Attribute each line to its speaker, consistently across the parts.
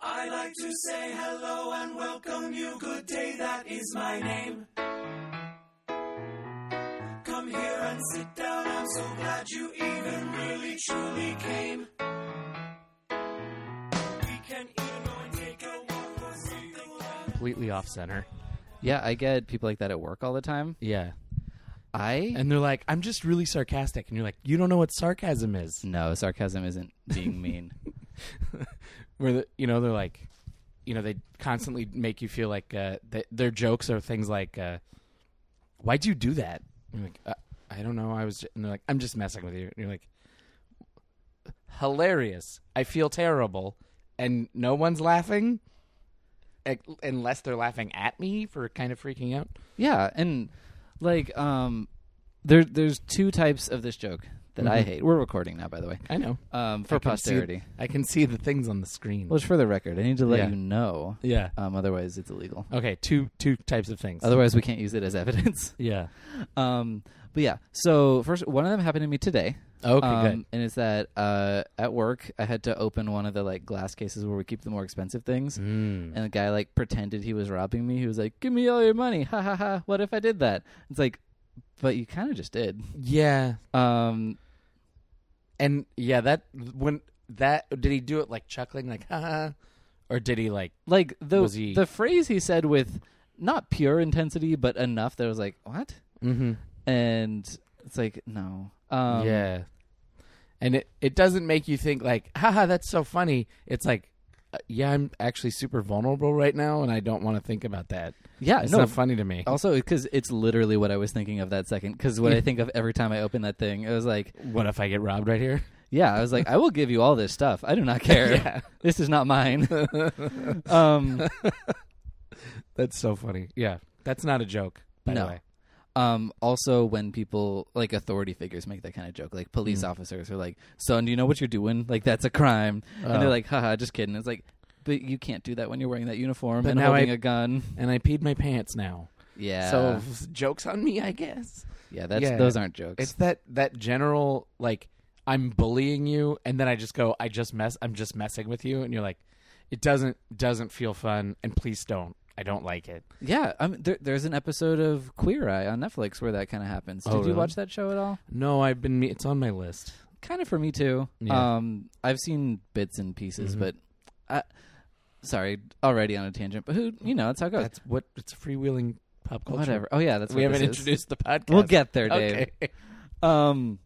Speaker 1: I like to say hello and welcome you. Good day, that is my name. Come here and sit down, I'm so glad you even really truly came. We can even go and take a walk or something like
Speaker 2: completely off center.
Speaker 3: Yeah, I get people like that at work all the time.
Speaker 2: Yeah.
Speaker 3: I
Speaker 2: And they're like, I'm just really sarcastic. And you're like, you don't know what sarcasm is.
Speaker 3: no sarcasm isn't being mean.
Speaker 2: Where, the, you know, they're like, you know, they constantly make you feel like uh, th- their jokes are things like, uh, why'd you do that? And you're like, uh, I don't know. I was, ju-" and they're like, I'm just messing with you. And you're like, hilarious. I feel terrible. And no one's laughing. Ec- Unless they're laughing at me for kind of freaking out.
Speaker 3: yeah, and like um, there there's two types of this joke that I
Speaker 2: Mhm.
Speaker 3: hate. We're recording now, by the way,
Speaker 2: I know.
Speaker 3: um, for
Speaker 2: I can see-
Speaker 3: posterity.
Speaker 2: I can see the things on the screen.
Speaker 3: Well, it's for the record. I need to let
Speaker 2: Yeah.
Speaker 3: you know.
Speaker 2: yeah.
Speaker 3: Um, otherwise, it's illegal.
Speaker 2: Okay, two two types of things.
Speaker 3: Otherwise, we can't use it as evidence.
Speaker 2: yeah.
Speaker 3: Um, but yeah, so first, one of them happened to me today.
Speaker 2: Okay,
Speaker 3: um,
Speaker 2: good.
Speaker 3: And it's that uh, at work, I had to open one of the like glass cases where we keep the more expensive things.
Speaker 2: Mm.
Speaker 3: And the guy like pretended he was robbing me. He was like, "Give me all your money, ha ha ha." What if I did that? It's like, but you kind of just did.
Speaker 2: Yeah,
Speaker 3: Um,
Speaker 2: and yeah, that when that did he do it like chuckling, like haha, or did he like
Speaker 3: like the
Speaker 2: Was he-
Speaker 3: the phrase he said with not pure intensity, but enough that I was like, "What?" Mm-hmm. And it's like, no. Um,
Speaker 2: yeah? And it it doesn't make you think like haha, that's so funny. It's like uh, yeah, I'm actually super vulnerable right now, and I don't want to think about that.
Speaker 3: yeah.
Speaker 2: It's
Speaker 3: no, Oh.
Speaker 2: not funny to me.
Speaker 3: Also, because it's literally what I was thinking of that second. Because what I think of every time I open that thing, it was like,
Speaker 2: What if I get robbed right here?
Speaker 3: yeah, I was like, I will give you all this stuff. I do not care.
Speaker 2: Yeah.
Speaker 3: This is not mine. um,
Speaker 2: That's so funny. Yeah, that's not a joke. By
Speaker 3: No.
Speaker 2: the way,
Speaker 3: um, also, when people like authority figures make that kind of joke, like police
Speaker 2: Hmm.
Speaker 3: officers are like, "Son, do you know what you're doing? Like that's a crime." And
Speaker 2: Oh.
Speaker 3: they're like, "Haha, just kidding." It's like, but you can't do that when you're wearing that uniform
Speaker 2: But
Speaker 3: and
Speaker 2: now
Speaker 3: holding
Speaker 2: I-
Speaker 3: a gun.
Speaker 2: and I peed my pants now.
Speaker 3: Yeah.
Speaker 2: So jokes on me, I guess.
Speaker 3: yeah, that's
Speaker 2: yeah.
Speaker 3: those aren't jokes.
Speaker 2: It's that that general like I'm bullying you, and then I just go, I just mess, I'm just messing with you, and you're like, it doesn't doesn't feel fun, and please don't, I don't like it.
Speaker 3: yeah, I mean, there, there's an episode of Queer Eye on Netflix where that kind of happens. Did
Speaker 2: Oh,
Speaker 3: you
Speaker 2: really?
Speaker 3: watch that show at all?
Speaker 2: No, I've been, me- it's on my list.
Speaker 3: kind of for me too.
Speaker 2: Yeah.
Speaker 3: Um, I've seen bits and pieces,
Speaker 2: Mhm.
Speaker 3: but I, sorry, already on a tangent. But who, you know, that's how it goes.
Speaker 2: That's what it's freewheeling pop culture.
Speaker 3: Whatever. Oh yeah, that's
Speaker 2: we
Speaker 3: what
Speaker 2: haven't
Speaker 3: this is.
Speaker 2: introduced the podcast.
Speaker 3: We'll get there, Dave.
Speaker 2: okay.
Speaker 3: Um,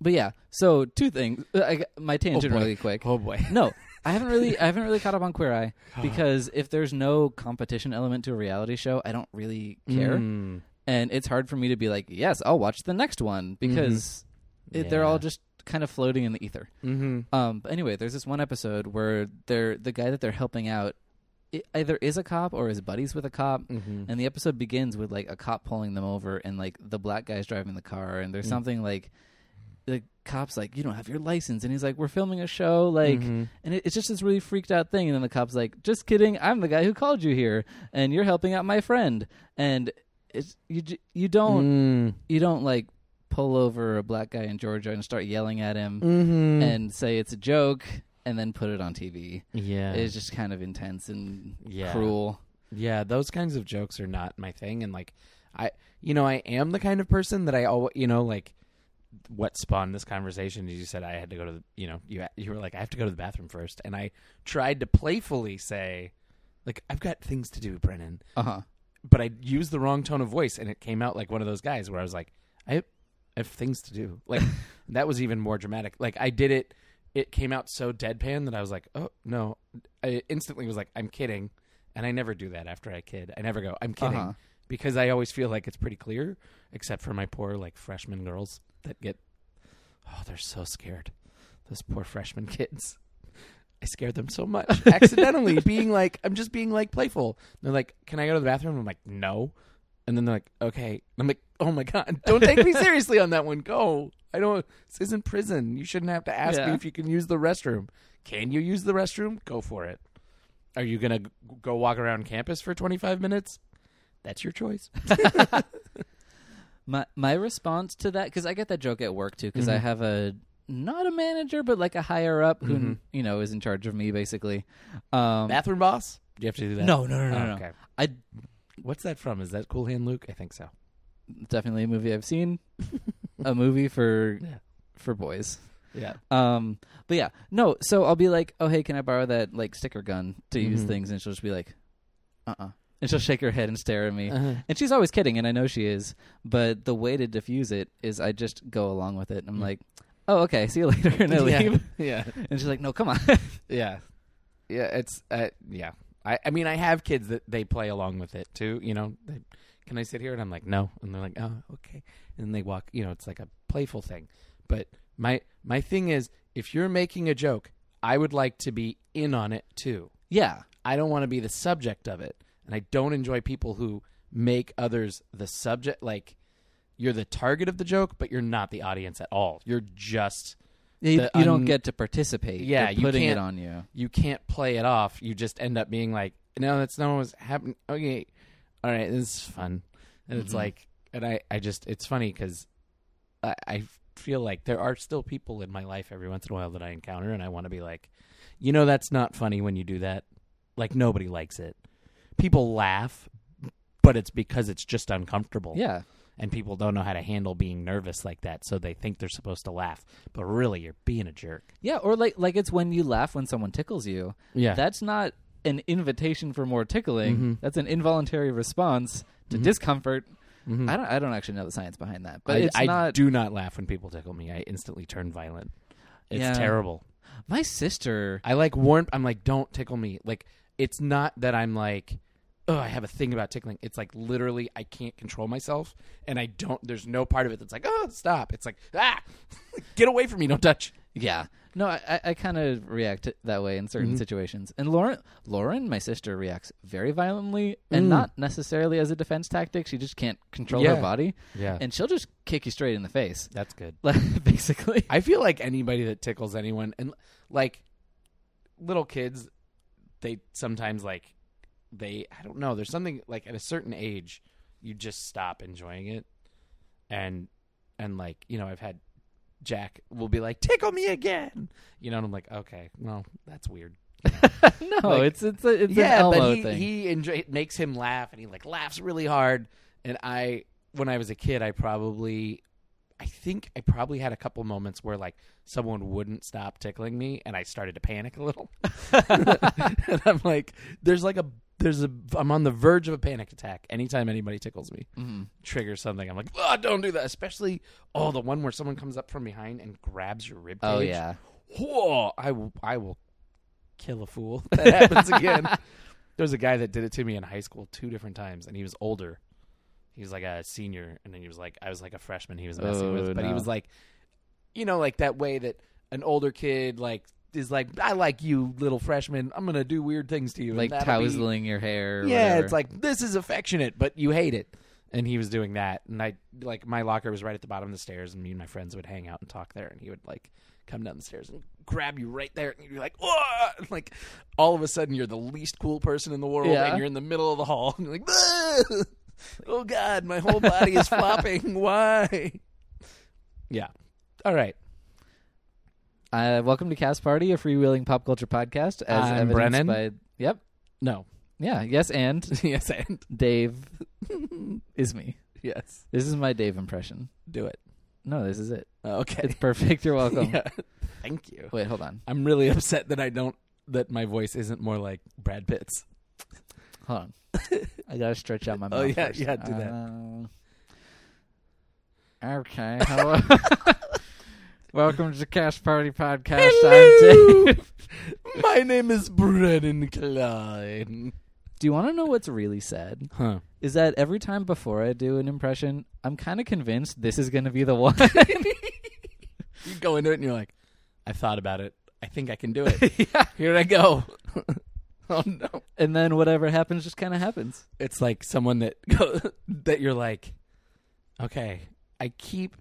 Speaker 3: but yeah, so two things. Uh, I, my tangent
Speaker 2: boy.
Speaker 3: really quick.
Speaker 2: Oh boy.
Speaker 3: No, I haven't really, I haven't really caught up on Queer Eye because if there's no competition element to a reality show, I don't really care,
Speaker 2: Mm.
Speaker 3: and it's hard for me to be like, yes, I'll watch the next one because it,
Speaker 2: Mm-hmm.
Speaker 3: they're
Speaker 2: Yeah.
Speaker 3: all just kind of floating in the ether.
Speaker 2: Mm-hmm.
Speaker 3: Um, but anyway, there's this one episode where they're the guy that they're helping out i either is a cop or is buddies with a cop,
Speaker 2: Mm-hmm.
Speaker 3: and the episode begins with like a cop pulling them over, and like the black guy's driving the car, and
Speaker 2: Mm.
Speaker 3: there's something like the cop's like, "You don't have your license," and he's like, "We're filming a show," like,
Speaker 2: Mhm.
Speaker 3: and it, it's just this really freaked out thing, and then the cop's like, "Just kidding, I'm the guy who called you here, and you're helping out my friend," and it's you j- you
Speaker 2: Mm.
Speaker 3: don't you don't like pull over a black guy in Georgia and start yelling at him
Speaker 2: Mm-hmm.
Speaker 3: and say it's a joke and then put it on TV.
Speaker 2: yeah.
Speaker 3: It's just kind of intense and
Speaker 2: Yeah.
Speaker 3: cruel.
Speaker 2: Yeah, those kinds of jokes are not my thing and like I you know, I am the kind of person that I always, you know, like what spawned this conversation is you said I had to go to the, you know, you you were like I have to go to the bathroom first and I tried to playfully say like I've got things to do, Brennan,
Speaker 3: Uh huh.
Speaker 2: but I used the wrong tone of voice and it came out like one of those guys where I was like I have things to do. Like that was even more dramatic. Like I did it it came out so deadpan that I was like, "Oh, no." I instantly was like, "I'm kidding." And I never do that after I kid. I never go, "I'm kidding."
Speaker 3: Uh-huh.
Speaker 2: Because I always feel like it's pretty clear, except for my poor like freshman girls that get Oh, they're so scared. Those poor freshman kids. I scared them so much accidentally being like I'm just being like playful. They're like, "Can I go to the bathroom?" I'm like, "No." And then they're like, "Okay." And I'm like, "Oh my god, don't take me seriously on that one. Go. I don't. This isn't prison. You shouldn't have to ask me
Speaker 3: Yeah.
Speaker 2: if you can use the restroom. Can you use the restroom? Go for it. Are you gonna g- go walk around campus for 25 minutes? That's your choice.
Speaker 3: Mm-hmm. My my response to that because I get that joke at work too because I have a not a manager, but like a higher up who you know is in charge of me basically. Um,
Speaker 2: Bathroom boss? Do you have to do that?
Speaker 3: no, no, no, no,
Speaker 2: Oh,
Speaker 3: no.
Speaker 2: Okay.
Speaker 3: I
Speaker 2: What's that from? Is that Cool Hand Luke? I think so.
Speaker 3: definitely a movie I've seen, a movie for
Speaker 2: Yeah.
Speaker 3: for boys.
Speaker 2: Yeah.
Speaker 3: Um, but yeah, no. So I'll be like, oh hey, can I borrow that like sticker gun to use
Speaker 2: Mhm.
Speaker 3: things? And she'll just be like, uh uh and she'll shake her head and stare at me.
Speaker 2: Uh-huh.
Speaker 3: And she's always kidding, and I know she is. But the way to diffuse it is I just go along with it. And I'm
Speaker 2: Mm.
Speaker 3: like, oh okay, see you later, and I leave.
Speaker 2: Yeah.
Speaker 3: And she's like, no, come on.
Speaker 2: Yeah. Yeah, it's uh, yeah. I, I mean I have kids that they play along with it too, you know. They, can I sit here? And I'm like, "No." And they're like, "Oh, okay." And they walk, you know, it's like a playful thing. But my my thing is if you're making a joke, I would like to be in on it too.
Speaker 3: yeah,
Speaker 2: I don't want to be the subject of it. And I don't enjoy people who make others the subject like you're the target of the joke, but you're not the audience at all. You're just
Speaker 3: you,
Speaker 2: The
Speaker 3: you don't
Speaker 2: un-
Speaker 3: get to participate.
Speaker 2: Yeah,
Speaker 3: They're
Speaker 2: you
Speaker 3: putting it
Speaker 2: can't-
Speaker 3: on you.
Speaker 2: you can't play it off. You just end up being like, no, that's not what's happening. Okay, all right, this is fun, and it's
Speaker 3: Mhm.
Speaker 2: like, and I, I just, it's funny because I, I feel like there are still people in my life every once in a while that I encounter, and I want to be like, you know, that's not funny when you do that. Like nobody likes it. People laugh, but it's because it's just uncomfortable.
Speaker 3: Yeah,
Speaker 2: and people don't know how to handle being nervous like that, so they think they're supposed to laugh, but really you're being a jerk.
Speaker 3: yeah. Or like like it's when you laugh when someone tickles you.
Speaker 2: Yeah,
Speaker 3: That's not an invitation for more tickling. That's an involuntary response to discomfort. I don't I don't actually know the science behind that, but
Speaker 2: I,
Speaker 3: it's
Speaker 2: I
Speaker 3: not.
Speaker 2: do not laugh when people tickle me. I instantly turn violent. It's
Speaker 3: Yeah.
Speaker 2: terrible.
Speaker 3: My sister.
Speaker 2: I like warn. I'm like, don't tickle me. Like, it's not that I'm like, oh, I have a thing about tickling. It's like literally, I can't control myself, and I don't. There's no part of it that's like, oh, stop. It's like, ah, get away from me. Don't touch.
Speaker 3: Yeah. No, I, I- I kind of react that way in certain
Speaker 2: Mm-hmm.
Speaker 3: situations. And Lauren, Lauren, my sister, reacts very violently, and
Speaker 2: Mm.
Speaker 3: not necessarily as a defense tactic. She just can't control her
Speaker 2: Yeah.
Speaker 3: body,
Speaker 2: Yeah,
Speaker 3: and she'll just kick you straight in the face,
Speaker 2: that's good.
Speaker 3: like, basically.
Speaker 2: I feel like anybody that tickles anyone and like little kids, they sometimes like they I don't know. There's something like at a certain age, you just stop enjoying it, and and like you know I've had Jack will be like tickle me again, you know, and I'm like okay, well that's weird.
Speaker 3: no,
Speaker 2: like-
Speaker 3: it's it's a, it's an
Speaker 2: yeah,
Speaker 3: Elmo
Speaker 2: but he
Speaker 3: thing.
Speaker 2: he enjoy, it makes him laugh and he like laughs really hard. And I when I was a kid, I probably I think I probably had a couple moments where like someone wouldn't stop tickling me, and I started to panic a little. and I'm like, there's like a there's a I'm on the verge of a panic attack anytime anybody tickles me,
Speaker 3: Mhm.
Speaker 2: triggers something. I'm like, oh, don't do that. Especially oh, the one where someone comes up from behind and grabs your rib.
Speaker 3: Oh
Speaker 2: cage.
Speaker 3: yeah,
Speaker 2: Whoa! I will. I will kill a fool. if That happens again. there was a guy that did it to me in high school two different times, and he was older. He was like a senior, and then he was like I was like a freshman. He was messing
Speaker 3: Oh,
Speaker 2: with, but he
Speaker 3: no.
Speaker 2: was like, you know, like that way that an older kid like is like I like you, little freshman. I'm gonna do weird things to you, and
Speaker 3: like
Speaker 2: that'll be-
Speaker 3: tousling your hair. or
Speaker 2: yeah,
Speaker 3: whatever.
Speaker 2: it's like this is affectionate, but you hate it. And he was doing that, and I like my locker was right at the bottom of the stairs, and me and my friends would hang out and talk there, and he would like come down the stairs and grab you right there, and you'd be like, "Whoa!" And, like all of a sudden you're the least cool person in the world,
Speaker 3: Yeah.
Speaker 2: and you're in the middle of the hall, and you're like, "Ah! "Oh God, my whole body is flopping. Why?" Yeah. All right.
Speaker 3: Uh, welcome to Cast Party, a freewheeling pop culture podcast. As
Speaker 2: I'm
Speaker 3: evidenced
Speaker 2: Brennan.
Speaker 3: By, yep.
Speaker 2: No.
Speaker 3: Yeah. Yes, and
Speaker 2: yes, and
Speaker 3: Dave is me.
Speaker 2: yes.
Speaker 3: This is my Dave impression.
Speaker 2: Do it.
Speaker 3: No, this is it. It's
Speaker 2: Okay.
Speaker 3: perfect. You're welcome.
Speaker 2: Yeah. Thank you.
Speaker 3: Wait, hold on.
Speaker 2: I'm really upset that I don't that my voice isn't more like Brad Pitt's.
Speaker 3: Hold on. I gotta stretch out my mouth.
Speaker 2: Oh, yeah,
Speaker 3: first.
Speaker 2: yeah, do
Speaker 3: Uh, okay. Hello. Welcome to the Cash Party Podcast. I'm Dave.
Speaker 2: my name is Brennan Klein.
Speaker 3: Do you want to know what's really sad?
Speaker 2: Huh.
Speaker 3: Is that every time before I do an impression, I'm kind of convinced this is gonna be the one.
Speaker 2: You go into it and you're like, I thought about it. I think I can do it. Here I go. oh no.
Speaker 3: and then whatever happens just kind of happens.
Speaker 2: It's like someone that that you're like, okay, I keep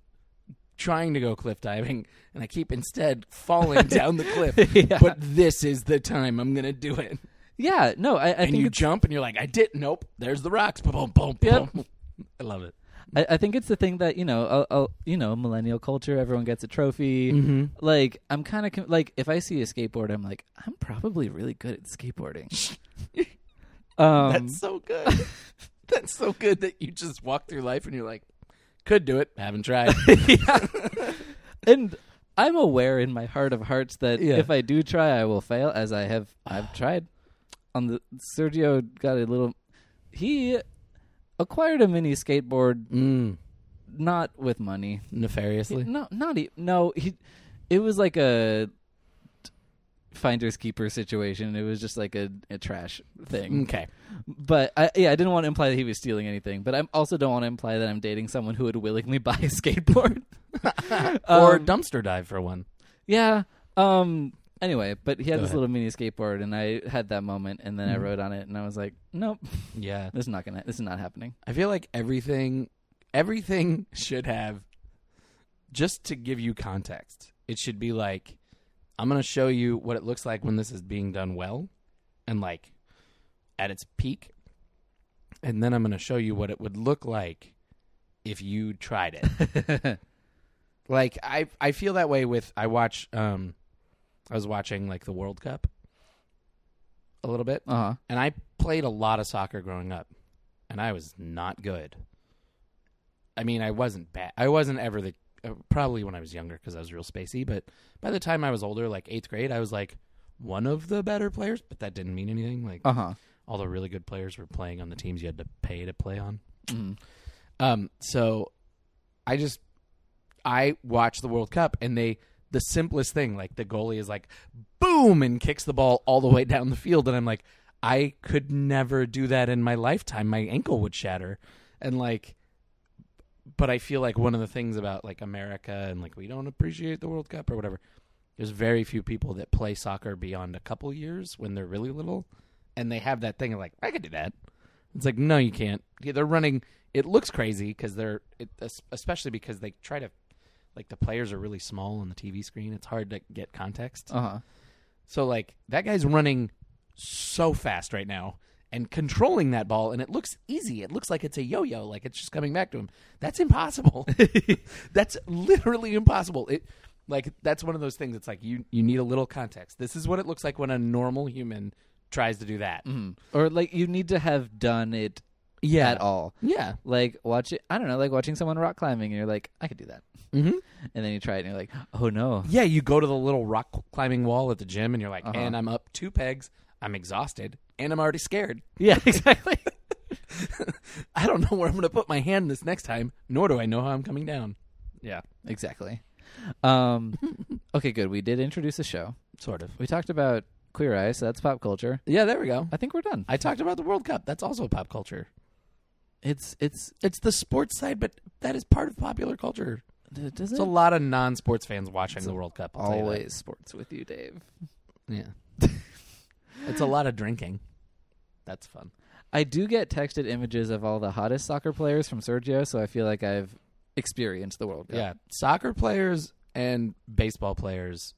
Speaker 2: trying to go cliff diving and I keep instead falling down the cliff.
Speaker 3: yeah.
Speaker 2: But this is the time I'm gonna do it.
Speaker 3: yeah. No, I, I
Speaker 2: and
Speaker 3: think
Speaker 2: you
Speaker 3: it's,
Speaker 2: jump and you're like, I did. Nope. There's the rocks. Boom, boom, boom.
Speaker 3: Yep.
Speaker 2: boom. I love it.
Speaker 3: I, I think it's the thing that you know, I'll, I'll, you know, millennial culture. Everyone gets a trophy.
Speaker 2: Mm-hmm.
Speaker 3: Like I'm kind of com- like if I see a skateboard, I'm like I'm probably really good at skateboarding. um,
Speaker 2: That's so good. That's so good that you just walk through life and you're like, could do it, haven't tried.
Speaker 3: and I'm aware in my heart of hearts that
Speaker 2: Yeah.
Speaker 3: if I do try, I will fail, as I have I've tried. On the Sergio got a little. He acquired a mini skateboard
Speaker 2: mm,
Speaker 3: not with money.
Speaker 2: nefariously.
Speaker 3: No, not e- no. He, it was like a t- finders keeper situation. It was just like a, a trash thing.
Speaker 2: Okay.
Speaker 3: But I, yeah, I didn't want to imply that he was stealing anything. But I also don't want to imply that I'm dating someone who would willingly buy a skateboard
Speaker 2: or
Speaker 3: Um,
Speaker 2: dumpster dive for one.
Speaker 3: Yeah. Um. Anyway, but he had
Speaker 2: Go
Speaker 3: this
Speaker 2: ahead. Mm.
Speaker 3: little mini skateboard, and I had that moment, and then I rode on it, and I was like, "Nope,
Speaker 2: Yeah.
Speaker 3: this is not gonna. This is not happening."
Speaker 2: I feel like everything everything should have just to give you context. It should be like I'm going to show you what it looks like when this is being done well and like at its peak. And then I'm going to show you what it would look like if you tried it.
Speaker 3: Uh-huh,
Speaker 2: like I I feel that way with I watch um I was watching like the World Cup a little bit
Speaker 3: Uh huh.
Speaker 2: and I played a lot of soccer growing up, and I was not good. I mean, I wasn't bad. I wasn't ever the uh, probably when I was younger because I was real spacey. But by the time I was older, like eighth grade, I was like one of the better players. But that didn't mean anything. Like
Speaker 3: Uh huh.
Speaker 2: all the really good players were playing on the teams you had to pay to play on.
Speaker 3: Mm.
Speaker 2: Um, so I just I watch the World Cup and they the simplest thing, like the goalie is like boom and kicks the ball all the way down the field and I'm like, I could never do that in my lifetime. My ankle would shatter. And like but I feel like one of the things about like America and like we don't appreciate the World Cup or whatever. There's very few people that play soccer beyond a couple years when they're really little and they have that thing of like, I could do that. It's like, no, you can't. Yeah, they're running. It looks crazy because they're, it, es- especially because they try to, like, the players are really small on the TV screen. It's hard to get context.
Speaker 3: Uh huh.
Speaker 2: So, like, that guy's running so fast right now and controlling that ball, and it looks easy. It looks like it's a yo yo, like it's just coming back to him. That's impossible. that's literally impossible. It, like, that's one of those things. It's like you, you need a little context. This is what it looks like when a normal human tries to do that.
Speaker 3: Or like you need to have done it
Speaker 2: Yeah.
Speaker 3: Mm-hmm. at all.
Speaker 2: Yeah.
Speaker 3: Like watch it. I don't know. Like watching someone rock climbing, and you're like, "I could do that,"
Speaker 2: Mm-hmm.
Speaker 3: and then you try it, and you're like, "Oh no."
Speaker 2: Yeah, you go to the little rock climbing wall at the gym and you're like,
Speaker 3: Uh-huh.
Speaker 2: and I'm up two pegs, I'm exhausted, and I'm already scared.
Speaker 3: Yeah. Exactly.
Speaker 2: I don't know where I'm going to put my hand this next time, nor do I know how I'm coming down. Yeah,
Speaker 3: exactly. Um. Okay. Good. We did introduce the show.
Speaker 2: sort of.
Speaker 3: We talked about queer eye, so that's pop culture.
Speaker 2: Yeah, there we go.
Speaker 3: I think we're done.
Speaker 2: I talked about the World Cup. That's also pop culture.
Speaker 3: It's it's
Speaker 2: It's the sports side, but that is part of popular culture.
Speaker 3: it doesn't
Speaker 2: It's a lot of non-sports fans watching the World Cup. I'll tell you that.
Speaker 3: always sports with you, Dave.
Speaker 2: Yeah. it's a lot of drinking. That's fun.
Speaker 3: I do get texted images of all the hottest soccer players from Sergio, so I feel like I've experienced the World Cup.
Speaker 2: Yeah, soccer players and baseball players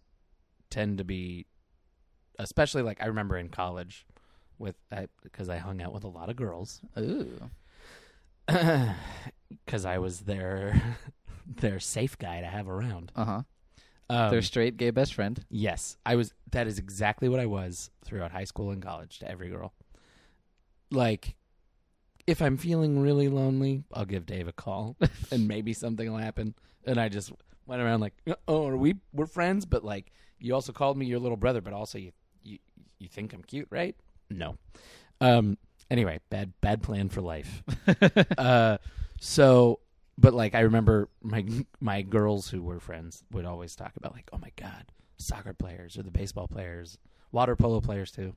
Speaker 2: tend to be, especially like I remember in college, with I because I hung out with a lot of girls
Speaker 3: Ooh.
Speaker 2: because I was their their safe guy to have around.
Speaker 3: Uh huh.
Speaker 2: Um,
Speaker 3: Their straight gay best friend.
Speaker 2: yes, I was. That is exactly what I was throughout high school and college to every girl. Like, if I'm feeling really lonely, I'll give Dave a call. and maybe something will happen. And I just went around like, oh, are we we're friends? But like, you also called me your little brother, but also you you you think I'm cute, right? No. Um. Anyway, bad bad plan for life. uh. So, but like, I remember my my girls who were friends would always talk about like, oh my god, soccer players or the baseball players, water polo players too.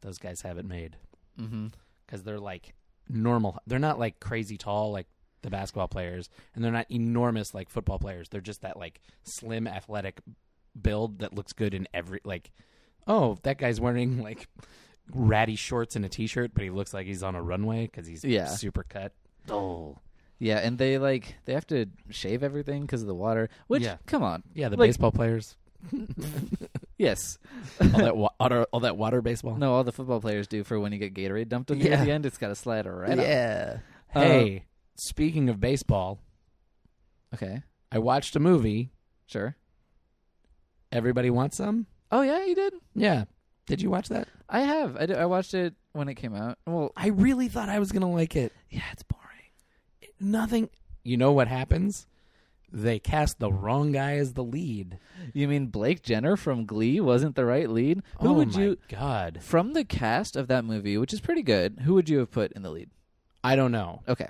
Speaker 2: Those guys have it made
Speaker 3: mm-hmm.
Speaker 2: because they're like normal. They're not like crazy tall like the basketball players, and they're not enormous like football players. They're just that like slim, athletic build that looks good in every like. Oh, that guy's wearing like ratty shorts and a t-shirt, but he looks like he's on a runway because he's
Speaker 3: Yeah.
Speaker 2: super cut. Oh,
Speaker 3: Yeah, and they like they have to shave everything because of the water. Which,
Speaker 2: Yeah.
Speaker 3: come on,
Speaker 2: yeah, the
Speaker 3: Like-
Speaker 2: baseball players,
Speaker 3: yes,
Speaker 2: all that water, all that water baseball.
Speaker 3: no, all the football players do for when you get Gatorade dumped on you
Speaker 2: Yeah.
Speaker 3: at the end. It's got to slide right.
Speaker 2: yeah. Um,
Speaker 3: off.
Speaker 2: Hey, Speaking of baseball,
Speaker 3: Okay.
Speaker 2: I watched a movie.
Speaker 3: Sure.
Speaker 2: Everybody wants some.
Speaker 3: Oh yeah, you did.
Speaker 2: Yeah. Did you watch that?
Speaker 3: I have. I did. I watched it when it came out. Well,
Speaker 2: I really thought I was gonna like it.
Speaker 3: yeah, it's boring.
Speaker 2: Nothing. You know what happens? They cast the wrong guy as the lead.
Speaker 3: You mean Blake Jenner from Glee wasn't the right lead? Who
Speaker 2: oh
Speaker 3: would
Speaker 2: my
Speaker 3: you
Speaker 2: God.
Speaker 3: from the cast of that movie, which is pretty good? Who would you have put in the lead?
Speaker 2: I don't know.
Speaker 3: Okay.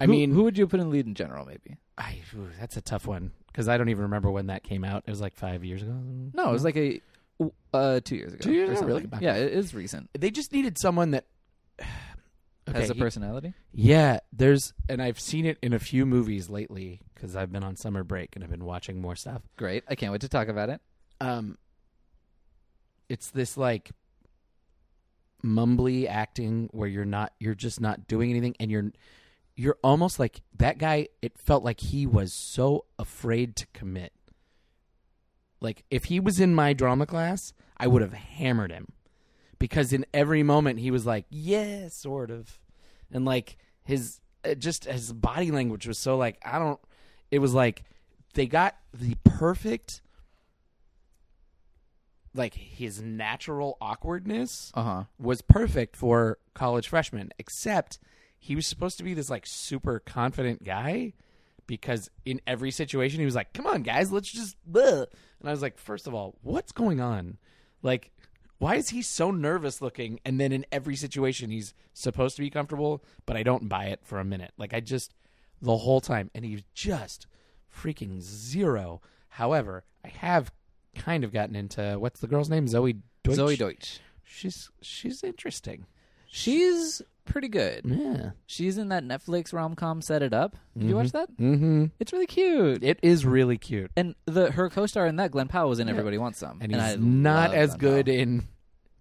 Speaker 2: I
Speaker 3: Who-
Speaker 2: mean,
Speaker 3: who would you put in lead in general? Maybe.
Speaker 2: I, ooh, that's a tough one because I don't even remember when that came out. It was like five years ago.
Speaker 3: No, it was like a uh, two years ago.
Speaker 2: Two years
Speaker 3: or
Speaker 2: ago?
Speaker 3: something.
Speaker 2: Really?
Speaker 3: Yeah, it is recent.
Speaker 2: they just needed someone that
Speaker 3: Has a
Speaker 2: he-
Speaker 3: personality.
Speaker 2: Yeah, there's, and I've seen it in a few movies lately because I've been on summer break and I've been watching more stuff.
Speaker 3: Great. I can't wait to talk about it.
Speaker 2: Um, it's this like mumbly acting where you're not, you're just not doing anything, and you're, you're almost like that guy. It felt like he was so afraid to commit. Like if he was in my drama class, I would have hammered him because in every moment he was like, "Yeah, sort of," and like his uh, just his body language was so like I don't. It was like they got the perfect, like his natural awkwardness
Speaker 3: Uh huh.
Speaker 2: was perfect for college freshmen, except he was supposed to be this like super confident guy because in every situation he was like, "Come on, guys, let's just." bleh." And I was like, first of all, what's going on? Like, why is he so nervous looking?" And then in every situation he's supposed to be comfortable, but I don't buy it for a minute. Like I just the whole time, and he's just freaking zero. However, I have kind of gotten into what's the girl's name? Zoe Deutsch
Speaker 3: Zoe Deutsch.
Speaker 2: she's she's interesting.
Speaker 3: She's pretty good.
Speaker 2: Yeah.
Speaker 3: She's in that Netflix rom com Set It Up. Did you watch that?
Speaker 2: Mm-hmm.
Speaker 3: It's really cute.
Speaker 2: It is really cute,
Speaker 3: and the her co star in that, Glenn Powell, was in Everybody Wants Some.
Speaker 2: and he's
Speaker 3: I
Speaker 2: not
Speaker 3: love
Speaker 2: as
Speaker 3: Glenn
Speaker 2: good
Speaker 3: Powell.
Speaker 2: in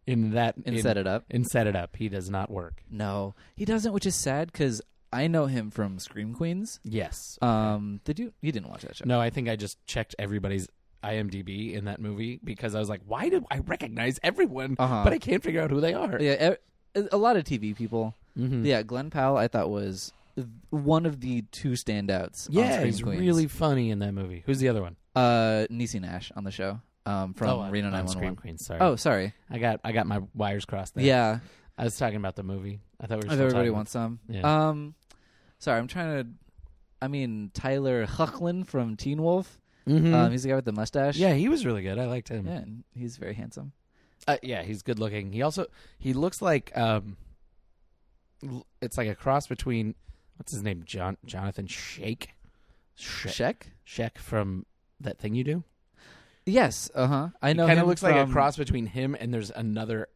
Speaker 2: in that
Speaker 3: in, Set It Up.
Speaker 2: In set it up, he does not work.
Speaker 3: No, he doesn't, which is sad because I know him from Scream Queens.
Speaker 2: Yes.
Speaker 3: Um, did you? You didn't watch that show?
Speaker 2: no, I think I just checked everybody's IMDb in that movie because I was like, why do I recognize everyone,
Speaker 3: Uh-huh.
Speaker 2: but I can't figure out who they are?
Speaker 3: Yeah, e- a lot of TV people.
Speaker 2: Mm-hmm.
Speaker 3: Yeah, Glenn Powell, I thought was one of the two standouts. on
Speaker 2: Yeah,
Speaker 3: Scream
Speaker 2: he's
Speaker 3: Queens.
Speaker 2: really funny in that movie. Who's the other one?
Speaker 3: uh Niecy Nash on the show um, from
Speaker 2: oh, I'm-
Speaker 3: Reno
Speaker 2: I'm
Speaker 3: Nine One
Speaker 2: Scream
Speaker 3: One.
Speaker 2: Queen. Sorry.
Speaker 3: Oh, sorry.
Speaker 2: I got I got my wires crossed. There.
Speaker 3: Yeah,
Speaker 2: I was talking about the movie. I thought we were.
Speaker 3: if
Speaker 2: still
Speaker 3: everybody
Speaker 2: talking-
Speaker 3: wants some.
Speaker 2: Yeah.
Speaker 3: Um, sorry, I'm trying to. I mean Tyler Hucklin from Teen Wolf.
Speaker 2: Mhm.
Speaker 3: Um, he's the guy with the mustache.
Speaker 2: yeah, he was really good. I liked him.
Speaker 3: yeah, and he's very handsome.
Speaker 2: Uh, yeah, he's good looking. He also he looks like um, l- it's like a cross between what's his name, John Jonathan Shake, Shake
Speaker 3: Check.
Speaker 2: Shake from that thing you do.
Speaker 3: Yes. Uh huh. I know.
Speaker 2: kind
Speaker 3: him
Speaker 2: of looks like a
Speaker 3: from-
Speaker 2: cross between him and there's another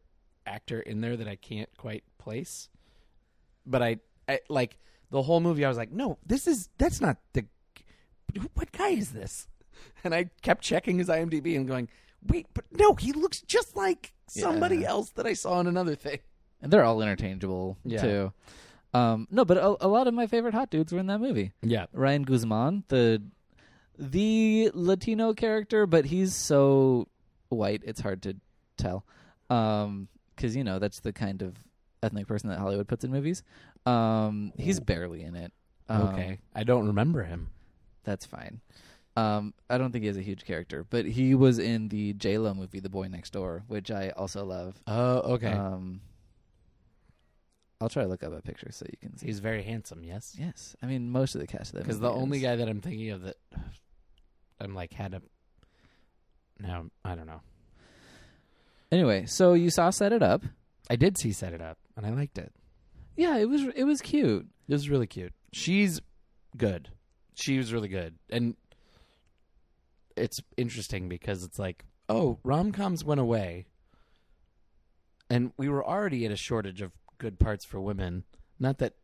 Speaker 2: actor in there that I can't quite place. But I, I like the whole movie. I was like, no, this is that's not the what guy is this? And I kept checking his IMDb and going, wait, but no, he looks just like somebody
Speaker 3: Yeah.
Speaker 2: else that I saw in another thing.
Speaker 3: And they're all interchangeable
Speaker 2: Yeah.
Speaker 3: too. Um, no, but a, a lot of my favorite hot dudes were in that movie.
Speaker 2: Yeah.
Speaker 3: Ryan Guzman, the the Latino character, but he's so white it's hard to tell. Um 'cause, cuz you know, that's the kind of ethnic person that Hollywood puts in movies. Um he's barely in it. Um,
Speaker 2: Okay. I don't remember him.
Speaker 3: That's fine. Um I don't think he has a huge character, but he was in the J-Lo movie The Boy Next Door, which I also love.
Speaker 2: Oh, okay.
Speaker 3: Um I'll try to look up a picture so you can see.
Speaker 2: He's very handsome, yes?
Speaker 3: yes. I mean, most of the cast of that
Speaker 2: Because the
Speaker 3: movie is-
Speaker 2: only guy that I'm thinking of that I'm like had a. No, I don't know.
Speaker 3: Anyway, so you saw Set It Up.
Speaker 2: I did see Set It Up and I liked it.
Speaker 3: Yeah, it was it was cute.
Speaker 2: It was really cute. She's good. She was really good. And it's interesting because it's like, oh, rom coms went away. And we were already at a shortage of good parts for women. Not that,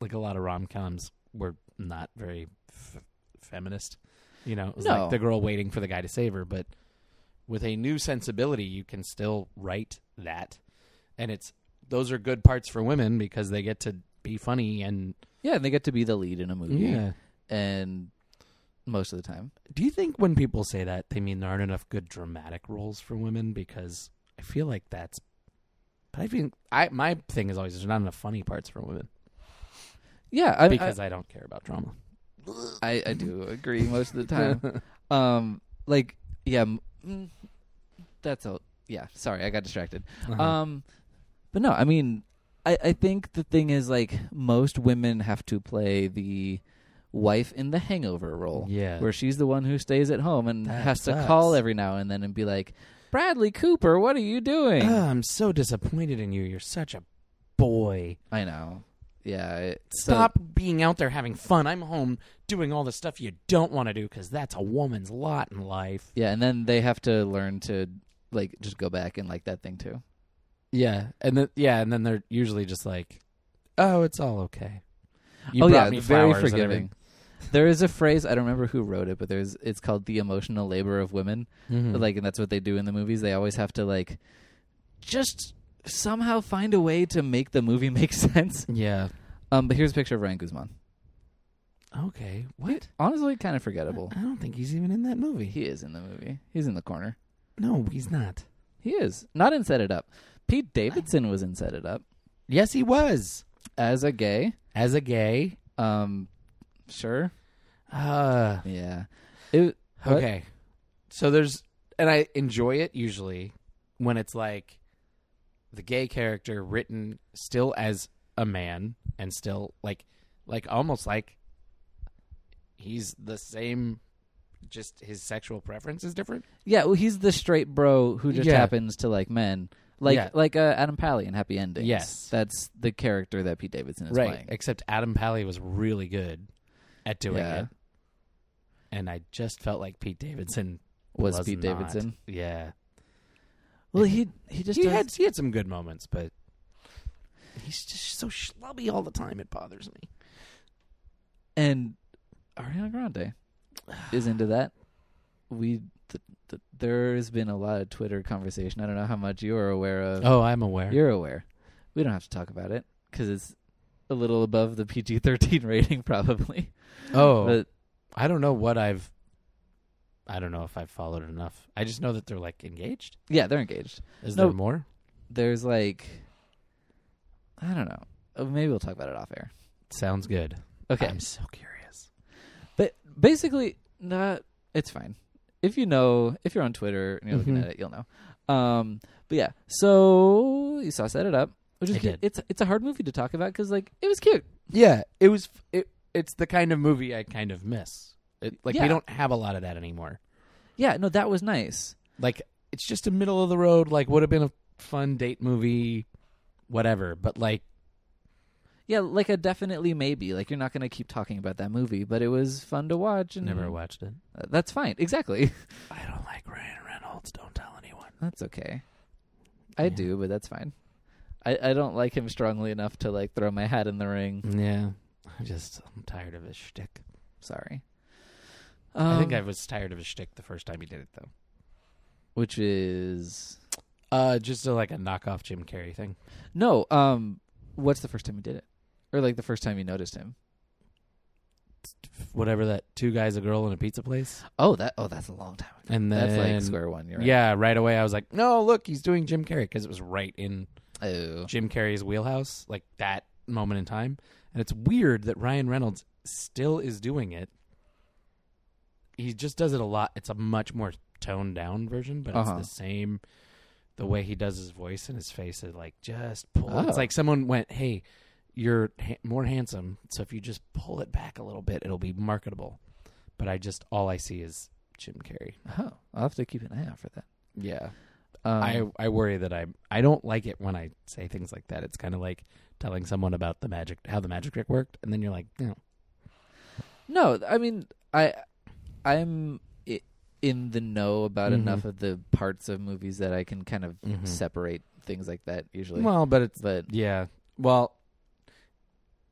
Speaker 2: like, a lot of rom coms were not very f- feminist. You know, it was
Speaker 3: No.
Speaker 2: like the girl waiting for the guy to save her. But with a new sensibility, you can still write that. And it's those are good parts for women because they get to be funny and
Speaker 3: Yeah, and they get to be the lead in a movie. And most of the time.
Speaker 2: Do you think when people say that they mean there aren't enough good dramatic roles for women? Because I feel like that's. But I think I my thing is always there's not enough funny parts for women.
Speaker 3: Yeah, I, I,
Speaker 2: because I, don't care about drama.
Speaker 3: I, I do agree most of the time. um, like yeah, m- mm, that's all. Yeah, sorry, I got distracted.
Speaker 2: Uh-huh.
Speaker 3: Um, but no, I mean, I I think the thing is like most women have to play the wife in the hangover role.
Speaker 2: Yeah.
Speaker 3: where she's the one who stays at home and
Speaker 2: That
Speaker 3: has to
Speaker 2: sucks.
Speaker 3: call every now and then and be like, Bradley Cooper, what are you doing?
Speaker 2: Ugh, Ah, I'm so disappointed in you. You're such a boy.
Speaker 3: I know. Yeah. It, so-
Speaker 2: Stop being out there having fun. I'm home doing all the stuff you don't want to do because that's a woman's lot in life.
Speaker 3: Yeah, and then they have to learn to like just go back and like that thing too.
Speaker 2: Yeah, and then yeah, and then they're usually just like, "Oh, it's all okay." You
Speaker 3: oh
Speaker 2: brought
Speaker 3: yeah,
Speaker 2: me
Speaker 3: very
Speaker 2: flowers and
Speaker 3: forgiving. There is a phrase I don't remember who wrote it, but there's it's called the emotional labor of women.
Speaker 2: everything.
Speaker 3: Like, and that's what they do in the movies. They always have to like just somehow find a way to make the movie make sense.
Speaker 2: yeah,
Speaker 3: Um, but here's a picture of Ryan Guzman.
Speaker 2: okay. What?
Speaker 3: Honestly, kind of forgettable.
Speaker 2: I don't think he's even in that movie.
Speaker 3: He is in the movie. He's in the corner.
Speaker 2: no, he's not.
Speaker 3: He is not in Set It Up. Pete Davidson was in Set It Up
Speaker 2: Yes, he was
Speaker 3: as a gay.
Speaker 2: as a gay.
Speaker 3: Um, sure.
Speaker 2: Uh,
Speaker 3: Yeah. It, What?
Speaker 2: okay. So there's, and I enjoy it usually when it's like the gay character written still as a man and still like, like almost like he's the same, just his sexual preference is different.
Speaker 3: yeah, well, he's the straight bro who just
Speaker 2: Yeah.
Speaker 3: happens to like men, like
Speaker 2: Yeah.
Speaker 3: like uh, Adam Pally in Happy Endings.
Speaker 2: Yes.
Speaker 3: that's the character that Pete Davidson is playing.
Speaker 2: Except Adam Pally was really good at doing
Speaker 3: Yeah.
Speaker 2: it. And I just felt like Pete Davidson
Speaker 3: Was
Speaker 2: was
Speaker 3: Pete
Speaker 2: not.
Speaker 3: Davidson?
Speaker 2: Yeah.
Speaker 3: Well, he he just
Speaker 2: he
Speaker 3: does-
Speaker 2: had he had some good moments, but he's just so schlubby all the time. It bothers me.
Speaker 3: and Ariana Grande is into that. We th- th- there's been a lot of Twitter conversation. I don't know how much you are aware of.
Speaker 2: Oh, I'm aware.
Speaker 3: You're aware. We don't have to talk about it because it's a little above the PG-13 rating, probably.
Speaker 2: oh,
Speaker 3: But
Speaker 2: I don't know what I've. I don't know if I've followed enough. I just know that they're like engaged.
Speaker 3: yeah, they're engaged.
Speaker 2: Is
Speaker 3: No.
Speaker 2: there more?
Speaker 3: There's like, I don't know. Uh, Maybe we'll talk about it off air.
Speaker 2: Sounds good.
Speaker 3: Okay.
Speaker 2: I'm so curious.
Speaker 3: But basically, not. It's fine. If you know, if you're on Twitter and you're looking
Speaker 2: Mhm.
Speaker 3: at it, you'll know. Um, but yeah, so you saw set it up, which is
Speaker 2: I
Speaker 3: cute.
Speaker 2: did.
Speaker 3: it's it's a hard movie to talk about because like it was cute.
Speaker 2: Yeah, it was. f- It, it's the kind of movie I kind of miss. It, like
Speaker 3: Yeah.
Speaker 2: we don't have a lot of that anymore.
Speaker 3: Yeah, no, that was nice.
Speaker 2: Like it's just a middle of the road. Like would have been a fun date movie, whatever. But like,
Speaker 3: Yeah, like a definitely maybe. Like you're not gonna keep talking about that movie, but it was fun to watch. And
Speaker 2: never watched it.
Speaker 3: Uh, That's fine. Exactly.
Speaker 2: Mm-hmm. I don't like Ryan Reynolds. Don't tell anyone.
Speaker 3: That's okay. I
Speaker 2: Yeah.
Speaker 3: do, but that's fine. I, I don't like him strongly enough to like throw my hat in the ring.
Speaker 2: Yeah, I just I'm tired of his shtick.
Speaker 3: Sorry. Um,
Speaker 2: I think I was tired of his shtick the first time he did it though.
Speaker 3: which is
Speaker 2: Uh, just a, like a knockoff Jim Carrey thing.
Speaker 3: no. Um, what's the first time you did it, or like the first time you noticed him?
Speaker 2: Whatever that two guys, a girl, and a pizza place,
Speaker 3: Oh, that oh, that's a long time. ago.
Speaker 2: and then
Speaker 3: That's like square one. You're right.
Speaker 2: Yeah, right away I was like, no, look, he's doing Jim Carrey because it was right in
Speaker 3: Oh.
Speaker 2: Jim Carrey's wheelhouse, like that moment in time. And it's weird that Ryan Reynolds still is doing it. He just does it a lot. It's a much more toned down version, but
Speaker 3: Uh-huh.
Speaker 2: it's the same. The way he does his voice and his face is like just pull.
Speaker 3: Oh.
Speaker 2: It's like someone went, "Hey, you're ha- more handsome, so if you just pull it back a little bit, it'll be marketable." But I just all I see is Jim Carrey.
Speaker 3: Oh, I'll have to keep an eye out for that.
Speaker 2: Yeah,
Speaker 3: Um,
Speaker 2: I I worry that I I don't like it when I say things like that. It's kind of like telling someone about the magic how the magic trick worked, and then you're like, no,
Speaker 3: No, I mean, I, I'm i- in the know about
Speaker 2: Mhm.
Speaker 3: enough of the parts of movies that I can kind of
Speaker 2: Mhm.
Speaker 3: separate things like that usually.
Speaker 2: well, but it's
Speaker 3: but
Speaker 2: yeah, well,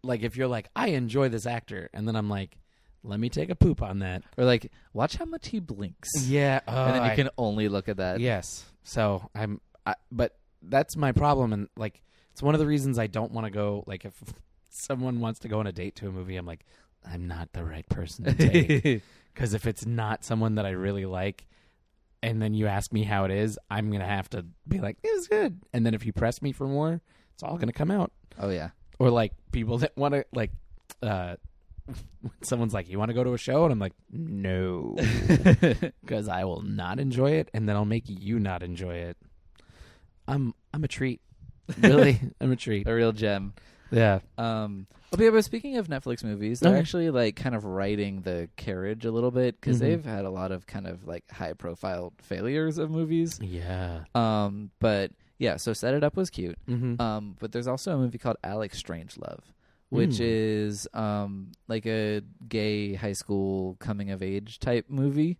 Speaker 2: like if you're like I enjoy this actor, and then I'm like, let me take a poop on that.
Speaker 3: or like, watch how much he blinks,
Speaker 2: Yeah, oh,
Speaker 3: and then you
Speaker 2: I-
Speaker 3: can only look at that.
Speaker 2: yes. So I'm, I, but that's my problem, and like it's one of the reasons I don't want to go. Like if someone wants to go on a date to a movie, I'm like, I'm not the right person to date. Because if it's not someone that I really like, and then you ask me how it is, I'm gonna have to be like, "It was good." And then if you press me for more, it's all gonna come out.
Speaker 3: oh yeah,
Speaker 2: Or like people that want to like, uh, when someone's like, "You want to go to a show?" and I'm like, "No," because I will not enjoy it, and then I'll make you not enjoy it. I'm I'm a treat, really. I'm a treat.
Speaker 3: a real gem.
Speaker 2: Yeah.
Speaker 3: Um, but yeah, but speaking of Netflix movies, they're
Speaker 2: Okay.
Speaker 3: actually like kind of riding the carriage a little bit because
Speaker 2: Mhm.
Speaker 3: they've had a lot of kind of like high profile failures of movies.
Speaker 2: Yeah.
Speaker 3: Um, but yeah, so Set It Up was cute.
Speaker 2: Mm-hmm.
Speaker 3: Um, but there's also a movie called Alex Strangelove, which
Speaker 2: Mm.
Speaker 3: is um like a gay high school coming of age type movie.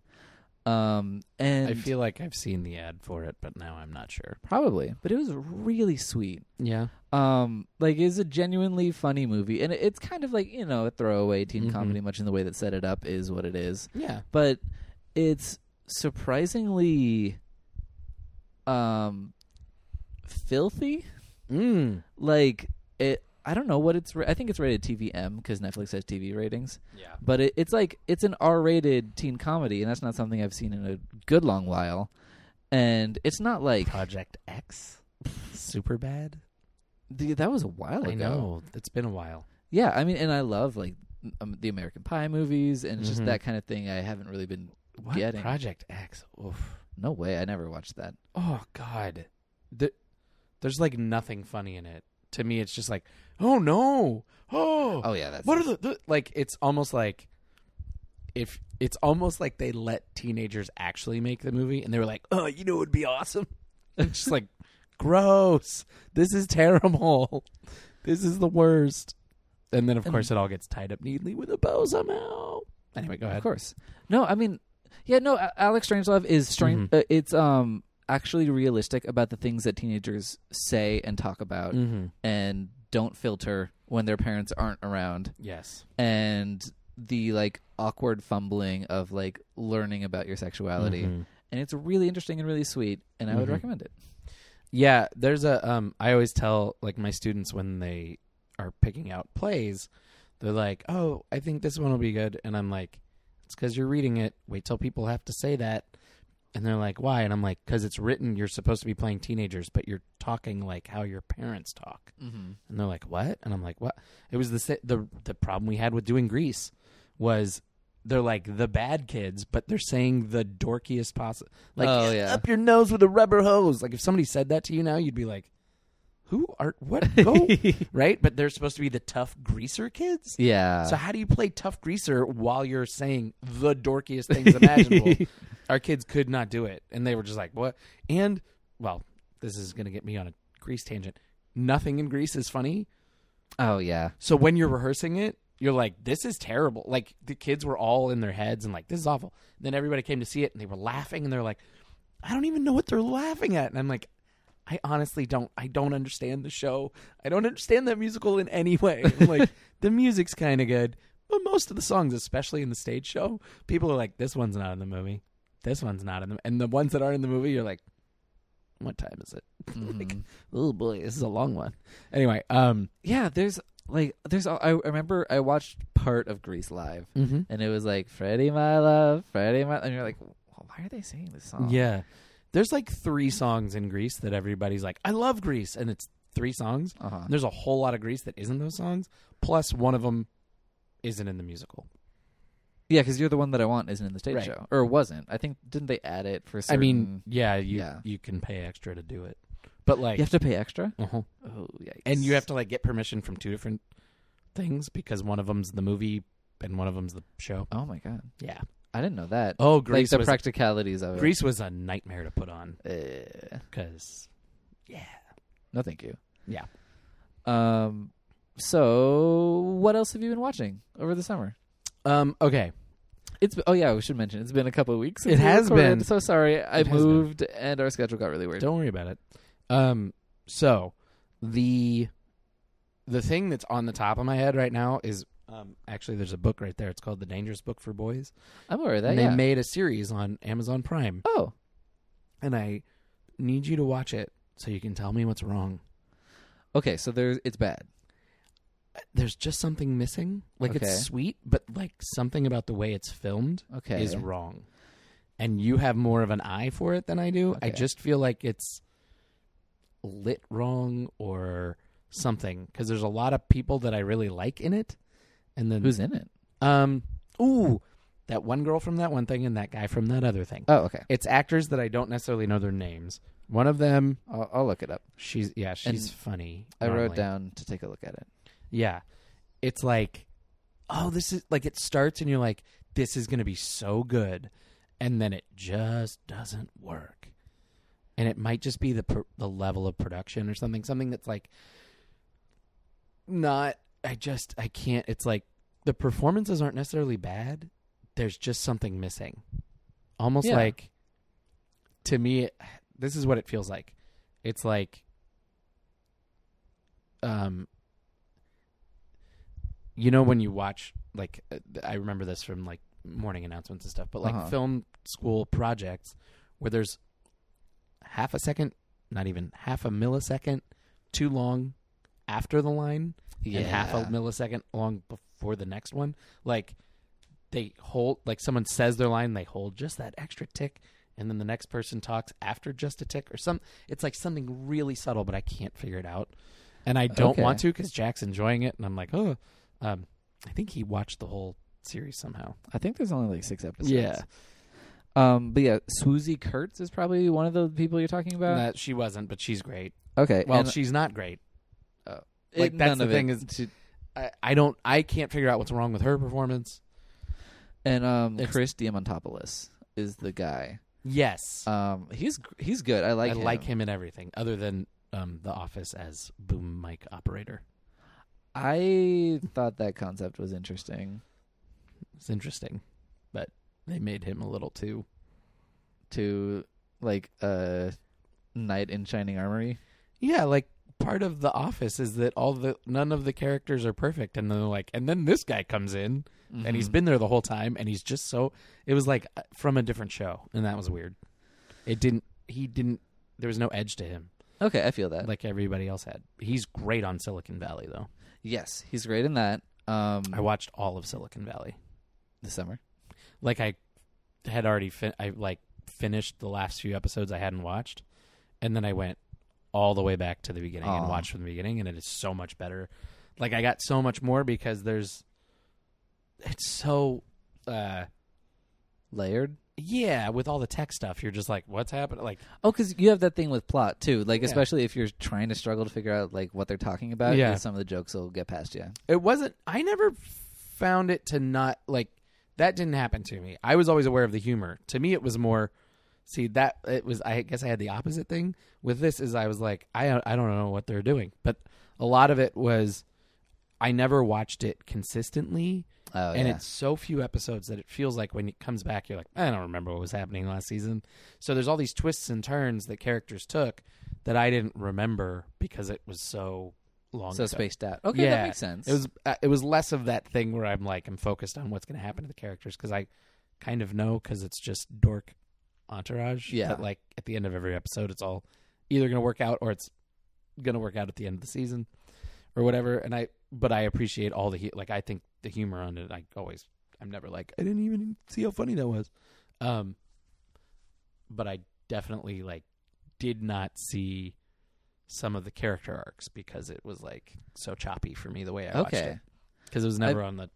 Speaker 3: Um, and
Speaker 2: I feel like I've seen the ad for it, but now I'm not sure.
Speaker 3: probably, but it was really sweet.
Speaker 2: Yeah.
Speaker 3: um like is a genuinely funny movie and it- it's kind of like you know a throwaway teen
Speaker 2: Mhm.
Speaker 3: comedy much in the way that set it up is what it is
Speaker 2: Yeah.
Speaker 3: but it's surprisingly um filthy
Speaker 2: Mm.
Speaker 3: like it i don't know what it's ra- i think it's rated tvm because netflix has tv ratings
Speaker 2: Yeah.
Speaker 3: but it, it's like it's an r-rated teen comedy and that's not something i've seen in a good long while and it's not like
Speaker 2: Project X. Super bad.
Speaker 3: dude, that was a while ago
Speaker 2: I know. It's been a while.
Speaker 3: Yeah, I mean, and I love like um, the American Pie movies, and it's just
Speaker 2: Mhm.
Speaker 3: that kind of thing. I haven't really been.
Speaker 2: What?
Speaker 3: Getting-
Speaker 2: Project X. Oof.
Speaker 3: No way, I never watched that.
Speaker 2: Oh God, the, there's like nothing funny in it. To me, it's just like, oh no, oh,
Speaker 3: Oh yeah, that's
Speaker 2: what are the, the like? It's almost like if it's almost like they let teenagers actually make the movie, and they were like, oh, you know, it would be awesome. It's just like, gross. This is terrible. This is the worst. And then of course it all gets tied up neatly with a bow somehow. Anyway, go ahead.
Speaker 3: of course. No, I mean, yeah, no. A- Alex Strangelove is
Speaker 2: Mm-hmm.
Speaker 3: strange. Uh, it's um actually realistic about the things that teenagers say and talk about,
Speaker 2: Mm-hmm.
Speaker 3: and don't filter when their parents aren't around,
Speaker 2: Yes.
Speaker 3: and the like awkward fumbling of like learning about your sexuality,
Speaker 2: Mhm.
Speaker 3: and it's really interesting and really sweet, and I would
Speaker 2: Mhm.
Speaker 3: recommend it.
Speaker 2: Yeah, there's a um I always tell like my students when they are picking out plays, they're like, "Oh, I think this one will be good." And I'm like, "It's cuz you're reading it. Wait till people have to say that." And they're like, "Why?" And I'm like, "Cuz it's written you're supposed to be playing teenagers, but you're talking like how your parents talk."
Speaker 3: Mm-hmm.
Speaker 2: And they're like, "What?" And I'm like, "What?" It was the sa- the the problem we had with doing Grease was they're like the bad kids, but they're saying the dorkiest possible. Like
Speaker 3: Oh, yeah.
Speaker 2: up your nose with a rubber hose. Like if somebody said that to you now, you'd be like, "Who are what?" Go right. But they're supposed to be the tough greaser kids.
Speaker 3: Yeah.
Speaker 2: So how do you play tough greaser while you're saying the dorkiest things imaginable? Our kids could not do it, and they were just like, "What?" And well, this is going to get me on a grease tangent. Nothing in Greece is funny.
Speaker 3: oh yeah.
Speaker 2: So when you're rehearsing it, you're like, this is terrible. Like the kids were all in their heads and like, this is awful. Then everybody came to see it and they were laughing and they're like, I don't even know what they're laughing at. And I'm like, I honestly don't. I don't understand the show. I don't understand that musical in any way. I'm like, the music's kind of good, but most of the songs, especially in the stage show, people are like, this one's not in the movie. This one's not in the and the ones that are in the movie, you're like, what time is it? Like,
Speaker 3: Mhm.
Speaker 2: oh boy, this is a long one. Anyway, um,
Speaker 3: yeah, there's like there's all, I remember I watched part of Grease live
Speaker 2: mhm.
Speaker 3: and it was like Freddie my love, Freddie my and you're like "Well, why are they singing this song?
Speaker 2: Yeah. There's like three songs in Greece that everybody's like, I love Greece. And it's three songs.
Speaker 3: Uh-huh.
Speaker 2: And there's a whole lot of Greece that isn't those songs. Plus, one of them isn't in the musical.
Speaker 3: Yeah, cuz you're the one that I want isn't in the stage
Speaker 2: Right.
Speaker 3: show or wasn't. I think didn't they add it for
Speaker 2: I
Speaker 3: certain
Speaker 2: mean, yeah, you
Speaker 3: yeah.
Speaker 2: you can pay extra to do it. But like,
Speaker 3: you have to pay extra?
Speaker 2: uh-huh.
Speaker 3: Oh, yikes.
Speaker 2: and you have to like get permission from two different things because one of them's the movie and one of them's the show.
Speaker 3: Oh my god.
Speaker 2: Yeah.
Speaker 3: I didn't know that.
Speaker 2: Oh,
Speaker 3: like
Speaker 2: Greece
Speaker 3: the
Speaker 2: was
Speaker 3: practicalities of
Speaker 2: Greece was a nightmare to put on
Speaker 3: it. Uh,
Speaker 2: because
Speaker 3: no thank you.
Speaker 2: Yeah.
Speaker 3: Um so what else have you been watching over the summer?
Speaker 2: um okay
Speaker 3: It's oh yeah, we should mention it's been a couple of weeks. Since
Speaker 2: It
Speaker 3: we
Speaker 2: has
Speaker 3: recorded.
Speaker 2: been.
Speaker 3: So sorry, I
Speaker 2: It has been.
Speaker 3: moved and our schedule got really weird.
Speaker 2: Don't worry about it. Um, so the the thing that's on the top of my head right now is um, actually there's a book right there. It's called The Dangerous Book for Boys.
Speaker 3: I'm aware of that.
Speaker 2: And
Speaker 3: Yeah.
Speaker 2: They made a series on Amazon Prime,
Speaker 3: oh,
Speaker 2: and I need you to watch it so you can tell me what's wrong.
Speaker 3: okay. So there's it's bad.
Speaker 2: There's just something missing. Like
Speaker 3: Okay.
Speaker 2: it's sweet, but like something about the way it's filmed
Speaker 3: Okay.
Speaker 2: is wrong. And you have more of an eye for it than I do. I
Speaker 3: Okay.
Speaker 2: just feel like it's lit wrong or something because there's a lot of people that I really like in it And then
Speaker 3: Who's in it?
Speaker 2: um ooh, that one girl from that one thing and that guy from that other thing.
Speaker 3: Oh, okay.
Speaker 2: Uh, It's actors that I don't necessarily know their names. One of them,
Speaker 3: I'll, I'll look it up.
Speaker 2: she's yeah, she's
Speaker 3: And
Speaker 2: funny.
Speaker 3: I wrote
Speaker 2: normally.
Speaker 3: down to take a look at it.
Speaker 2: Yeah. It's like, oh, this is like it starts and you're like, this is going to be so good. And then it just doesn't work. And it might just be the per- the level of production or something, something that's like not I just I can't it's like the performances aren't necessarily bad. There's just something missing. Almost
Speaker 3: Yeah.
Speaker 2: like to me it- this is what it feels like. It's like um you know when you watch like uh, th- i remember this from like morning announcements and stuff but like
Speaker 3: Uh-huh.
Speaker 2: film school projects where there's half a second not even half a millisecond too long after the line and half a millisecond long before the next one like they hold like someone says their line they hold just that extra tick and then the next person talks after just a tick or some it's like something really subtle but i can't figure it out and i don't
Speaker 3: Okay.
Speaker 2: want to because jack's enjoying it and i'm like oh um, i think he watched the whole series somehow
Speaker 3: I think there's only like six episodes.
Speaker 2: Yeah.
Speaker 3: Um, but yeah, Swoozy Kurtz is probably one of the people you're talking about.
Speaker 2: that she wasn't but she's great
Speaker 3: okay.
Speaker 2: well
Speaker 3: Uh, and
Speaker 2: she's not great
Speaker 3: Oh.
Speaker 2: like
Speaker 3: it-
Speaker 2: that's
Speaker 3: none
Speaker 2: the
Speaker 3: of
Speaker 2: thing
Speaker 3: it.
Speaker 2: is I, I don't i can't figure out what's wrong with her performance
Speaker 3: and um,
Speaker 2: It's-
Speaker 3: Chris Diamantopoulos is the guy.
Speaker 2: yes
Speaker 3: Um, he's gr- he's good. I like
Speaker 2: I
Speaker 3: him.
Speaker 2: like him in everything other than um, the office as boom mic operator.
Speaker 3: I thought that concept was interesting
Speaker 2: It's interesting, but they made him a little too.
Speaker 3: to like a knight in shining armory.
Speaker 2: Yeah, like part of the office is that all the none of the characters are perfect, and then they're like, and then this guy comes in, and he's
Speaker 3: Mhm.
Speaker 2: been there the whole time, and he's just so. It was like uh, from a different show, and that was weird. It didn't. He didn't. There was no edge to him,
Speaker 3: okay. I feel that.
Speaker 2: like everybody else had. He's great on Silicon Valley, though.
Speaker 3: yes, he's great in that. Um,
Speaker 2: I watched all of Silicon Valley.
Speaker 3: this summer.
Speaker 2: like I had already fin- I like finished the last few episodes I hadn't watched, and then I went all the way back to the beginning and
Speaker 3: Aw.
Speaker 2: watched from the beginning, and it is so much better. Like I got so much more because there's it's so uh
Speaker 3: Layered.
Speaker 2: yeah with all the tech stuff you're just like what's happening like
Speaker 3: Oh, because you have that thing with plot too. Like,
Speaker 2: Yeah.
Speaker 3: especially if you're trying to struggle to figure out like what they're talking about,
Speaker 2: Yeah.
Speaker 3: some of the jokes will get past you.
Speaker 2: it wasn't I never found it to not like that didn't happen to me I was always aware of the humor to me it was more See that it was. I guess I had the opposite thing with this. Is I was like, I I don't know what they're doing, but a lot of it was, I never watched it consistently,
Speaker 3: Oh,
Speaker 2: and
Speaker 3: yeah.
Speaker 2: it's so few episodes that it feels like when it comes back, you're like, I don't remember what was happening last season. So there's all these twists and turns that characters took that I didn't remember because it was so long.
Speaker 3: so
Speaker 2: ago.
Speaker 3: spaced out. Okay,
Speaker 2: Yeah.
Speaker 3: that makes sense.
Speaker 2: It was uh, it was less of that thing where I'm like I'm focused on what's going to happen to the characters because I kind of know because it's just dork entourage.
Speaker 3: Yeah.
Speaker 2: that, like at the end of every episode, it's all either going to work out or it's going to work out at the end of the season or whatever. And I but I appreciate all the hu- like I think the humor on it. I always I'm never like I didn't even see how funny that was. Um, but I definitely like did not see some of the character arcs because it was like so choppy for me the way I watched it
Speaker 3: okay.
Speaker 2: because it was never on the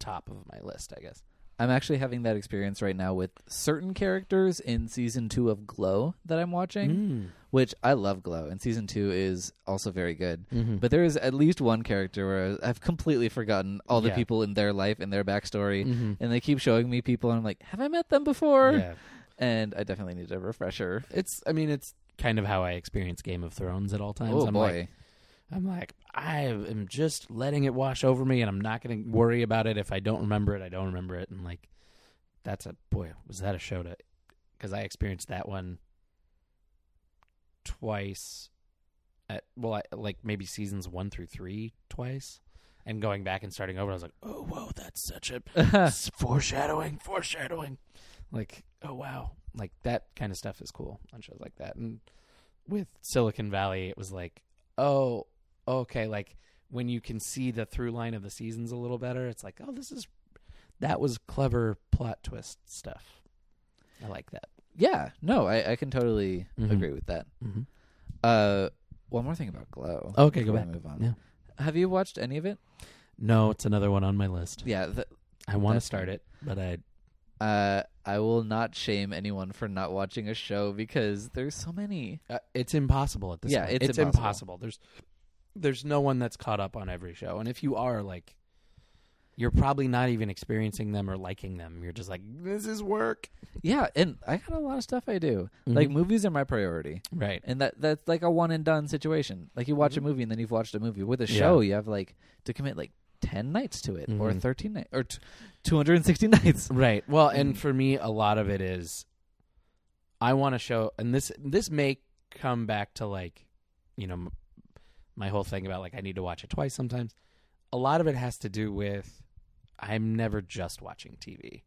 Speaker 2: top of my list, I guess.
Speaker 3: I'm actually having that experience right now with certain characters in season two of Glow that I'm watching,
Speaker 2: Mm-hmm.
Speaker 3: which I love. Glow and season two is also very good.
Speaker 2: Mm-hmm.
Speaker 3: But there is at least one character where I've completely forgotten all the
Speaker 2: Yeah. Mm.
Speaker 3: people in their life and their backstory, and they keep showing me people, and I'm like, have I met them before?
Speaker 2: Mm-hmm. yeah,
Speaker 3: And I definitely need a refresher.
Speaker 2: it's. I mean, it's kind of how I experience Game of Thrones at all times.
Speaker 3: Oh
Speaker 2: I'm
Speaker 3: boy.
Speaker 2: like, I'm like, I am just letting it wash over me, and I'm not going to worry about it. If I don't remember it, I don't remember it, and like, that's a boy. Was that a show to? Because I experienced that one twice. At well, I, like maybe seasons one through three twice, and going back and starting over, I was like, oh whoa, that's such a S- foreshadowing, foreshadowing. Like, oh wow, like that kind of stuff is cool on shows like that. And with Silicon Valley, it was like, oh, okay, like when you can see the through line of the seasons a little better, it's like, oh, this is that was clever plot twist stuff. I like that.
Speaker 3: Yeah, no, I, I can totally
Speaker 2: Mhm.
Speaker 3: agree with that.
Speaker 2: Mm-hmm.
Speaker 3: Uh, one more thing about Glow.
Speaker 2: Okay,
Speaker 3: before
Speaker 2: go
Speaker 3: we
Speaker 2: back.
Speaker 3: Move on.
Speaker 2: Yeah.
Speaker 3: Have you watched any of it?
Speaker 2: No, it's another one on my list.
Speaker 3: Yeah, th-
Speaker 2: I want to
Speaker 3: That's
Speaker 2: start it, but I
Speaker 3: uh, I will not shame anyone for not watching a show because there's so many.
Speaker 2: uh, it's impossible at this.
Speaker 3: Yeah,
Speaker 2: point.
Speaker 3: it's impossible.
Speaker 2: impossible. There's there's no one that's caught up on every show, and if you are, like, you're probably not even experiencing them or liking them. You're just like, this is work,
Speaker 3: Yeah, and I got a lot of stuff I do. Like
Speaker 2: Mhm.
Speaker 3: movies are my priority,
Speaker 2: right?
Speaker 3: and that that's like a one and done situation. Like you watch a movie and then you've watched a movie. With a
Speaker 2: Mm-hmm. Yeah.
Speaker 3: show, you have like to commit like ten nights to it, or
Speaker 2: Mhm.
Speaker 3: thirteen nights, or t- two hundred and sixty nights.
Speaker 2: Right. Well, and
Speaker 3: Mm.
Speaker 2: for me, a lot of it is I want to show, and this this may come back to like, you know, m- my whole thing about like I need to watch it twice sometimes. A lot of it has to do with I'm never just watching TV,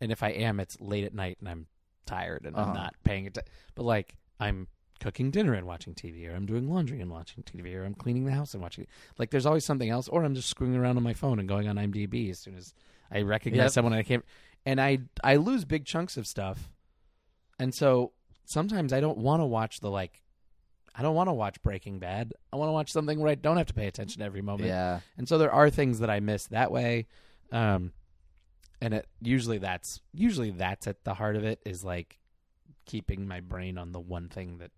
Speaker 2: and if I am, it's late at night and I'm tired and
Speaker 3: Uh-huh.
Speaker 2: I'm not paying attention. But like I'm cooking dinner and watching TV, or I'm doing laundry and watching TV, or I'm cleaning the house and watching. Like there's always something else, or I'm just screwing around on my phone and going on IMDb as soon as I recognize
Speaker 3: Yep.
Speaker 2: someone and I can't. And I I lose big chunks of stuff, and so sometimes I don't want to watch the like. I don't want to watch Breaking Bad. I want to watch something where I don't have to pay attention to every moment.
Speaker 3: Yeah,
Speaker 2: And so there are things that I miss that way. Um, and it usually that's usually that's at the heart of it is like keeping my brain on the one thing that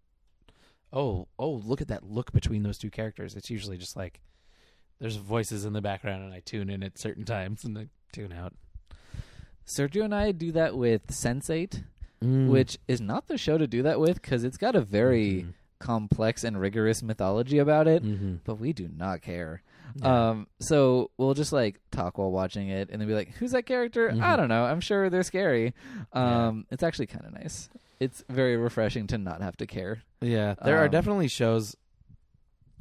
Speaker 2: oh oh look at that look between those two characters. It's usually just like there's voices in the background and I tune in at certain times and I tune out.
Speaker 3: Sergio and I do that with Sense8,
Speaker 2: Mm. Hmm.
Speaker 3: which is not the show to do that with because it's got a very complex and rigorous mythology about it.
Speaker 2: mm-hmm.
Speaker 3: but we do not care.
Speaker 2: Yeah.
Speaker 3: Um, so we'll just like talk while watching it, and then be like, "Who's that character? I
Speaker 2: Mhm.
Speaker 3: don't know. I'm sure they're scary."
Speaker 2: Yeah.
Speaker 3: Um, it's actually kind of nice. It's very refreshing to not have to care.
Speaker 2: Yeah, there are
Speaker 3: Um,
Speaker 2: definitely shows.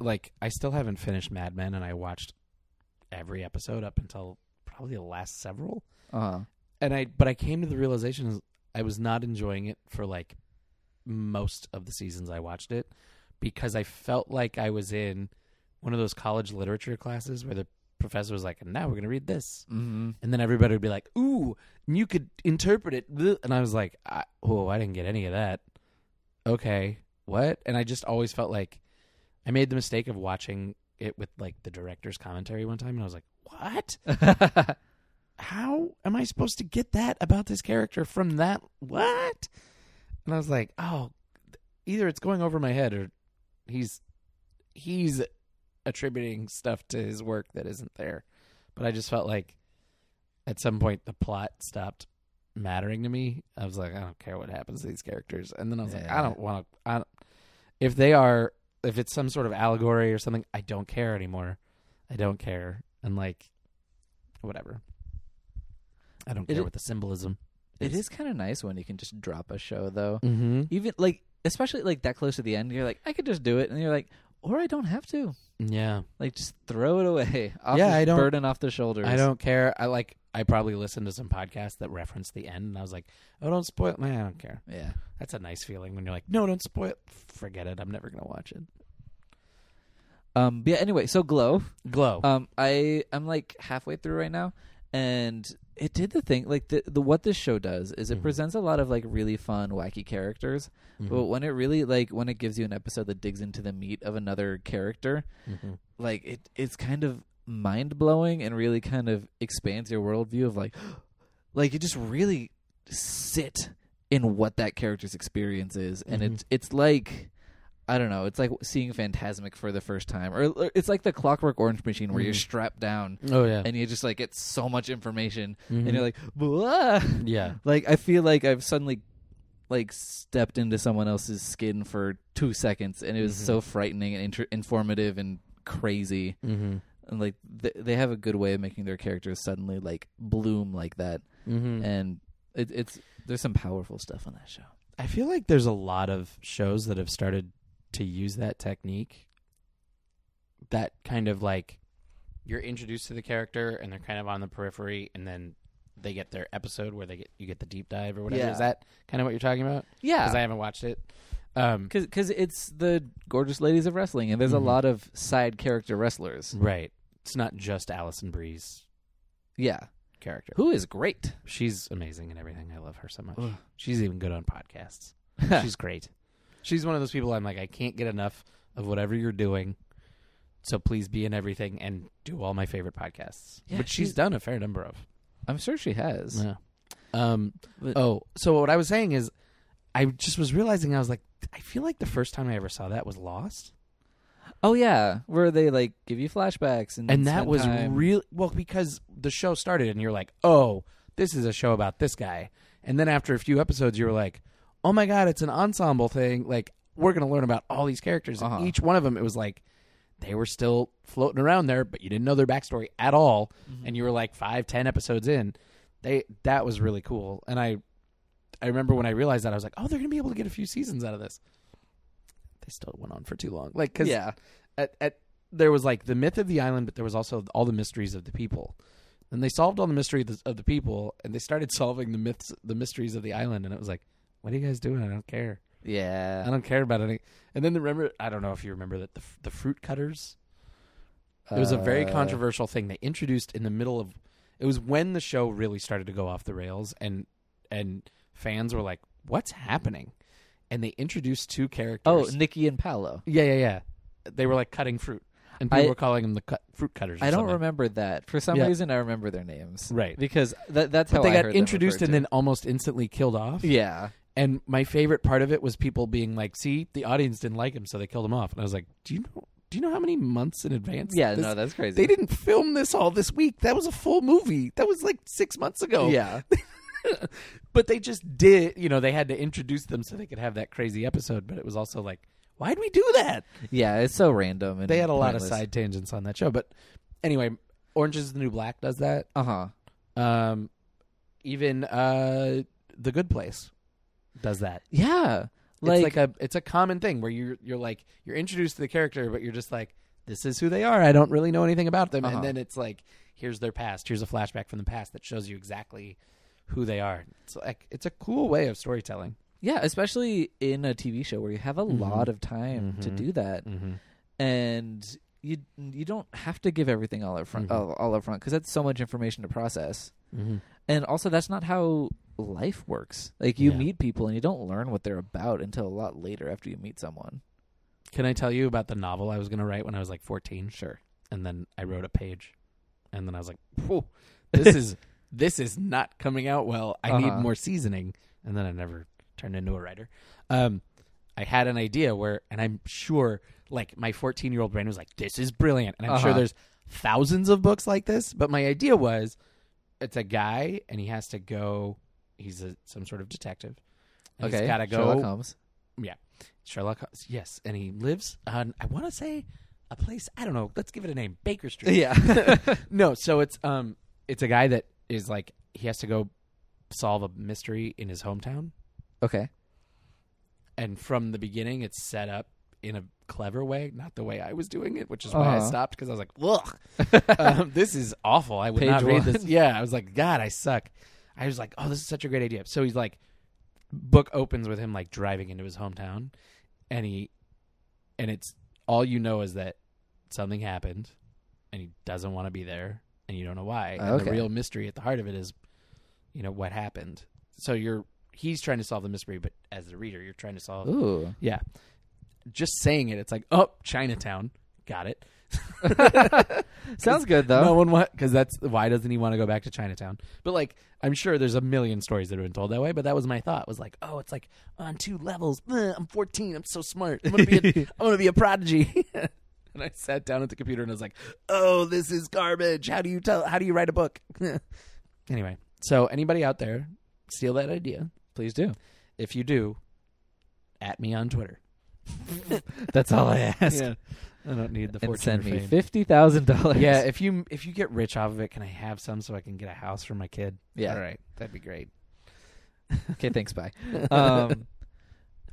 Speaker 2: Like I still haven't finished Mad Men, and I watched every episode up until probably the last several. Uh-huh.
Speaker 3: Uh,
Speaker 2: and I but I came to the realization is I was not enjoying it for like most of the seasons I watched it because I felt like I was in one of those college literature classes where the professor was like, "And now we're gonna read this,"
Speaker 3: mm-hmm.
Speaker 2: and then everybody would be like, "Ooh," and you could interpret it, bleh," and I was like, I, "Oh, I didn't get any of that." Okay, what? And I just always felt like I made the mistake of watching it with like the director's commentary one time, and I was like, "What?" how am I supposed to get that about this character from that? What? And I was like, oh, either it's going over my head or he's he's attributing stuff to his work that isn't there. But I just felt like at some point the plot stopped mattering to me. I was like, I don't care what happens to these characters. And then I was like,
Speaker 3: Yeah.
Speaker 2: I don't want to. I don't, if they are, if it's some sort of allegory or something, I don't care anymore. I don't care. And like, whatever. I don't
Speaker 3: It
Speaker 2: care
Speaker 3: i-
Speaker 2: what the symbolism.
Speaker 3: it is kind of nice when you can just drop a show, though.
Speaker 2: Mm-hmm.
Speaker 3: Even like, especially like that close to the end, you're like, "I could just do it," and you're like, "Or I don't have to."
Speaker 2: Yeah,
Speaker 3: Like, just throw it away. Off
Speaker 2: Yeah,
Speaker 3: the
Speaker 2: I don't-
Speaker 3: burden off the shoulders.
Speaker 2: I don't care. I like. I probably listened to some podcasts that referenced the end, and I was like, "Oh, don't spoil." Man, I don't care.
Speaker 3: Yeah.
Speaker 2: That's a nice feeling when you're like, "No, don't spoil." Forget it. I'm never gonna watch it.
Speaker 3: Um. But yeah. Anyway, so glow.
Speaker 2: Glow.
Speaker 3: Um, I I'm like halfway through right now, and it did the thing. Like the, the what this show does is it
Speaker 2: Mhm.
Speaker 3: presents a lot of like really fun, wacky characters,
Speaker 2: Mhm.
Speaker 3: but when it really like when it gives you an episode that digs into the meat of another character,
Speaker 2: Mhm.
Speaker 3: like it it's kind of mind blowing and really kind of expands your worldview of like, like you just really sit in what that character's experience is, and
Speaker 2: Mhm.
Speaker 3: it's it's like. I don't know. It's like seeing Phantasmic for the first time, or or it's like the Clockwork Orange machine where you're
Speaker 2: Mhm.
Speaker 3: strapped down
Speaker 2: Oh yeah.
Speaker 3: and you just like get so much information
Speaker 2: Mhm.
Speaker 3: and you're like Blah!
Speaker 2: yeah.
Speaker 3: like i feel like i've suddenly like stepped into someone else's skin for two seconds and it was
Speaker 2: Mhm.
Speaker 3: so frightening and inter- informative and crazy
Speaker 2: Mm-hmm.
Speaker 3: and like th- they have a good way of making their characters suddenly like bloom like that
Speaker 2: Mm-hmm.
Speaker 3: and it, it's there's some powerful stuff on that show
Speaker 2: I feel like there's a lot of shows that have started to use that technique. That kind of like you're introduced to the character and they're kind of on the periphery and then they get their episode where they get you get the deep dive or whatever.
Speaker 3: Yeah.
Speaker 2: Is that kind of what you're talking about?
Speaker 3: yeah
Speaker 2: Because I haven't watched it. Um,
Speaker 3: because it's the gorgeous ladies of wrestling and there's
Speaker 2: Mhm.
Speaker 3: a lot of side character wrestlers
Speaker 2: right. It's not just Allison Bree's
Speaker 3: yeah
Speaker 2: character.
Speaker 3: who is great
Speaker 2: She's amazing and everything. I love her so much.
Speaker 3: Ugh.
Speaker 2: She's even good on podcasts. She's great. She's one of those people I'm like, I can't get enough of whatever you're doing. So please be in everything and do all my favorite podcasts,
Speaker 3: Yeah,
Speaker 2: which she's
Speaker 3: she's-
Speaker 2: done a fair number of.
Speaker 3: I'm sure she has.
Speaker 2: Yeah. Um.
Speaker 3: But-
Speaker 2: oh, so what I was saying is, I just was realizing I was like, I feel like the first time I ever saw that was Lost,
Speaker 3: Oh yeah, where they like give you flashbacks and
Speaker 2: and that
Speaker 3: spend
Speaker 2: was
Speaker 3: time.
Speaker 2: real. Well, because the show started, and you're like, oh, this is a show about this guy, and then after a few episodes, you were like, oh my god, it's an ensemble thing. Like we're gonna learn about all these characters,
Speaker 3: Uh-huh.
Speaker 2: and each one of them, it was like. They were still floating around there, but you didn't know their backstory at all,
Speaker 3: Mm-hmm.
Speaker 2: and you were like five, ten episodes in. They that was really cool, and I I remember when I realized that I was like, oh, they're gonna be able to get a few seasons out of this. They still went on for too long, like because
Speaker 3: yeah,
Speaker 2: at, at there was like the myth of the island, but there was also all the mysteries of the people. And they solved all the mystery of the, of the people, and they started solving the myths, the mysteries of the island. And it was like, what are you guys doing? I don't care. I
Speaker 3: yeah.
Speaker 2: don't care about any. And then remember, I don't know if you remember that the f- the fruit cutters. It was a very
Speaker 3: Uh,
Speaker 2: controversial thing they introduced in the middle of. It was when the show really started to go off the rails, and and fans were like, "What's happening?" And they introduced two characters.
Speaker 3: Oh, Nikki and Paolo.
Speaker 2: yeah, yeah, yeah. They were like cutting fruit, and people
Speaker 3: I-
Speaker 2: were calling them the cut, fruit cutters. Or
Speaker 3: I don't
Speaker 2: something.
Speaker 3: remember that. For some
Speaker 2: Yeah.
Speaker 3: reason, I remember their names.
Speaker 2: Right.
Speaker 3: Because that, that's how
Speaker 2: But they
Speaker 3: I
Speaker 2: got
Speaker 3: heard them
Speaker 2: introduced
Speaker 3: referred
Speaker 2: and
Speaker 3: to.
Speaker 2: then almost instantly killed off.
Speaker 3: Yeah.
Speaker 2: And my favorite part of it was people being like, "See, the audience didn't like him, so they killed him off." And I was like, "Do you know? Do you know how many months in advance?
Speaker 3: Yeah,
Speaker 2: this-
Speaker 3: no, that's crazy.
Speaker 2: they didn't film this all this week. That was a full movie. That was like six months ago.
Speaker 3: Yeah.
Speaker 2: but they just did. You know, they had to introduce them so they could have that crazy episode. But it was also like, why'd we do that?
Speaker 3: Yeah, it's so random. And
Speaker 2: They had a lot of
Speaker 3: pointless.
Speaker 2: side tangents on that show. But anyway, Orange Is the New Black does that.
Speaker 3: Uh-huh.
Speaker 2: Um, even uh, The Good Place does that.
Speaker 3: Yeah.
Speaker 2: it's
Speaker 3: Like,
Speaker 2: like a it's a common thing where you're you're like you're introduced to the character, but you're just like, this is who they are. I don't really know anything about them,
Speaker 3: Uh-huh.
Speaker 2: and then it's like, here's their past. Here's a flashback from the past that shows you exactly who they are. It's like it's a cool way of storytelling.
Speaker 3: yeah, especially in a TV show where you have a lot of time to
Speaker 2: Mhm.
Speaker 3: do that.
Speaker 2: Mm-hmm.
Speaker 3: And you you don't have to give everything all up front
Speaker 2: Mhm.
Speaker 3: all, all up front cuz that's so much information to process.
Speaker 2: Mm-hmm.
Speaker 3: And also that's not how life works. Like you
Speaker 2: Yeah.
Speaker 3: meet people and you don't learn what they're about until a lot later after you meet someone.
Speaker 2: Can I tell you about the novel I was going to write when I was like 14? Sure. And then I wrote a page, and then I was like, "Whoa, this is this is not coming out well. I need
Speaker 3: Uh-huh.
Speaker 2: more seasoning." And then I never turned into a writer. Um, I had an idea where, and I'm sure, like my 14 year old brain was like, "This is brilliant," and I'm sure
Speaker 3: Uh-huh.
Speaker 2: there's thousands of books like this. But my idea was, it's a guy, and he has to go. He's a, some sort of detective. And
Speaker 3: okay.
Speaker 2: he's got to go.
Speaker 3: Sherlock Holmes.
Speaker 2: Sherlock Holmes. Yes, and he lives on. I want to say a place. I don't know. Let's give it a name. Baker Street.
Speaker 3: Yeah.
Speaker 2: No. So it's um, it's a guy that is like he has to go solve a mystery in his hometown,
Speaker 3: okay.
Speaker 2: and from the beginning, it's set up in a clever way, not the way I was doing it, which is why I
Speaker 3: Uh-huh.
Speaker 2: stopped because I was like, ugh, um, this is awful. I would
Speaker 3: Page
Speaker 2: not read
Speaker 3: one.
Speaker 2: this. Yeah, I was like, God, I suck. I was like, oh, this is such a great idea. So he's like, book opens with him like driving into his hometown, and he, and it's all you know is that something happened, and he doesn't want to be there, and you don't know why. And
Speaker 3: Okay.
Speaker 2: the real mystery at the heart of it is, you know, what happened. So you're he's trying to solve the mystery, but as the reader, you're trying to solve
Speaker 3: Ooh.
Speaker 2: yeah. Just saying it, it's like, oh, Chinatown. Got it.
Speaker 3: Sounds good though.
Speaker 2: No one want because that's why doesn't he want to go back to Chinatown? But like, I'm sure there's a million stories that have been told that way. But that was my thought was like, oh, it's like on two levels. Ugh, I'm 14. I'm so smart. I'm gonna be a, I'm gonna be a prodigy. and I sat down at the computer and I was like, oh, this is garbage. How do you tell? How do you write a book? anyway, so anybody out there, steal that idea.
Speaker 3: Please do.
Speaker 2: If you do, at me on Twitter.
Speaker 3: That's all I ask.
Speaker 2: Yeah. I don't need the
Speaker 3: And
Speaker 2: fortune.
Speaker 3: send
Speaker 2: or
Speaker 3: me
Speaker 2: fame.
Speaker 3: fifty thousand dollars.
Speaker 2: Yeah, if you if you get rich off of it, can I have some so I can get a house for my kid?
Speaker 3: Yeah.
Speaker 2: all right, that'd be great.
Speaker 3: Okay. Thanks. Bye. Um,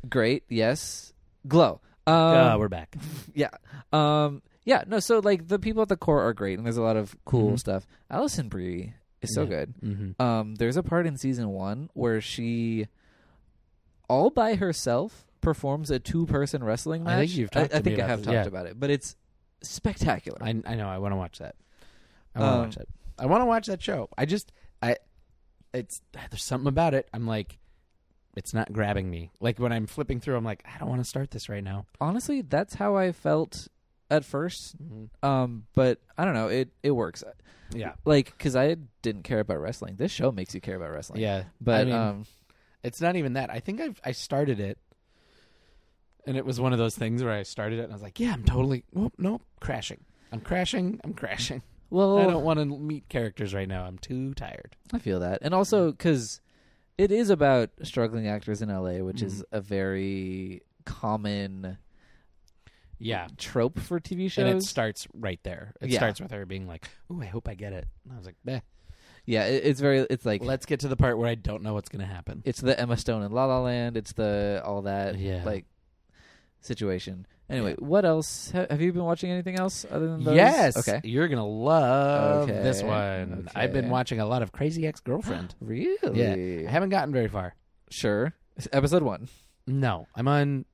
Speaker 3: great. Yes. Glow. Um,
Speaker 2: uh, we're back.
Speaker 3: yeah. Um, yeah. No. So like the people at the core are great, and there's a lot of cool
Speaker 2: Mhm.
Speaker 3: stuff. Allison Brie is so
Speaker 2: Yeah.
Speaker 3: good.
Speaker 2: Mm-hmm.
Speaker 3: Um, there's a part in season one where she, all by herself, performs a two-person wrestling match.
Speaker 2: I think you've talked to
Speaker 3: I,
Speaker 2: me
Speaker 3: think I
Speaker 2: about
Speaker 3: have
Speaker 2: this,
Speaker 3: talked
Speaker 2: yeah.
Speaker 3: about it, but it's spectacular.
Speaker 2: I I know. I want to watch that. I want to
Speaker 3: Um,
Speaker 2: watch that. I want to watch that show. I just I it's there's something about it. I'm like, it's not grabbing me. Like when I'm flipping through, I'm like, I don't want to start this right now.
Speaker 3: honestly, that's how I felt at first,
Speaker 2: Mhm.
Speaker 3: um, but I don't know. It it works.
Speaker 2: Yeah.
Speaker 3: Like because I didn't care about wrestling. This show makes you care about wrestling.
Speaker 2: Yeah.
Speaker 3: But
Speaker 2: I mean,
Speaker 3: um,
Speaker 2: It's not even that. I think I've I started it, and it was one of those things where I started it and I was like, "Yeah, I'm totally nope, nope, crashing. I'm crashing. I'm crashing.
Speaker 3: well,
Speaker 2: I don't want to meet characters right now. I'm too tired."
Speaker 3: I feel that, and also because it is about struggling actors in LA, which is a very common
Speaker 2: Yeah,
Speaker 3: trope for TV shows.
Speaker 2: and it starts right there. It
Speaker 3: Yeah.
Speaker 2: starts with her being like, "Ooh, I hope I get it." And I was like, "Meh."
Speaker 3: yeah, it, it's very. It's like
Speaker 2: Let's get to the part where I don't know what's going to happen.
Speaker 3: it's the Emma Stone in La La Land. It's the all that
Speaker 2: Yeah.
Speaker 3: like situation. Anyway, what else ha- have you been watching? Anything else other than those?
Speaker 2: Yes,
Speaker 3: Okay.
Speaker 2: you're gonna love
Speaker 3: Okay,
Speaker 2: this one. I've been
Speaker 3: okay.
Speaker 2: watching a lot of Crazy Ex-Girlfriend.
Speaker 3: Really?
Speaker 2: I haven't gotten very far.
Speaker 3: Sure. It's Episode one.
Speaker 2: No, I'm on.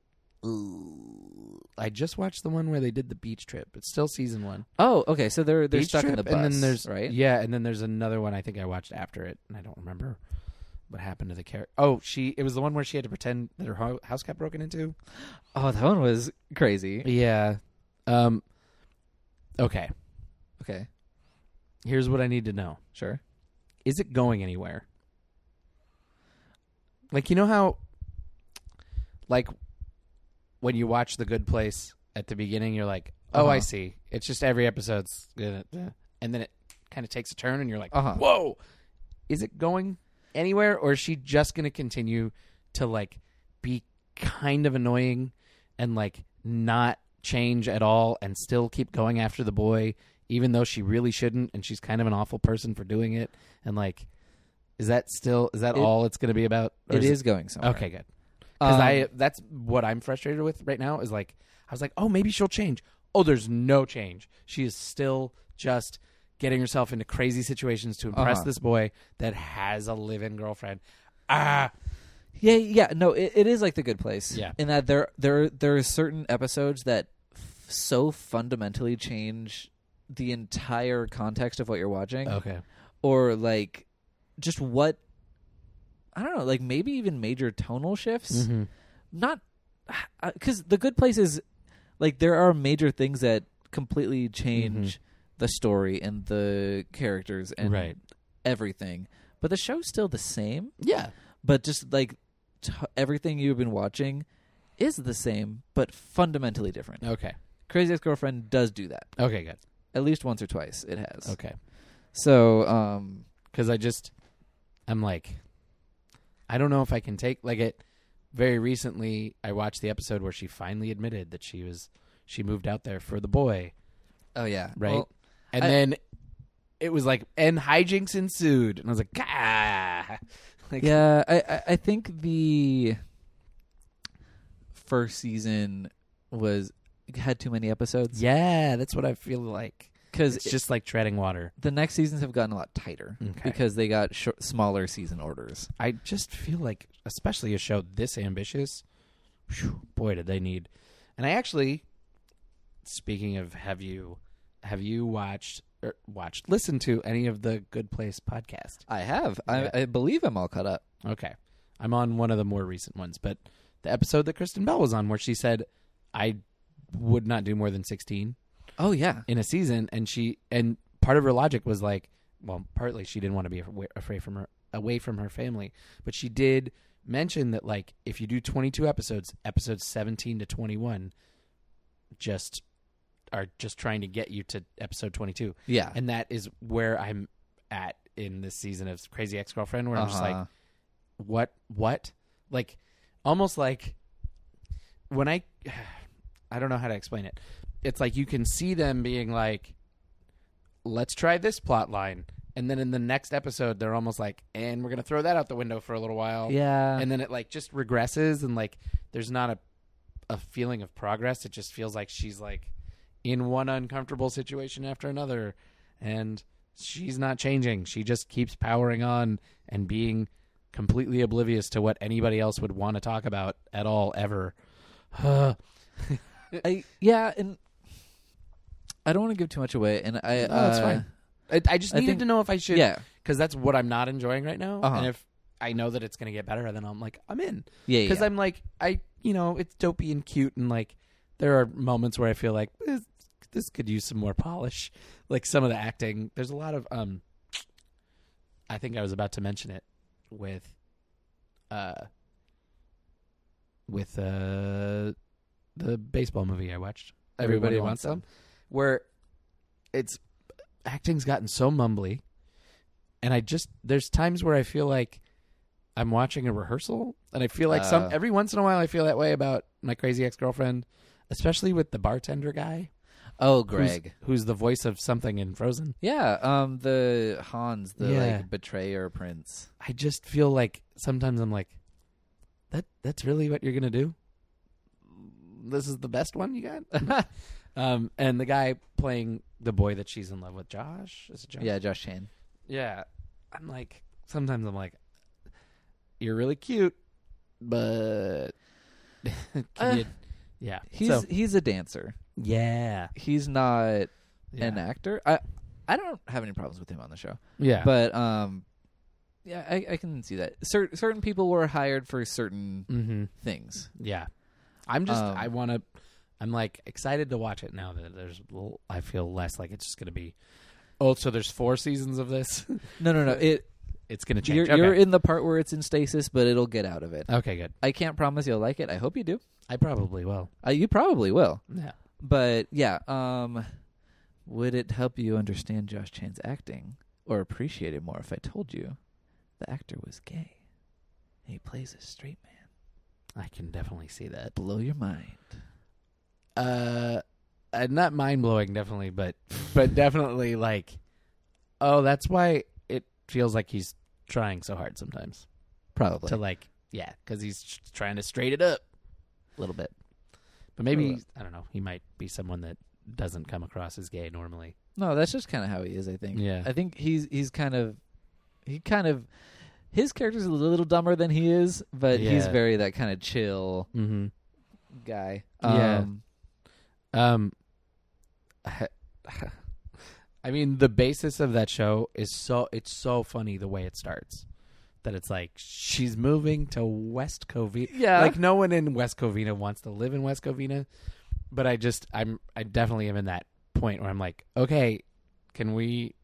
Speaker 2: I just watched the one where they did the beach trip. It's still season one.
Speaker 3: Oh, okay. So they're they're
Speaker 2: Beach
Speaker 3: stuck in the
Speaker 2: trip,
Speaker 3: bus.
Speaker 2: and then there's
Speaker 3: right.
Speaker 2: Yeah, and then there's another one I think I watched after it, and I don't remember what happened to the character. Oh, she. It was the one where she had to pretend that her ho- house got broken into.
Speaker 3: Oh, that one was crazy.
Speaker 2: Yeah. Um. Okay.
Speaker 3: Okay.
Speaker 2: Here's what I need to know.
Speaker 3: Sure.
Speaker 2: is it going anywhere? Like you know how like when you watch The Good Place at the beginning you're like, "Oh, I
Speaker 3: Uh-huh.
Speaker 2: see. It's just every episode's and then it kind of takes a turn and you're like,
Speaker 3: Uh-huh.
Speaker 2: "Whoa. Is it going anywhere or is she just going to continue to like be kind of annoying and like not change at all and still keep going after the boy even though she really shouldn't and she's kind of an awful person for doing it and like is that still is that
Speaker 3: It-
Speaker 2: all it's going to be about Or
Speaker 3: it is going somewhere.
Speaker 2: okay good because
Speaker 3: Um,
Speaker 2: i that's what i'm frustrated with right now is like i was like oh maybe she'll change oh there's no change she is still just getting herself into crazy situations to impress
Speaker 3: Uh-huh.
Speaker 2: this boy that has a live-in girlfriend ah
Speaker 3: Yeah, yeah, no, it, it is like the Good Place.
Speaker 2: Yeah.
Speaker 3: in that there there there are certain episodes that f- so fundamentally change the entire context of what you're watching,
Speaker 2: okay
Speaker 3: or like just what I don't know, like maybe even major tonal shifts. Not because the Good Place is like there are major things that completely change the story and the characters and
Speaker 2: Mm-hmm. Right.
Speaker 3: everything, but the show's still the same
Speaker 2: yeah
Speaker 3: but just like t- everything you've been watching is the same but fundamentally different
Speaker 2: okay
Speaker 3: crazy ex-girlfriend does do that
Speaker 2: okay good
Speaker 3: at least once or twice it has
Speaker 2: okay
Speaker 3: so um
Speaker 2: because I just I'm like I don't know if I can take like it. Very recently, I watched the episode where she finally admitted that she was she moved out there for the boy,
Speaker 3: oh yeah
Speaker 2: right?
Speaker 3: Well,
Speaker 2: and
Speaker 3: I-
Speaker 2: then it was like and hijinks ensued, and I was like, ah, like,
Speaker 3: yeah I, I i think the first season was had too many episodes
Speaker 2: yeah, that's what I feel like.
Speaker 3: because
Speaker 2: It's just like treading water.
Speaker 3: the next seasons have gotten a lot tighter
Speaker 2: Okay.
Speaker 3: because they got shor- smaller season orders
Speaker 2: I just feel like, especially a show this ambitious, phew, boy, did they need. And I actually, speaking of, have you have you watched or watched listened to any of the Good Place podcast?
Speaker 3: i have
Speaker 2: Yeah.
Speaker 3: I, I believe i'm all caught up
Speaker 2: Okay, I'm on one of the more recent ones, but the episode that Kristen Bell was on, where she said, "I would not do more than 16
Speaker 3: oh yeah
Speaker 2: in a season," and she and part of her logic was like, well, partly she didn't want to be awa- afraid from her away from her family, but she did mention that like if you do 22 episodes, episodes 17 to 21 just are just trying to get you to episode 22.
Speaker 3: yeah
Speaker 2: And that is where I'm at in this season of Crazy Ex-Girlfriend where I'm just like
Speaker 3: Uh-huh.
Speaker 2: what what like almost like when i i don't know how to explain it it's like you can see them being like let's try this plot line and then in the next episode they're almost like and we're going to throw that out the window for a little while
Speaker 3: yeah
Speaker 2: and then it like just regresses and like there's not a a feeling of progress it just feels like she's like in one uncomfortable situation after another and she's not changing she just keeps powering on and being completely oblivious to what anybody else would want to talk about at all ever
Speaker 3: I yeah, and I don't want to give too much away, and I
Speaker 2: No, that's
Speaker 3: uh,
Speaker 2: fine. I, I just
Speaker 3: I
Speaker 2: needed
Speaker 3: think-
Speaker 2: to know if I should,
Speaker 3: Yeah.
Speaker 2: because that's what I'm not enjoying right now.
Speaker 3: Uh-huh.
Speaker 2: And if I know that it's going to get better, then I'm like, I'm in.
Speaker 3: Yeah, yeah,
Speaker 2: because
Speaker 3: yeah.
Speaker 2: I'm like, I, you know, it's dopey and cute, and like, there are moments where I feel like eh, this could use some more polish. Like some of the acting, there's a lot of um. I think I was about to mention it with, uh, with uh, the baseball movie I watched.
Speaker 3: Everybody Wants Some.
Speaker 2: Where it's acting's gotten so mumbly, and I just there's times where I feel like I'm watching a rehearsal, and I feel like
Speaker 3: Uh.
Speaker 2: some every once in a while I feel that way about my crazy ex girlfriend, especially with the bartender guy,
Speaker 3: Oh,
Speaker 2: who's-
Speaker 3: Greg.
Speaker 2: who's the voice of something in Frozen.
Speaker 3: Yeah, um, the Hans, the
Speaker 2: Yeah.
Speaker 3: like betrayer prince.
Speaker 2: I just feel like sometimes I'm like, that that's really what you're gonna do. This is the best one you got. um, and the guy playing the boy that she's in love with, Josh, is it Josh?
Speaker 3: Yeah, Josh Shane.
Speaker 2: yeah. I'm like, sometimes I'm like, you're really cute, but can
Speaker 3: Uh,
Speaker 2: you- yeah,
Speaker 3: He's
Speaker 2: So-
Speaker 3: he's a dancer.
Speaker 2: yeah,
Speaker 3: He's not
Speaker 2: yeah,
Speaker 3: an actor. I I don't have any problems with him on the show,
Speaker 2: yeah,
Speaker 3: but um, yeah, I, I can see that. Cer- certain people were hired for certain
Speaker 2: mm-hmm.
Speaker 3: things.
Speaker 2: Yeah. I'm just
Speaker 3: Um,
Speaker 2: I want to I'm like excited to watch it now that there's l- I feel less like it's just going to be Oh, so there's four seasons of this.
Speaker 3: No, no, no. It
Speaker 2: it's going to change.
Speaker 3: you're,
Speaker 2: okay.
Speaker 3: you're in the part where it's in stasis, but it'll get out of it.
Speaker 2: okay, good.
Speaker 3: I can't promise you'll like it. I hope you do.
Speaker 2: I probably will.
Speaker 3: Uh, you probably will,
Speaker 2: Yeah.
Speaker 3: but yeah. Um, would it help you understand Josh Chan's acting or appreciate it more if I told you the actor was gay? and He plays a straight man.
Speaker 2: I can definitely see that.
Speaker 3: Blow your mind.
Speaker 2: Uh, uh not mind-blowing definitely, but but definitely like oh, that's why it feels like he's trying so hard sometimes
Speaker 3: Probably.
Speaker 2: to like yeah, cuz he's sh- trying to straight it up a little bit. But maybe
Speaker 3: Little
Speaker 2: I don't know, he might be someone that doesn't come across as gay normally.
Speaker 3: No, that's just kind of how he is. I think.
Speaker 2: Yeah.
Speaker 3: I think he's he's kind of he kind of his character's a little dumber than he is, but he's
Speaker 2: Yeah.
Speaker 3: very that kind of chill
Speaker 2: Mm-hmm.
Speaker 3: guy.
Speaker 2: Yeah.
Speaker 3: Um,
Speaker 2: Um, I mean, the basis of that show is so it's so funny the way it starts. That it's like she's moving to West Covina.
Speaker 3: Yeah.
Speaker 2: like no one in West Covina wants to live in West Covina. But I just, I'm, I definitely am in that point where I'm like, okay, can we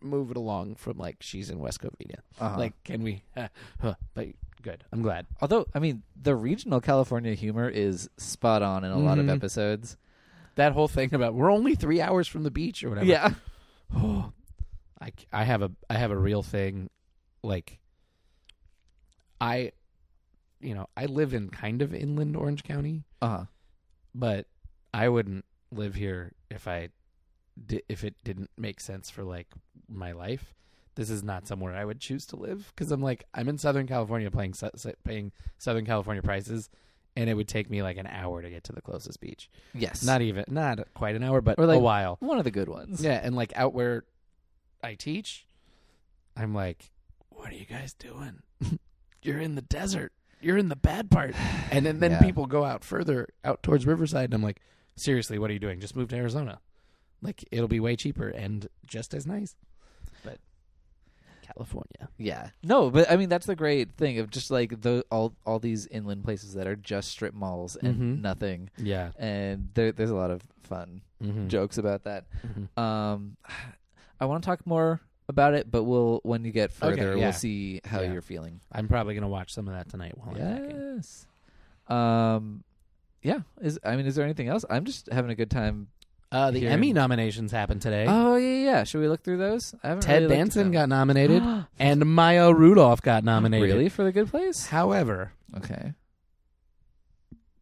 Speaker 2: move it along from like she's in West Covina?
Speaker 3: uh-huh.
Speaker 2: Like, can we? huh, huh, but good, I'm glad.
Speaker 3: although I mean, the regional California humor is spot on in a lot of
Speaker 2: Mhm.
Speaker 3: episodes.
Speaker 2: That whole thing about we're only three hours from the beach or whatever.
Speaker 3: Yeah.
Speaker 2: oh, I, c- I have a I have a real thing, like I, you know, I live in kind of inland Orange County,
Speaker 3: Uh-huh.
Speaker 2: but I wouldn't live here if I, di- if it didn't make sense for like my life. This is not somewhere I would choose to live because I'm like I'm in Southern California playing su- su- paying Southern California prices, and it would take me like an hour to get to the closest beach.
Speaker 3: Yes.
Speaker 2: Not even not quite an hour, but
Speaker 3: Or, like,
Speaker 2: a while.
Speaker 3: one of the good ones.
Speaker 2: Yeah, and like out where I teach, I'm like, what are you guys doing? You're in the desert. You're in the bad part. And then, then
Speaker 3: Yeah.
Speaker 2: people go out further, out towards Riverside, and I'm like, seriously, what are you doing? Just move to Arizona. Like it'll be way cheaper and just as nice. But California.
Speaker 3: Yeah. No, but I mean that's the great thing of just like the all all these inland places that are just strip malls and
Speaker 2: Mhm.
Speaker 3: nothing.
Speaker 2: Yeah.
Speaker 3: And there there's a lot of fun
Speaker 2: Mm-hmm.
Speaker 3: jokes about that.
Speaker 2: Mhm.
Speaker 3: Um, I want to talk more about it, but we'll when you get further,
Speaker 2: yeah.
Speaker 3: we'll see how
Speaker 2: Yeah.
Speaker 3: you're feeling.
Speaker 2: I'm probably gonna watch some of that tonight while I'm packing.
Speaker 3: yes. Um, yeah. Is I mean, is there anything else? I'm just having a good time.
Speaker 2: Uh, the
Speaker 3: Here.
Speaker 2: Emmy nominations happened today.
Speaker 3: Oh yeah, yeah. Should we look through those? I haven't
Speaker 2: Ted
Speaker 3: really
Speaker 2: Danson got nominated, and Maya Rudolph got nominated.
Speaker 3: really for the good place.
Speaker 2: However,
Speaker 3: Okay.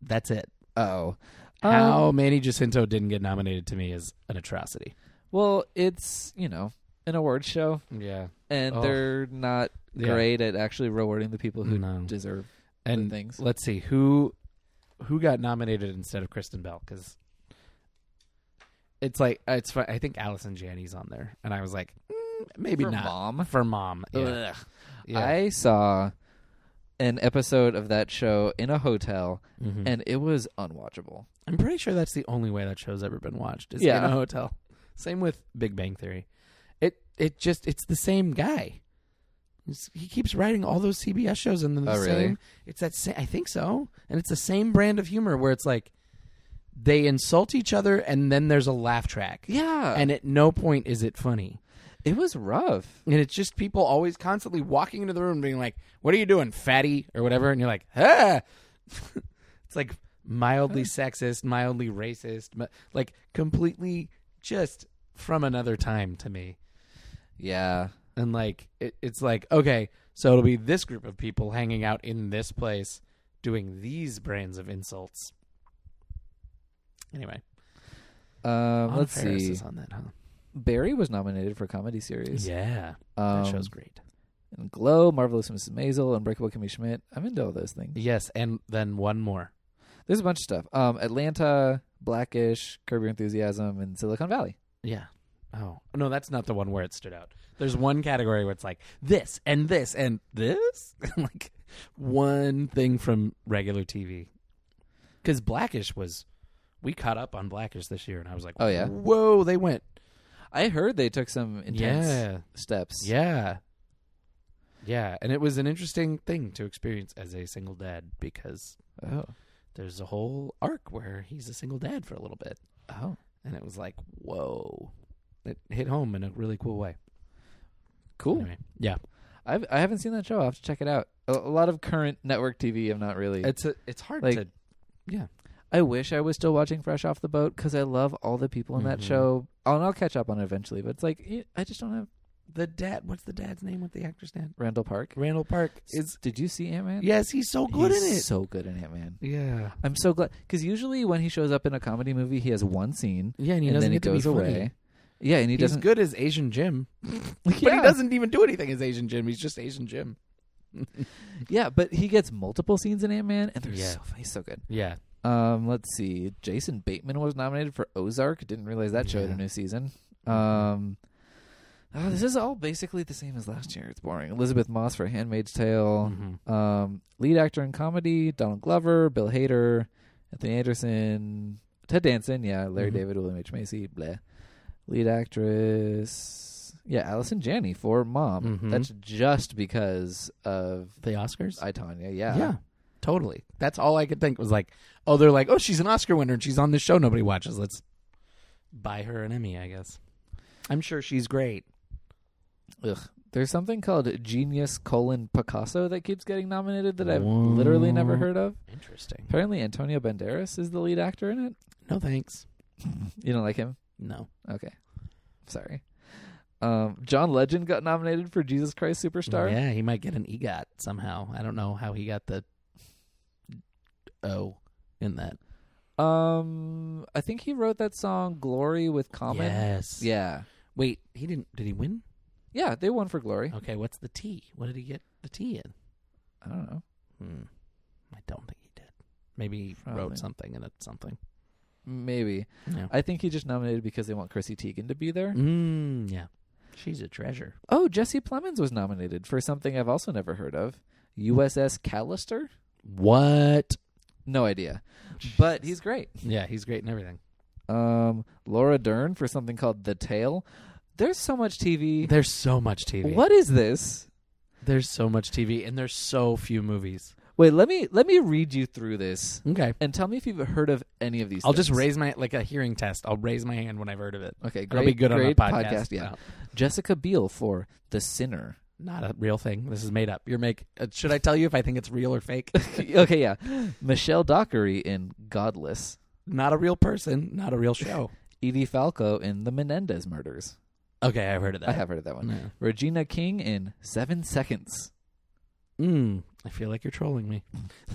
Speaker 2: that's it.
Speaker 3: Oh.
Speaker 2: How Manny Jacinto didn't get nominated to me is an atrocity.
Speaker 3: Well, it's you know an award show,
Speaker 2: Yeah.
Speaker 3: and
Speaker 2: Oh.
Speaker 3: they're not
Speaker 2: Yeah.
Speaker 3: great at actually rewarding the people who
Speaker 2: No.
Speaker 3: deserve
Speaker 2: And
Speaker 3: the things.
Speaker 2: let's see who who got nominated instead of Kristen Bell because it's like it's. Fun. I think Allison Janney's on there, and I was like, mm, maybe
Speaker 3: For
Speaker 2: not
Speaker 3: mom.
Speaker 2: for mom. Yeah.
Speaker 3: Ugh.
Speaker 2: Yeah.
Speaker 3: I saw an episode of that show in a hotel,
Speaker 2: Mhm.
Speaker 3: and it was unwatchable.
Speaker 2: I'm pretty sure that's the only way that show's ever been watched. Is
Speaker 3: Yeah.
Speaker 2: in a hotel. Same with Big Bang Theory. It it just it's the same guy. It's- he keeps writing all those CBS shows and then the
Speaker 3: Oh,
Speaker 2: same.
Speaker 3: really?
Speaker 2: It's that same. I think so, and it's the same brand of humor where it's like, they insult each other and then there's a laugh track.
Speaker 3: Yeah.
Speaker 2: And at no point is it funny.
Speaker 3: it was rough.
Speaker 2: And it's just people always constantly walking into the room being like, What are you doing, fatty? or whatever. And you're like, Ah. it's like mildly sexist, mildly racist, mi- like completely just from another time to me.
Speaker 3: Yeah.
Speaker 2: And like, it, it's like, okay, so it'll be this group of people hanging out in this place doing these brands of insults. Anyway,
Speaker 3: Um,
Speaker 2: Anna
Speaker 3: let's
Speaker 2: Faris
Speaker 3: see.
Speaker 2: is on that, huh?
Speaker 3: Barry was nominated for a comedy series.
Speaker 2: Yeah,
Speaker 3: Um,
Speaker 2: that show's great.
Speaker 3: and Glow, Marvelous Mrs. Maisel, Unbreakable Kimmy Schmidt. I'm into all those things.
Speaker 2: Yes, and then one more.
Speaker 3: There's a bunch of stuff. Um, Atlanta, Blackish, Curb Your Enthusiasm, and Silicon Valley.
Speaker 2: Yeah. Oh no, that's not the one where it stood out. There's one category where it's like this and this and this, like one thing from regular TV. Because Blackish was, we caught up on Blackish this year, and I was like,
Speaker 3: Oh, yeah?
Speaker 2: whoa, they went,
Speaker 3: I heard they took some intense
Speaker 2: yeah,
Speaker 3: steps.
Speaker 2: yeah, yeah, and it was an interesting thing to experience as a single dad because
Speaker 3: Oh.
Speaker 2: there's a whole arc where he's a single dad for a little bit.
Speaker 3: Oh.
Speaker 2: and it was like, whoa, it hit home in a really cool way.
Speaker 3: Cool.
Speaker 2: Anyway, yeah,
Speaker 3: I've, I haven't seen that show. I'll have to check it out. A, a lot of current network TV I'm not really.
Speaker 2: it's a, it's hard
Speaker 3: Like-
Speaker 2: to, yeah,
Speaker 3: I wish I was still watching Fresh Off the Boat because I love all the people in that
Speaker 2: Mhm.
Speaker 3: show. Oh, and I'll catch up on it eventually, but it's like, eh, I just don't have
Speaker 2: the dad. What's the dad's name? What's the actor's name?
Speaker 3: Randall Park.
Speaker 2: Randall Park
Speaker 3: Is,
Speaker 2: is.
Speaker 3: Did you see Ant Man?
Speaker 2: Yes, he's so good
Speaker 3: He's
Speaker 2: in it.
Speaker 3: so good in Ant Man.
Speaker 2: yeah,
Speaker 3: I'm so glad because usually when he shows up in a comedy movie, he has one scene
Speaker 2: yeah, and he
Speaker 3: and
Speaker 2: doesn't
Speaker 3: then he
Speaker 2: get to be
Speaker 3: goes
Speaker 2: funny.
Speaker 3: away. Yeah, and he
Speaker 2: He's
Speaker 3: doesn't.
Speaker 2: good as Asian Jim,
Speaker 3: yeah.
Speaker 2: but he doesn't even do anything as Asian Jim. He's just Asian Jim.
Speaker 3: Yeah, but he gets multiple scenes in Ant Man, and they're
Speaker 2: Yeah.
Speaker 3: so funny, so good.
Speaker 2: Yeah,
Speaker 3: Um, let's see. Jason Bateman was nominated for Ozark. Didn't realize that showed
Speaker 2: Yeah. Mm-hmm.
Speaker 3: a new season. Um, oh, this is all basically the same as last year. It's boring. Elizabeth Moss for Handmaid's Tale.
Speaker 2: Mhm.
Speaker 3: Um, lead actor in comedy: Donald Glover, Bill Hader, Anthony Anderson, Ted Danson. Yeah, Larry
Speaker 2: Mhm.
Speaker 3: David, William H Macy. Blah. Lead actress. Yeah, Allison Janney for Mom.
Speaker 2: Mhm.
Speaker 3: That's just because of
Speaker 2: the Oscars.
Speaker 3: I Tanya.
Speaker 2: yeah, totally. That's all I could think was like, oh, they're like, oh, she's an Oscar winner and she's on this show nobody watches. Let's buy her an Emmy, I guess. I'm sure she's great.
Speaker 3: There's something called Genius colon Picasso that keeps getting nominated that I've literally never
Speaker 2: What?
Speaker 3: heard of.
Speaker 2: Interesting.
Speaker 3: Apparently, Antonio Banderas is the lead actor in it.
Speaker 2: No thanks.
Speaker 3: You don't like him?
Speaker 2: No.
Speaker 3: Okay, sorry. Um, John Legend got nominated for Jesus Christ Superstar.
Speaker 2: Yeah, he might get an E EGOT somehow. I don't know how he got the O in that.
Speaker 3: Um, I think he wrote that song "Glory" with Common.
Speaker 2: Yes.
Speaker 3: Yeah,
Speaker 2: Wait, he didn't. Did he win?
Speaker 3: yeah. They won for "Glory."
Speaker 2: Okay. What's the T? What did he get the T in?
Speaker 3: I don't know.
Speaker 2: Hmm. I don't think he did. Maybe he
Speaker 3: Probably.
Speaker 2: wrote something and it's something.
Speaker 3: Maybe
Speaker 2: Yeah.
Speaker 3: I think he just nominated because they want Chrissy Teigen to be there.
Speaker 2: Mm, yeah. She's a treasure.
Speaker 3: Oh, Jesse Plemons was nominated for something I've also never heard of. USS Callister.
Speaker 2: What?
Speaker 3: No idea. But he's great.
Speaker 2: Yeah, he's great and everything.
Speaker 3: Um, Laura Dern for something called The Tale. There's so much TV.
Speaker 2: There's so much TV.
Speaker 3: What is this?
Speaker 2: There's so much TV and there's so few movies.
Speaker 3: Wait, let me let me read you through this
Speaker 2: Okay.
Speaker 3: and tell me if you've heard of any of these.
Speaker 2: I'll just
Speaker 3: things.
Speaker 2: raise my like a hearing test. I'll raise my hand when I've heard of it.
Speaker 3: Okay,
Speaker 2: It'll
Speaker 3: great.
Speaker 2: be good on a
Speaker 3: great
Speaker 2: podcast.
Speaker 3: Yeah,
Speaker 2: No,
Speaker 3: Jessica Biel for The Sinner.
Speaker 2: not a real thing. This is made up. You're make. Uh, should I tell you if I think it's real or fake?
Speaker 3: okay, yeah. Michelle Dockery in Godless.
Speaker 2: not a real person. Not a real show.
Speaker 3: Edie Falco in The Menendez Murders.
Speaker 2: okay, I've heard of that.
Speaker 3: I have heard of that one.
Speaker 2: No.
Speaker 3: Regina King in Seven Seconds.
Speaker 2: Mm, I feel like you're trolling me.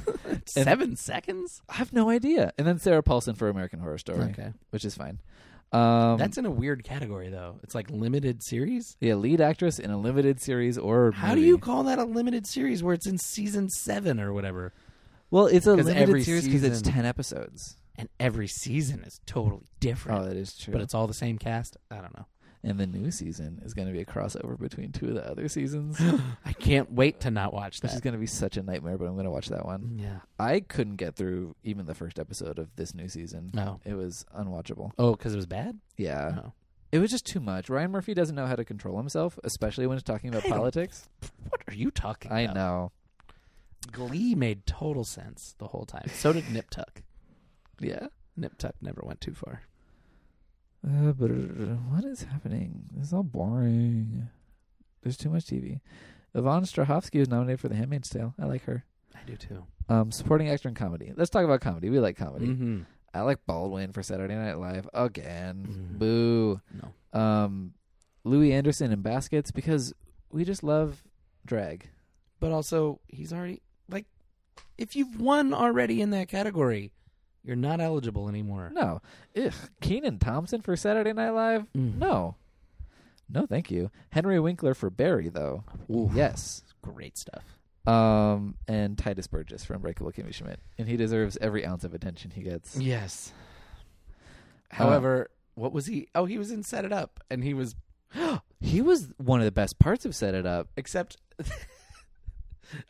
Speaker 2: Seven seconds.
Speaker 3: I have no idea. And then Sarah Paulson for American Horror Story,
Speaker 2: Okay,
Speaker 3: which is fine. Um,
Speaker 2: that's in a weird category though. It's like limited series.
Speaker 3: yeah, lead actress in a limited series or
Speaker 2: How do
Speaker 3: movie.
Speaker 2: you call that a limited series where it's in season seven or whatever?
Speaker 3: Well, it's a
Speaker 2: 'Cause
Speaker 3: limited
Speaker 2: every
Speaker 3: series because it's
Speaker 2: season-
Speaker 3: ten episodes.
Speaker 2: And every season is totally different,
Speaker 3: Oh, that is true.
Speaker 2: but it's all the same cast. I don't know.
Speaker 3: and the new season is going to be a crossover between two of the other seasons,
Speaker 2: I can't wait to not watch
Speaker 3: which is
Speaker 2: that.
Speaker 3: going to be such a nightmare. But I'm going to watch that one.
Speaker 2: Yeah.
Speaker 3: I couldn't get through even the first episode of this new season.
Speaker 2: No.
Speaker 3: It was unwatchable.
Speaker 2: Oh, because it was bad.
Speaker 3: Yeah,
Speaker 2: No.
Speaker 3: it was just too much. Ryan Murphy doesn't know how to control himself, especially when he's talking about
Speaker 2: I don't
Speaker 3: politics.
Speaker 2: What are you talking
Speaker 3: I
Speaker 2: about?
Speaker 3: know.
Speaker 2: Glee made total sense the whole time. So did Nip Tuck.
Speaker 3: Yeah.
Speaker 2: Nip Tuck never went too far.
Speaker 3: Uh, but what is happening? This is all boring. There's too much TV. Yvonne Strahovski was nominated for The Handmaid's Tale. I like her.
Speaker 2: I do too.
Speaker 3: Um, supporting actor in comedy. Let's talk about comedy. We like comedy.
Speaker 2: Mm-hmm.
Speaker 3: I like Baldwin for Saturday Night Live again.
Speaker 2: Mhm.
Speaker 3: Boo.
Speaker 2: No.
Speaker 3: Um, Louis Anderson in Baskets because we just love drag.
Speaker 2: But also, he's already like, if you've won already in that category, you're not eligible anymore.
Speaker 3: No. Ugh. Keenan Thompson for Saturday Night Live.
Speaker 2: Mm.
Speaker 3: No. No, thank you. Henry Winkler for Barry, though.
Speaker 2: Ooh.
Speaker 3: Yes.
Speaker 2: great stuff.
Speaker 3: Um, and Titus Burgess for Unbreakable Kimmy Schmidt, and he deserves every ounce of attention he gets.
Speaker 2: Yes.
Speaker 3: Uh,
Speaker 2: However, what was he? Oh, he was in Set It Up, and he was
Speaker 3: He was one of the best parts of Set It Up.
Speaker 2: except.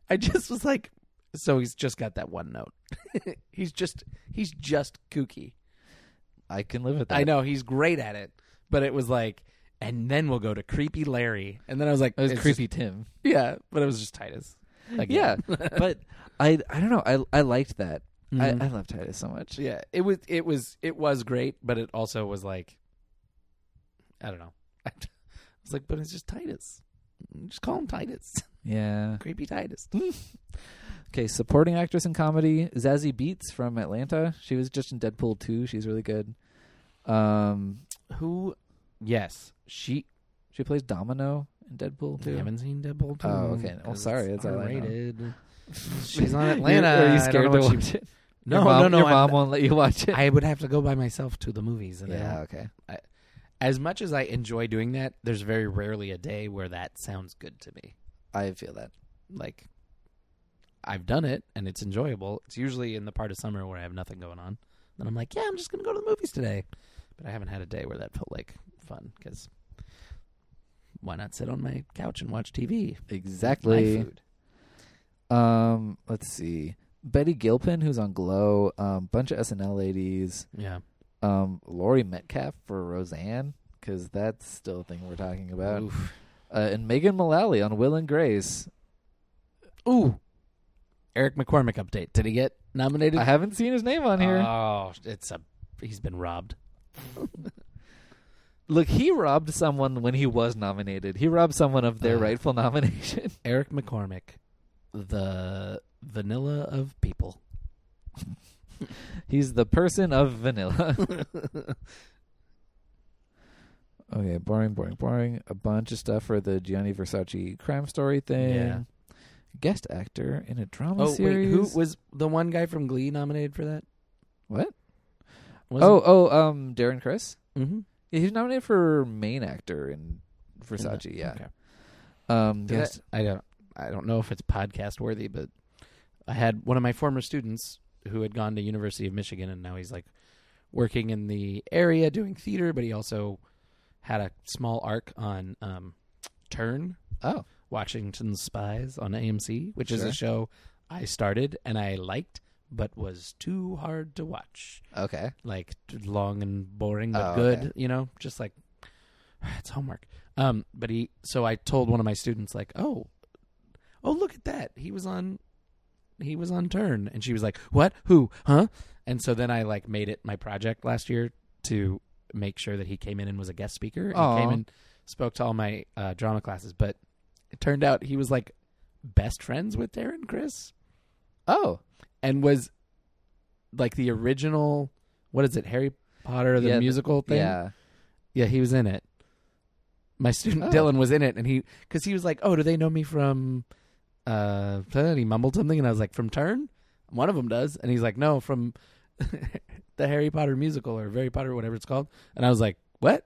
Speaker 2: I just was like, so he's just got that one note. he's just he's just kooky.
Speaker 3: I can live with that.
Speaker 2: I know he's great at it, but it was like, and then we'll go to creepy Larry, and then I was like,
Speaker 3: It was
Speaker 2: it's
Speaker 3: creepy Tim.
Speaker 2: just- yeah, but it was just Titus.
Speaker 3: Yeah,
Speaker 2: Again.
Speaker 3: but I I don't know. I I liked that.
Speaker 2: Mhm.
Speaker 3: I, I love Titus so much.
Speaker 2: yeah, it was it was it was great, but it also was like, I don't know. I was like, but it's just Titus. Just call him Titus.
Speaker 3: Yeah.
Speaker 2: Creepy Titus.
Speaker 3: Okay, supporting actress in comedy Zazie Beats from Atlanta. She was just in Deadpool 2. She's really good. Um,
Speaker 2: Who? Yes, she.
Speaker 3: she plays Domino in Deadpool 2.
Speaker 2: I haven't seen Deadpool.
Speaker 3: Oh, okay. Well, sorry, that's all I know.
Speaker 2: rated. She's on
Speaker 3: You're-
Speaker 2: Atlanta.
Speaker 3: Are you
Speaker 2: I don't
Speaker 3: scared
Speaker 2: know
Speaker 3: to
Speaker 2: what she-
Speaker 3: watch it?
Speaker 2: No,
Speaker 3: your mom,
Speaker 2: no, no.
Speaker 3: Your
Speaker 2: I'm
Speaker 3: mom
Speaker 2: not-
Speaker 3: won't let you watch it.
Speaker 2: I would have to go by myself to the movies. And I
Speaker 3: yeah.
Speaker 2: don't-
Speaker 3: Okay.
Speaker 2: As much as I enjoy doing that, there's very rarely a day where that sounds good to me.
Speaker 3: I feel that.
Speaker 2: Like, I've done it and it's enjoyable. It's usually in the part of summer where I have nothing going on. Then I'm like, yeah, I'm just going to go to the movies today. But I haven't had a day where that felt like fun because why not sit on my couch and watch TV?
Speaker 3: Exactly.
Speaker 2: My food.
Speaker 3: Um, let's see. Betty Gilpin, who's on Glow, um, bunch of SNL ladies,
Speaker 2: Yeah.
Speaker 3: um, Lori Metcalf for Roseanne, because that's still a thing we're talking about,
Speaker 2: Oof.
Speaker 3: uh, and Megan Mullally on Will and Grace.
Speaker 2: Ooh. Eric McCormick update. Did he get nominated?
Speaker 3: I haven't seen his name on here.
Speaker 2: Oh, it's a. He's been robbed.
Speaker 3: Look, he robbed someone when he was nominated. He robbed someone of their
Speaker 2: Uh.
Speaker 3: rightful nomination.
Speaker 2: Eric McCormick, the vanilla of people.
Speaker 3: He's the person of vanilla. okay, boring, boring, boring. A bunch of stuff for the Gianni Versace crime story thing.
Speaker 2: Yeah.
Speaker 3: Guest actor in a drama
Speaker 2: Oh wait,
Speaker 3: series.
Speaker 2: who was the one guy from Glee nominated for that?
Speaker 3: What?
Speaker 2: Wasn't-
Speaker 3: Oh, oh, um, Darren Chris.
Speaker 2: mhm.
Speaker 3: Yeah, he was nominated for main actor in Versace. Yeah.
Speaker 2: Okay.
Speaker 3: Um.
Speaker 2: Did
Speaker 3: Guest.
Speaker 2: I, I don't. I don't know if it's podcast worthy, but I had one of my former students who had gone to University of Michigan, and now he's like working in the area doing theater, but he also had a small arc on um, Turn,
Speaker 3: Oh.
Speaker 2: Washington Spies on AMC, which is
Speaker 3: Sure.
Speaker 2: a show I started and I liked, but was too hard to watch.
Speaker 3: Okay.
Speaker 2: Like t- long and boring, but
Speaker 3: Oh,
Speaker 2: good.
Speaker 3: okay.
Speaker 2: You know, just like it's homework. Um, but he. So I told one of my students, like, oh, oh, look at that. He was on. He was on turn, and she was like, "What? Who? Huh?" And so then I like made it my project last year to make sure that he came in and was a guest speaker. And
Speaker 3: Aw.
Speaker 2: he came and spoke to all my uh, drama classes, but it turned out he was like best friends with Darren Chris
Speaker 3: Oh.
Speaker 2: and was like the original what is it Harry Potter the
Speaker 3: Yeah, the-
Speaker 2: musical thing
Speaker 3: Yeah.
Speaker 2: Yeah, he was in it my student
Speaker 3: Oh.
Speaker 2: Dylan was in it and he cuz he was like oh do they know me from uh and he mumbled something and I was like from Turn one of them does and he's like no from the Harry Potter musical or Harry Potter whatever it's called and I was like what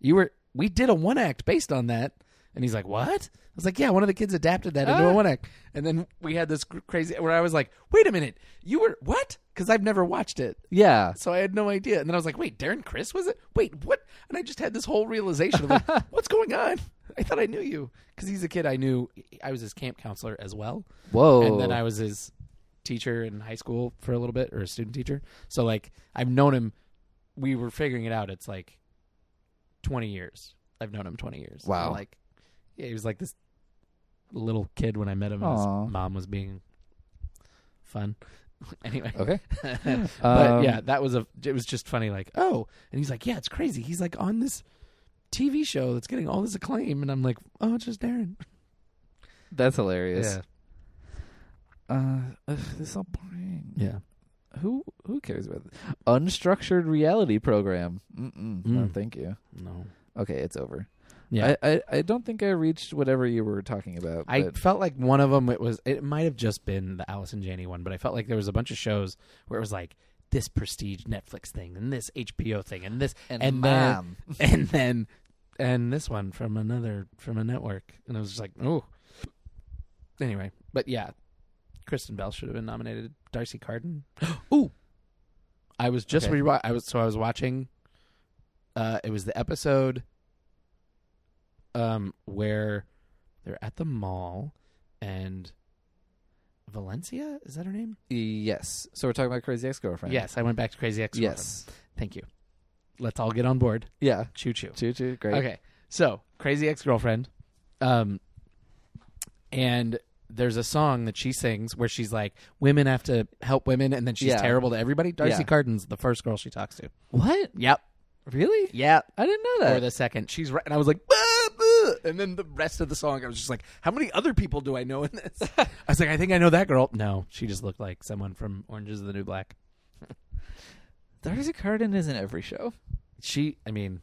Speaker 2: you were we did a one act based on that and he's like what I was like, yeah, one of the kids adapted that into
Speaker 3: Ah.
Speaker 2: a one act. And then we had this cr- crazy where I was like, wait a minute, you were what? Because I've never watched it.
Speaker 3: Yeah.
Speaker 2: So I had no idea. And then I was like, wait, Darren Chris was it? Wait, what? And I just had this whole realization of like, what's going on? I thought I knew you. Because he's a kid I knew. I was his camp counselor as well.
Speaker 3: Whoa.
Speaker 2: And then I was his teacher in high school for a little bit or a student teacher. So like, I've known him. We were figuring it out. It's like 20 years. I've known him 20 years.
Speaker 3: Wow.
Speaker 2: And, like, yeah, he was like this little kid when I met him. And his
Speaker 3: Aw.
Speaker 2: mom was being fun. anyway.
Speaker 3: Okay.
Speaker 2: but
Speaker 3: Um,
Speaker 2: yeah, that was a. It was just funny. Like, oh, and he's like, yeah, it's crazy. He's like on this TV show that's getting all this acclaim, and I'm like, oh, it's just Darren.
Speaker 3: That's hilarious.
Speaker 2: Yeah.
Speaker 3: Uh, ugh, this is all boring.
Speaker 2: Yeah.
Speaker 3: Who who cares about this? unstructured reality program? Mm-mm, No,
Speaker 2: Mm.
Speaker 3: thank you.
Speaker 2: No.
Speaker 3: Okay, it's over.
Speaker 2: Yeah.
Speaker 3: I, I, I don't think I reached whatever you were talking about.
Speaker 2: I,
Speaker 3: but
Speaker 2: felt like one of them. It was. It might have just been the Alice and Janney one, but I felt like there was a bunch of shows where it was like this prestige Netflix thing and this HBO thing and this and uh, then-
Speaker 3: mom.
Speaker 2: and then and this one from another from a network and i was just like oh anyway but yeah kristen bell should have been nominated darcy Carden. ooh i was just
Speaker 3: Okay.
Speaker 2: rewa i was so i was watching uh it was the episode um where they're at the mall and valencia is that her name
Speaker 3: yes. So we're talking about Crazy Ex-Girlfriend.
Speaker 2: yes i went back to crazy ex
Speaker 3: Yes.
Speaker 2: thank you let's all get on board
Speaker 3: Yeah.
Speaker 2: choo choo
Speaker 3: Choo choo. Great.
Speaker 2: Okay. So, Crazy Ex Girlfriend. Um, and there's a song that she sings where she's like, women have to help women, and then she's
Speaker 3: Yeah.
Speaker 2: terrible to everybody. Darcy
Speaker 3: Yeah.
Speaker 2: Carden's the first girl she talks to.
Speaker 3: What?
Speaker 2: Yep.
Speaker 3: Really?
Speaker 2: Yep.
Speaker 3: I didn't know
Speaker 2: Or
Speaker 3: that.
Speaker 2: the second. She's right. And I was like, "Bah, bah." and then the rest of the song, I was just like, how many other people do I know in this? I was like, I think I know that girl. No, she just looked like someone from Orange is the New Black.
Speaker 3: Darcy Carden is in every show.
Speaker 2: She, I mean,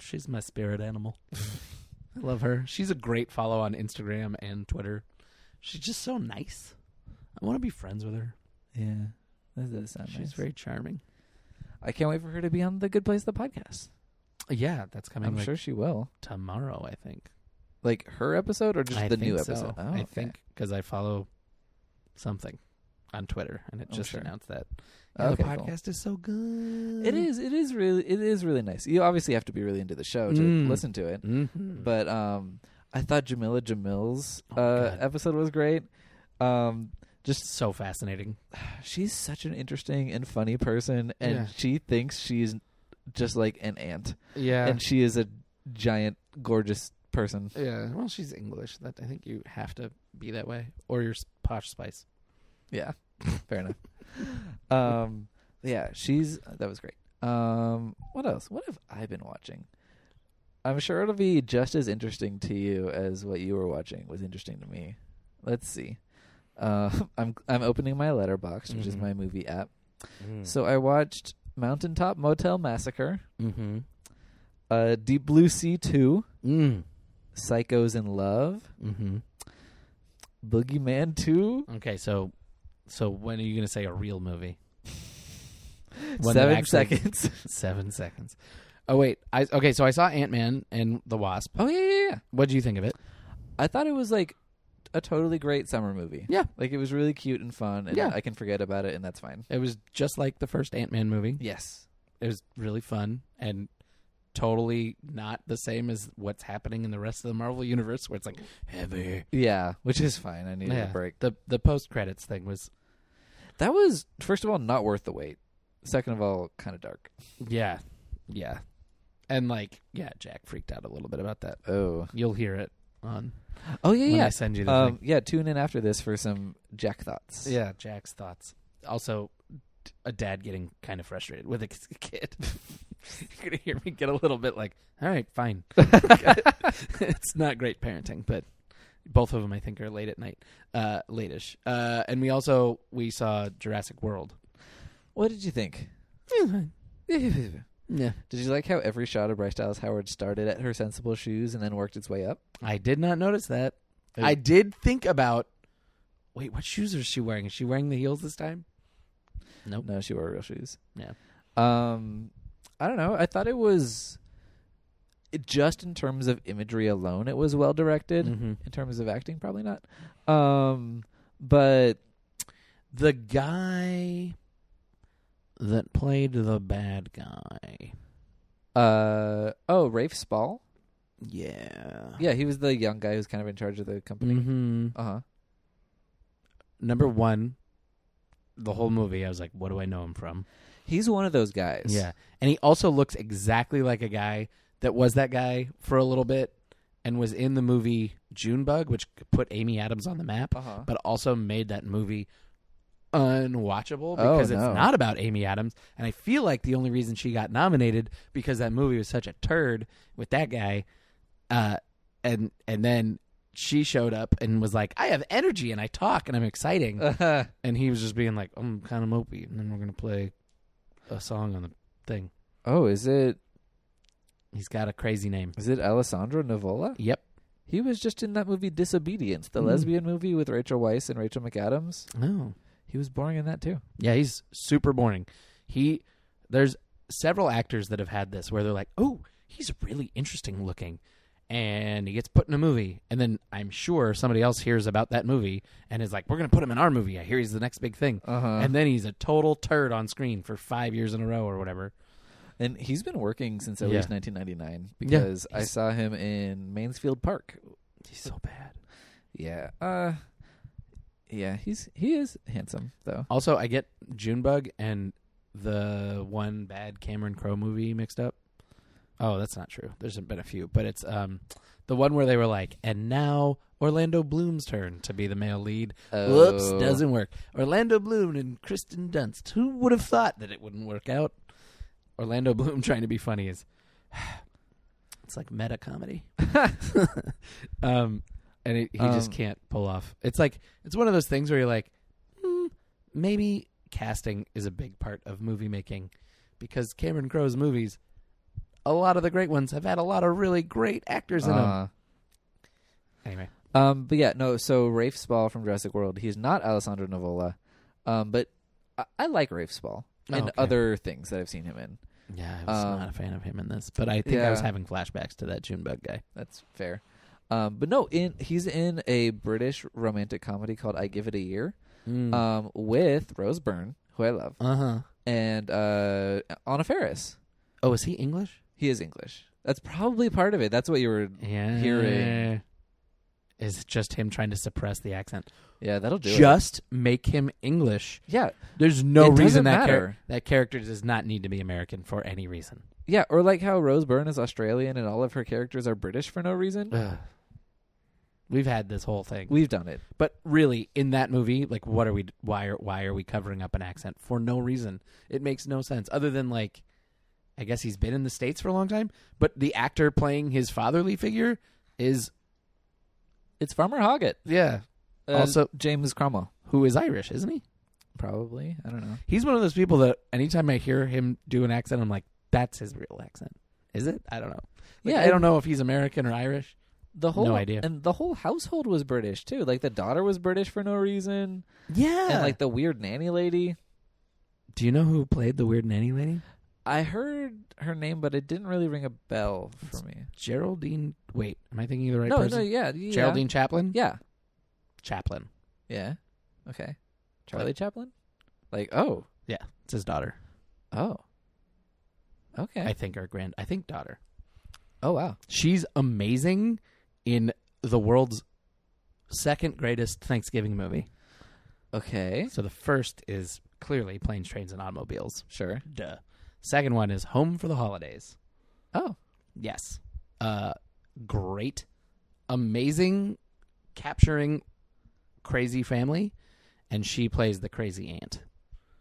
Speaker 2: she's my spirit animal. I love her. She's a great follow on Instagram and Twitter. She's just so nice. I want to be friends with her.
Speaker 3: Yeah. That does sound
Speaker 2: she's
Speaker 3: nice.
Speaker 2: very charming.
Speaker 3: I can't wait for her to be on the Good Place the podcast.
Speaker 2: Yeah, that's coming
Speaker 3: I'm
Speaker 2: like,
Speaker 3: sure she will.
Speaker 2: tomorrow. I think.
Speaker 3: Like her episode or just
Speaker 2: I
Speaker 3: the
Speaker 2: think
Speaker 3: new
Speaker 2: so.
Speaker 3: episode? Oh,
Speaker 2: I
Speaker 3: okay.
Speaker 2: think because I follow something on Twitter, and it
Speaker 3: Oh,
Speaker 2: just
Speaker 3: sure.
Speaker 2: announced that Yeah,
Speaker 3: Okay,
Speaker 2: the
Speaker 3: cool.
Speaker 2: podcast is so good.
Speaker 3: It is. It is really. It is really nice. You obviously have to be really into the show to
Speaker 2: Mm.
Speaker 3: listen to it.
Speaker 2: Mhm.
Speaker 3: But um, I thought Jamila Jamil's
Speaker 2: Oh my
Speaker 3: uh,
Speaker 2: God.
Speaker 3: episode was great. Um,
Speaker 2: just so fascinating.
Speaker 3: she's such an interesting and funny person, and
Speaker 2: Yeah.
Speaker 3: she thinks she's just like an ant,
Speaker 2: Yeah,
Speaker 3: and she is a giant, gorgeous person.
Speaker 2: Yeah, well, she's English. That I think you have to be that way, or you're s- posh spice.
Speaker 3: Yeah, fair enough. Um, yeah, she's that was great. Um, what else? What have I been watching? I'm sure it'll be just as interesting to you as what you were watching was interesting to me. Let's see. Uh, I'm I'm opening my letterbox, which is
Speaker 2: Mhm.
Speaker 3: my movie app. So I watched Mountaintop Motel Massacre,
Speaker 2: mm-hmm.
Speaker 3: uh, Deep Blue Sea Two,
Speaker 2: Mm.
Speaker 3: Psychos in Love,
Speaker 2: hmm
Speaker 3: Boogeyman Two,
Speaker 2: Okay, so so when are you going to say a real movie? One that
Speaker 3: Seven
Speaker 2: actually-
Speaker 3: Seconds.
Speaker 2: Seven seconds. Oh wait, I okay. So I saw Ant Man and the Wasp.
Speaker 3: oh yeah, yeah, yeah.
Speaker 2: What do you think of it?
Speaker 3: I thought it was like a totally great summer movie.
Speaker 2: Yeah.
Speaker 3: Like it was really cute and fun and
Speaker 2: Yeah.
Speaker 3: I can forget about it and that's fine.
Speaker 2: It was just like the first Ant Man movie.
Speaker 3: Yes.
Speaker 2: It was really fun and totally not the same as what's happening in the rest of the Marvel universe, where it's like heavy.
Speaker 3: Yeah, which is fine. I needed
Speaker 2: Yeah.
Speaker 3: a break.
Speaker 2: The the post credits thing was
Speaker 3: That was first of all not worth the wait. Second of all, kind of dark.
Speaker 2: Yeah. Yeah. And like, yeah, Jack freaked out a little bit about that.
Speaker 3: Oh.
Speaker 2: You'll hear it on
Speaker 3: Oh yeah,
Speaker 2: when I
Speaker 3: yeah.
Speaker 2: send you the
Speaker 3: Um, yeah, tune in after this for some Jack thoughts.
Speaker 2: thing. Yeah, Jack's thoughts. Also, d- a dad getting kind of frustrated with a k- kid. You're gonna hear me get a little bit like, all right, fine. it's not great parenting, but both of them I think are late at night, uh, late-ish. Uh, and we also we saw Jurassic World.
Speaker 3: What did you think? did
Speaker 2: Yeah,
Speaker 3: you like how every shot of Bryce Dallas Howard started at her sensible shoes and then worked its way up?
Speaker 2: I did not notice that.
Speaker 3: It-
Speaker 2: I did think about. Wait, what shoes is she wearing? Is she wearing the heels this time? Nope.
Speaker 3: No, she wore real shoes.
Speaker 2: Yeah.
Speaker 3: Um, I don't know. I thought it was it, just in terms of imagery alone, it was well directed.
Speaker 2: Mhm.
Speaker 3: In terms of acting, probably not. Um, but
Speaker 2: The guy that played the bad guy.
Speaker 3: uh, oh, Rafe Spall.
Speaker 2: Yeah.
Speaker 3: Yeah, he was the young guy who's kind of in charge of the company.
Speaker 2: hmm
Speaker 3: Uh huh.
Speaker 2: Number one, the whole movie, I was like, what do I know him from?
Speaker 3: He's one of those guys.
Speaker 2: Yeah. And he also looks exactly like a guy that was that guy for a little bit and was in the movie Junebug, which put Amy Adams on the map.
Speaker 3: Uh huh.
Speaker 2: but also made that movie unwatchable
Speaker 3: Oh,
Speaker 2: because
Speaker 3: no.
Speaker 2: it's not about Amy Adams. And I feel like the only reason she got nominated because that movie was such a turd with that guy, uh, and and then she showed up and was like, "I have energy and I talk and I'm exciting,"
Speaker 3: Uh-huh.
Speaker 2: and he was just being like, "I'm kind of mopey," and then we're gonna play a song on the thing.
Speaker 3: oh, is it
Speaker 2: He's got a crazy name.
Speaker 3: is it Alessandro Nivola?
Speaker 2: Yep,
Speaker 3: He was just in that movie Disobedience, the
Speaker 2: Mm.
Speaker 3: lesbian movie with Rachel Weisz and Rachel McAdams.
Speaker 2: Oh.
Speaker 3: He was boring in that too.
Speaker 2: Yeah, he's super boring. He there's several actors that have had this where they're like, "Oh, he's really interesting looking." And he gets put in a movie, and then I'm sure somebody else hears about that movie and is like, "We're going to put him in our movie. I hear he's the next big thing."
Speaker 3: Uh-huh.
Speaker 2: And then he's a total turd on screen for 5 years in a row or whatever.
Speaker 3: And he's been working since at
Speaker 2: Yeah.
Speaker 3: least 1999
Speaker 2: Yeah.
Speaker 3: because I
Speaker 2: He's-
Speaker 3: saw him in Mansfield Park.
Speaker 2: He's so bad.
Speaker 3: Yeah. Uh Yeah, he's he is handsome though.
Speaker 2: Also, I get Junebug and the one bad Cameron Crowe movie mixed up. Oh, that's not true. There's been a few, but it's um the one where they were like, and now Orlando Bloom's turn to be the male lead. Whoops,
Speaker 3: Oh.
Speaker 2: doesn't work. Orlando Bloom and Kristen Dunst. Who would have thought that it wouldn't work out? Orlando Bloom trying to be funny is it's like meta comedy. um, and it, he just
Speaker 3: Um,
Speaker 2: can't pull off. It's like it's one of those things where you're like, hmm, maybe casting is a big part of movie making because Cameron Crowe's movies, a lot of the great ones have had a lot of really great actors in them.
Speaker 3: Uh,
Speaker 2: Anyway,
Speaker 3: um but yeah, no, so Rafe Spall from Jurassic World, he's not Alessandro Nivola. Um but I, I like Rafe Spall
Speaker 2: Oh,
Speaker 3: and
Speaker 2: okay.
Speaker 3: other things that I've seen him in.
Speaker 2: yeah, I was
Speaker 3: Um,
Speaker 2: not a fan of him in this, but I think I was
Speaker 3: yeah.
Speaker 2: having flashbacks to that Junebug guy.
Speaker 3: That's fair. Um but no, in he's in a British romantic comedy called I Give It a Year
Speaker 2: Hmm.
Speaker 3: um with Rose Byrne, who I love,
Speaker 2: uh huh.
Speaker 3: and uh Anna Faris.
Speaker 2: Oh, is he English?
Speaker 3: He is English. That's probably part of it. That's what you were.
Speaker 2: Yeah.
Speaker 3: Hearing.
Speaker 2: Is it just him trying to suppress the accent?
Speaker 3: Yeah, that'll do it.
Speaker 2: Just make him English.
Speaker 3: Yeah,
Speaker 2: There's no
Speaker 3: It
Speaker 2: reason
Speaker 3: doesn't
Speaker 2: that
Speaker 3: matter.
Speaker 2: char- that character does not need to be American for any reason.
Speaker 3: yeah. Or like how Rose Byrne is Australian and all of her characters are British for no reason.
Speaker 2: We've had this whole thing,
Speaker 3: We've done it.
Speaker 2: but really, in that movie, like, what are we? Why are why are we covering up an accent for no reason? It makes no sense. Other than like, I guess he's been in the states for a long time, but the actor playing his fatherly figure is
Speaker 3: It's Farmer Hoggett.
Speaker 2: yeah,
Speaker 3: Uh,
Speaker 2: Also-
Speaker 3: James Cromwell,
Speaker 2: who is Irish, isn't he?
Speaker 3: probably. I don't know.
Speaker 2: He's one of those people that anytime I hear him do an accent, I'm like, that's his real accent. Is it? I don't know. yeah,
Speaker 3: Yeah,
Speaker 2: I don't know if he's American or Irish.
Speaker 3: The whole
Speaker 2: No idea.
Speaker 3: and the whole household was British too. Like the daughter was British for no reason,
Speaker 2: Yeah.
Speaker 3: and like the weird nanny lady.
Speaker 2: do you know who played the weird nanny lady?
Speaker 3: I heard her name, but it didn't really ring a bell for me.
Speaker 2: Geraldine. Wait, am I thinking of the right
Speaker 3: no,
Speaker 2: person?
Speaker 3: no, yeah, yeah,
Speaker 2: Geraldine Chaplin.
Speaker 3: yeah,
Speaker 2: Chaplin.
Speaker 3: yeah. Okay, Charlie Chaplin. Like, oh,
Speaker 2: It's his daughter.
Speaker 3: oh, okay.
Speaker 2: I think our grand. I think daughter.
Speaker 3: Oh wow.
Speaker 2: She's amazing in the world's second greatest Thanksgiving movie.
Speaker 3: Okay.
Speaker 2: So the first is clearly planes, trains, and automobiles.
Speaker 3: Sure.
Speaker 2: Duh. Second one is Home for the Holidays.
Speaker 3: Oh.
Speaker 2: Yes. Uh great. Amazing capturing crazy family and she plays the crazy aunt.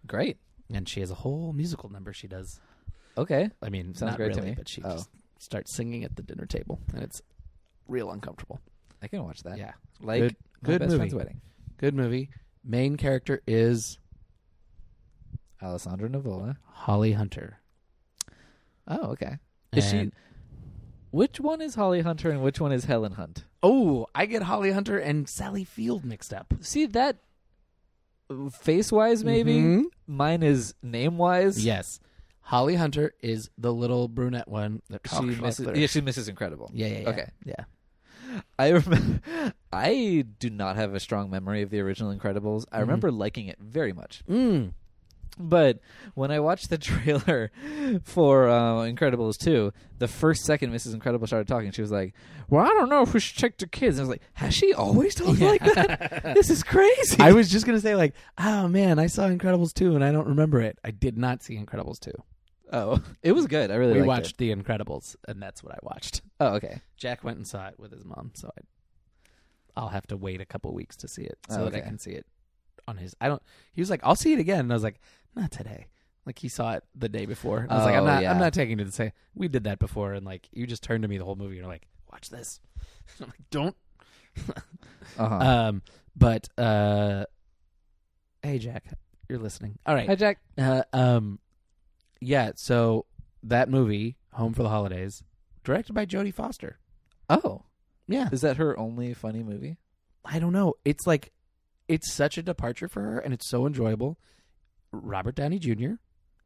Speaker 3: Great.
Speaker 2: And she has a whole musical number she does.
Speaker 3: Okay.
Speaker 2: I mean,
Speaker 3: Sounds
Speaker 2: not
Speaker 3: great to
Speaker 2: really,
Speaker 3: me.
Speaker 2: but she
Speaker 3: Oh.
Speaker 2: just starts singing at the dinner table and it's real uncomfortable.
Speaker 3: I can watch that.
Speaker 2: yeah.
Speaker 3: Like
Speaker 2: Good-
Speaker 3: my
Speaker 2: good
Speaker 3: best
Speaker 2: movie.
Speaker 3: friend's wedding.
Speaker 2: Good movie. Main character is
Speaker 3: Alessandra Nivola.
Speaker 2: Holly Hunter.
Speaker 3: Oh, okay. Is she-
Speaker 2: And-
Speaker 3: Which one is Holly Hunter and which one is Helen Hunt?
Speaker 2: Oh, I get Holly Hunter and Sally Field mixed up.
Speaker 3: See that face wise maybe?
Speaker 2: Mhm.
Speaker 3: Mine is name wise.
Speaker 2: Yes. Holly Hunter is the little brunette one that
Speaker 3: She misses Oh, Yeah, she misses incredible.
Speaker 2: yeah, yeah, yeah.
Speaker 3: Okay.
Speaker 2: Yeah.
Speaker 3: I remember I do not have a strong memory of the original Incredibles. I
Speaker 2: Mhm.
Speaker 3: remember liking it very much.
Speaker 2: Mm.
Speaker 3: But when I watched the trailer for uh, Incredibles 2, the first second Mrs. Incredible started talking, she was like, Well, I don't know if we should check the kids. And I was like, Has she always talked like that? this is crazy.
Speaker 2: I was just gonna say like, oh man, I saw Incredibles two and I don't remember it. I did not see Incredibles two.
Speaker 3: oh, it was good. I really
Speaker 2: we
Speaker 3: liked
Speaker 2: watched
Speaker 3: it.
Speaker 2: The Incredibles, and that's what I watched.
Speaker 3: Oh, okay.
Speaker 2: Jack went and saw it with his mom, so I, I'll have to wait a couple weeks to see it so
Speaker 3: Oh,
Speaker 2: that I
Speaker 3: okay.
Speaker 2: can see it on his. I don't. He was like, I'll see it again, and I was like, not today. Like he saw it the day before. And I was like, I'm
Speaker 3: Oh,
Speaker 2: not.
Speaker 3: yeah.
Speaker 2: I'm not taking it to say we did that before. And like you just turned to me the whole movie. and You're like, watch this. I'm like, don't.
Speaker 3: Uh-huh.
Speaker 2: Um, but uh, hey Jack, you're listening. All right.
Speaker 3: Hi, Jack.
Speaker 2: Uh, um, yeah. So that movie, Home for the Holidays, directed by Jodie Foster.
Speaker 3: Oh,
Speaker 2: Yeah.
Speaker 3: is that her only funny movie?
Speaker 2: I don't know. It's like it's such a departure for her, and it's so enjoyable. Robert Downey Jr.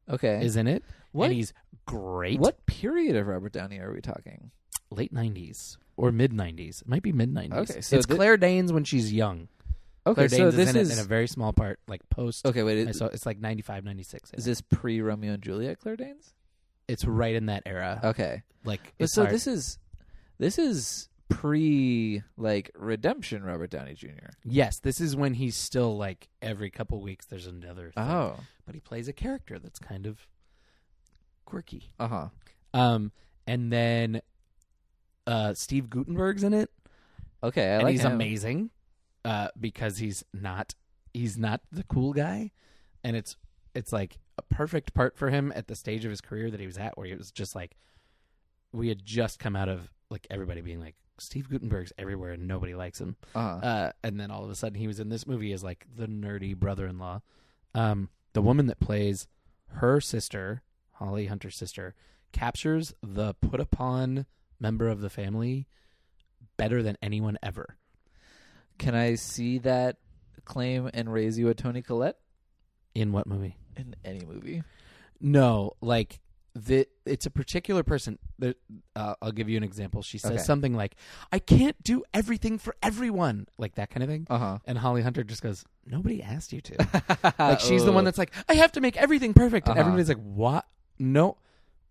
Speaker 3: Okay.
Speaker 2: is in it,
Speaker 3: What-
Speaker 2: and he's great.
Speaker 3: what period of Robert Downey are we talking?
Speaker 2: late nineties or mid nineties? It might be mid nineties.
Speaker 3: Okay, so
Speaker 2: it's
Speaker 3: thi-
Speaker 2: Claire Danes when she's young.
Speaker 3: Okay,
Speaker 2: Claire Danes
Speaker 3: so this
Speaker 2: is in it in a
Speaker 3: is
Speaker 2: very small part, like post.
Speaker 3: okay. Wait,
Speaker 2: I
Speaker 3: is,
Speaker 2: saw it's like 95, 96.
Speaker 3: is this pre Romeo and Juliet? Claire Danes.
Speaker 2: It's right in that era.
Speaker 3: Okay,
Speaker 2: like
Speaker 3: Oh. but
Speaker 2: it's
Speaker 3: so
Speaker 2: hard-
Speaker 3: this is this is pre like redemption Robert Downey Jr.
Speaker 2: Yes, this is when he's still like every couple weeks there's another thing.
Speaker 3: Oh,
Speaker 2: But he plays a character that's kind of quirky.
Speaker 3: uh huh.
Speaker 2: Um and then uh Steve Gutenberg's in it
Speaker 3: Okay, I
Speaker 2: and
Speaker 3: like
Speaker 2: he's
Speaker 3: him.
Speaker 2: amazing uh because he's not he's not the cool guy and it's it's like a perfect part for him at the stage of his career that he was at where he was just like we had just come out of like everybody being like Steve Gutenberg's everywhere and nobody likes him.
Speaker 3: Uh-huh.
Speaker 2: uh, and then all of a sudden he was in this movie as like the nerdy brother-in-law. Um, the woman that plays her sister, Holly Hunter's sister, captures the put upon member of the family better than anyone ever.
Speaker 3: Can I see that claim and raise you a Tony Collette
Speaker 2: In what movie?
Speaker 3: in any movie?
Speaker 2: No, like the it's a particular person. That, uh, I'll give you an example. She says
Speaker 3: Okay.
Speaker 2: something like, "I can't do everything for everyone," like that kind of thing.
Speaker 3: Uh huh.
Speaker 2: And Holly Hunter just goes, "Nobody asked you to." Like she's the one that's like, I have to make everything perfect. And
Speaker 3: Uh-huh.
Speaker 2: everybody's like, What no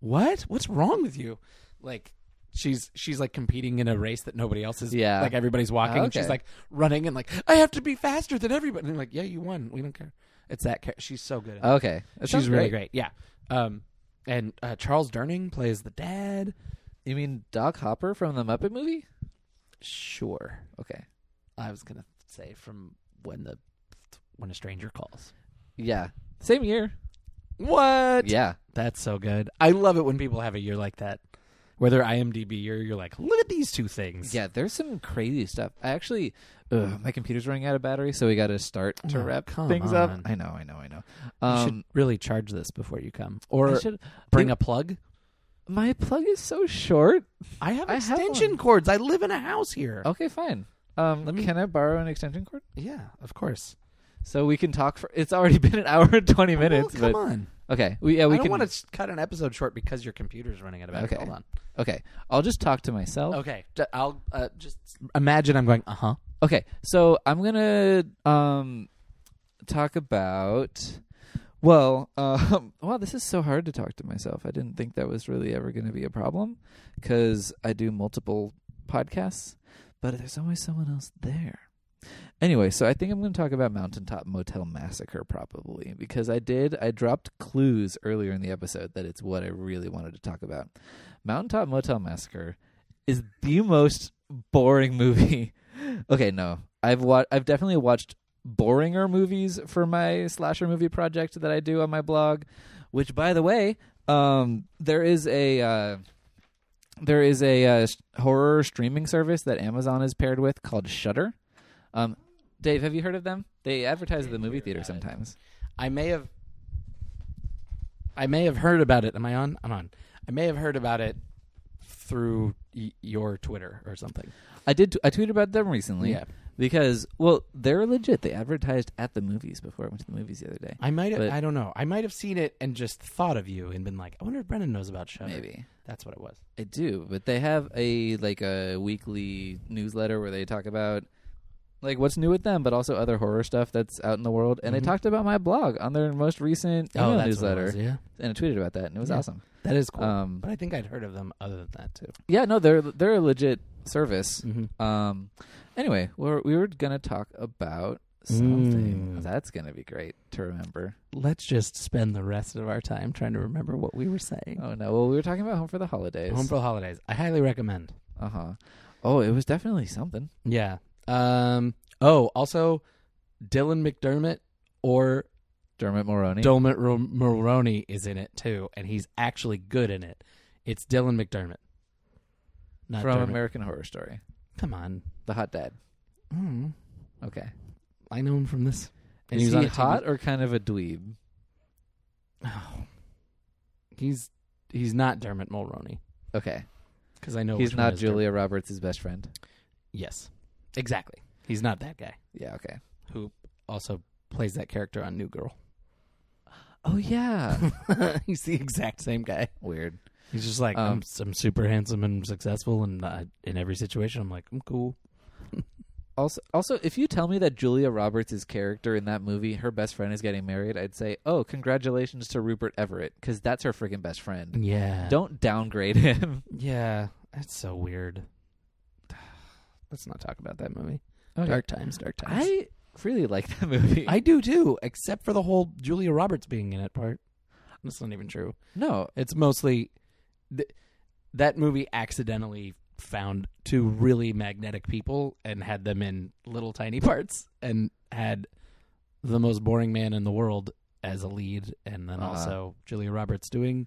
Speaker 2: what? What's wrong with you? Like she's she's like competing in a race that nobody else is
Speaker 3: Oh, Yeah.
Speaker 2: like everybody's walking and she's
Speaker 3: Okay.
Speaker 2: like running and like, I have to be faster than everybody. And like, yeah, you won. We don't care. It's that care. she's so good. at it.
Speaker 3: okay. That sounds
Speaker 2: she's really great. Yeah. Um and uh, Charles Durning plays the dad.
Speaker 3: You mean Doc Hopper from the Muppet movie?
Speaker 2: Sure.
Speaker 3: Okay.
Speaker 2: I was gonna say from when the when a stranger calls.
Speaker 3: Yeah. Same year.
Speaker 2: What?
Speaker 3: Yeah.
Speaker 2: That's so good. I love it when people have a year like that. Whether IMDb year, you're like, look at these two things.
Speaker 3: Yeah, there's some crazy stuff. I actually, ugh, my computer's running out of battery, so we got to start to
Speaker 2: Oh,
Speaker 3: wrap
Speaker 2: come
Speaker 3: things up.
Speaker 2: on.
Speaker 3: I know, I know, I know.
Speaker 2: You
Speaker 3: Um,
Speaker 2: should really charge this before you come,
Speaker 3: I
Speaker 2: or
Speaker 3: should-
Speaker 2: bring a plug.
Speaker 3: my plug is so short.
Speaker 2: I have Oh.
Speaker 3: I have
Speaker 2: extension
Speaker 3: one.
Speaker 2: cords. I live in a house here.
Speaker 3: Okay, fine. Um,
Speaker 2: Let me-
Speaker 3: can I borrow an extension cord
Speaker 2: Yeah, of course.
Speaker 3: so we can talk for? It's already been an hour and twenty minutes,
Speaker 2: Well, Oh, come on.
Speaker 3: but okay, we yeah
Speaker 2: I
Speaker 3: we
Speaker 2: don't
Speaker 3: can.
Speaker 2: want to cut an episode short because your computer's running out of battery.
Speaker 3: Okay.
Speaker 2: Hold on.
Speaker 3: Okay, I'll just talk to myself.
Speaker 2: Okay, J- I'll uh, just imagine I'm going. Uh huh.
Speaker 3: Okay, so I'm gonna um talk about well, um, wow, this is so hard to talk to myself. I didn't think that was really ever going to be a problem because I do multiple podcasts, but there's always someone else there. Anyway, so I think I'm going to talk about Mountaintop Motel Massacre probably because I did I dropped clues earlier in the episode that it's what I really wanted to talk about. Mountaintop Motel Massacre is the most boring movie. okay, no. I've wa- I've definitely watched boringer movies for my slasher movie project that I do on my blog, which by the way, um there is a uh there is a uh, s- horror streaming service that Amazon is paired with called Shudder. Um Dave, have you heard of them? They advertise at the movie theater sometimes.
Speaker 2: I may have I may have heard about it. Am I on? I'm on. I may have heard about it through y- your Twitter or something.
Speaker 3: I did t- I tweeted about them recently.
Speaker 2: Yeah.
Speaker 3: Because well, they're legit. They advertised at the movies before I went to the movies the other day.
Speaker 2: I might have,
Speaker 3: But-
Speaker 2: I don't know. I might have seen it and just thought of you and been like, I wonder if Brennan knows about Shudder.
Speaker 3: Maybe.
Speaker 2: That's what it was.
Speaker 3: I do, but they have a like a weekly newsletter where they talk about like what's new with them, but also other horror stuff that's out in the world. And
Speaker 2: Mhm.
Speaker 3: they talked about my blog on their most recent email
Speaker 2: Oh, that's
Speaker 3: Oh, newsletter,
Speaker 2: What it was, yeah.
Speaker 3: and I tweeted about that, and it was
Speaker 2: Yeah.
Speaker 3: awesome.
Speaker 2: That is cool.
Speaker 3: Um,
Speaker 2: but I think I'd heard of them other than that too.
Speaker 3: yeah, no, they're they're a legit service.
Speaker 2: Mm-hmm.
Speaker 3: Um, anyway, we're, we were gonna talk about something
Speaker 2: Mm.
Speaker 3: that's gonna be great to remember.
Speaker 2: Let's just spend the rest of our time trying to remember what we were saying.
Speaker 3: Oh no, well we were talking about Home for the Holidays. Uh-huh.
Speaker 2: Home for the holidays. I highly recommend.
Speaker 3: uh huh. Oh, it was definitely something.
Speaker 2: Yeah. Um. Oh, also, Dylan McDermott or
Speaker 3: Dermot Mulroney.
Speaker 2: Dermot Ro- Mulroney is in it too, and he's actually good in it. It's Dylan McDermott. Not
Speaker 3: from
Speaker 2: Dermot.
Speaker 3: American Horror Story.
Speaker 2: Come on.
Speaker 3: The hot dad.
Speaker 2: Mm,
Speaker 3: Okay.
Speaker 2: I know him from this. And
Speaker 3: Is
Speaker 2: was on
Speaker 3: he
Speaker 2: a TV
Speaker 3: hot or kind of a dweeb?
Speaker 2: He's he's not Dermot Mulroney
Speaker 3: Okay.
Speaker 2: because I know
Speaker 3: He's
Speaker 2: which one
Speaker 3: not
Speaker 2: is Dermot.
Speaker 3: Julia Roberts' best friend.
Speaker 2: Yes, exactly. He's not that guy
Speaker 3: Yeah, okay.
Speaker 2: who also plays that character on New Girl.
Speaker 3: Oh yeah.
Speaker 2: he's the exact same guy.
Speaker 3: Weird.
Speaker 2: He's just like
Speaker 3: Um,
Speaker 2: I'm, I'm super handsome and successful, and uh, in every situation, I'm like I'm cool.
Speaker 3: Also also if you tell me that Julia Roberts' character in that movie, her best friend is getting married, I'd say, "Oh, congratulations to Rupert Everett cuz that's her freaking best friend."
Speaker 2: Yeah.
Speaker 3: Don't downgrade him.
Speaker 2: Yeah, that's so weird. Let's not talk about that movie.
Speaker 3: Okay.
Speaker 2: Dark times, dark times.
Speaker 3: I really like that movie.
Speaker 2: I do too, except for the whole Julia Roberts being in it part. That's not even true.
Speaker 3: no,
Speaker 2: It's mostly th- that movie accidentally found two really magnetic people and had them in little tiny parts and had the most boring man in the world as a lead and then
Speaker 3: Uh-huh.
Speaker 2: also Julia Roberts doing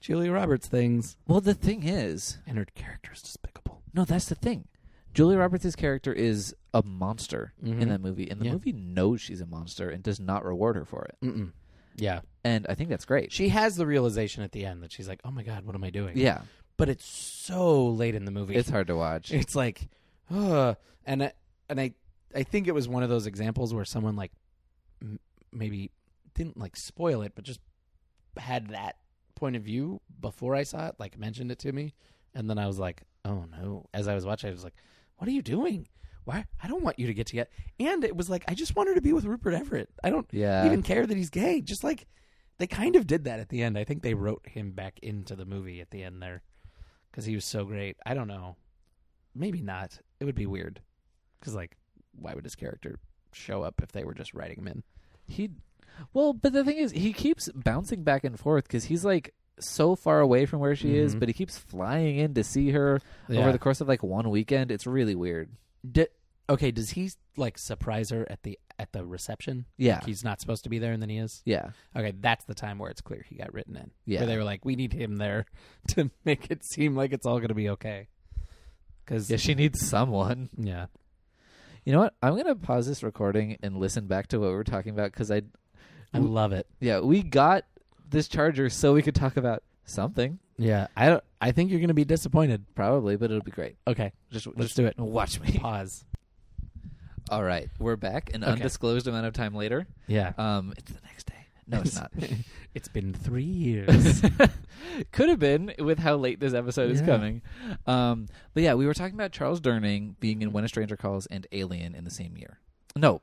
Speaker 2: Julia Roberts things
Speaker 3: Well, the thing is,
Speaker 2: and her character is despicable.
Speaker 3: no, that's the thing. Julia Roberts' character is a monster in
Speaker 2: Mhm.
Speaker 3: that movie, and the
Speaker 2: Yeah.
Speaker 3: movie knows she's a monster and does not reward her for it.
Speaker 2: Mm-mm. Yeah.
Speaker 3: And I think that's great.
Speaker 2: She has the realization at the end that she's like, "Oh my god, what am I doing?"
Speaker 3: yeah,
Speaker 2: but it's so late in the movie.
Speaker 3: it's hard to watch.
Speaker 2: It's like, ugh. and I, and I I think it was one of those examples where someone like m- maybe didn't like spoil it, but just had that point of view before I saw it, like mentioned it to me, and then I was like, "Oh no!" As I was watching, I was like, "What are you doing?" Why? I don't want you to get together. And it was like I just want her to be with Rupert Everett. I don't
Speaker 3: Yeah.
Speaker 2: even care that he's gay. Just like they kind of did that at the end. I think they wrote him back into the movie at the end there because he was so great. I don't know. Maybe not. It would be weird because like why would his character show up if they were just writing him in?
Speaker 3: He, well, but the thing is, he keeps bouncing back and forth because he's like so far away from where she is,
Speaker 2: Mhm.
Speaker 3: but he keeps flying in to see her over the course of like one weekend. It's really weird.
Speaker 2: D- okay, does he like surprise her at the at the reception?
Speaker 3: Yeah,
Speaker 2: Like, he's not supposed to be there, and then he is.
Speaker 3: yeah,
Speaker 2: Okay, that's the time where it's clear he got written in.
Speaker 3: Yeah.
Speaker 2: Where they were like, we need him there to make it seem like it's all going to be okay. Because,
Speaker 3: yeah.
Speaker 2: yeah.
Speaker 3: She needs someone. You know what? I'm gonna pause this recording and listen back to what we were talking about because I
Speaker 2: I
Speaker 3: Ooh.
Speaker 2: love it.
Speaker 3: Yeah, we got this charger so we could talk about something,
Speaker 2: Yeah. I, don't, I think you're going to be disappointed.
Speaker 3: probably, but it'll be great.
Speaker 2: Okay,
Speaker 3: Just
Speaker 2: let's
Speaker 3: just
Speaker 2: do it.
Speaker 3: Watch me.
Speaker 2: Pause.
Speaker 3: All right, we're back an
Speaker 2: Okay.
Speaker 3: undisclosed amount of time later.
Speaker 2: Yeah.
Speaker 3: Um, it's the next day. No, it's not.
Speaker 2: it's been three years.
Speaker 3: Could have been with how late this episode is
Speaker 2: Yeah.
Speaker 3: coming. Um, but yeah, we were talking about Charles Durning being in When a Stranger Calls and Alien in the same year. No,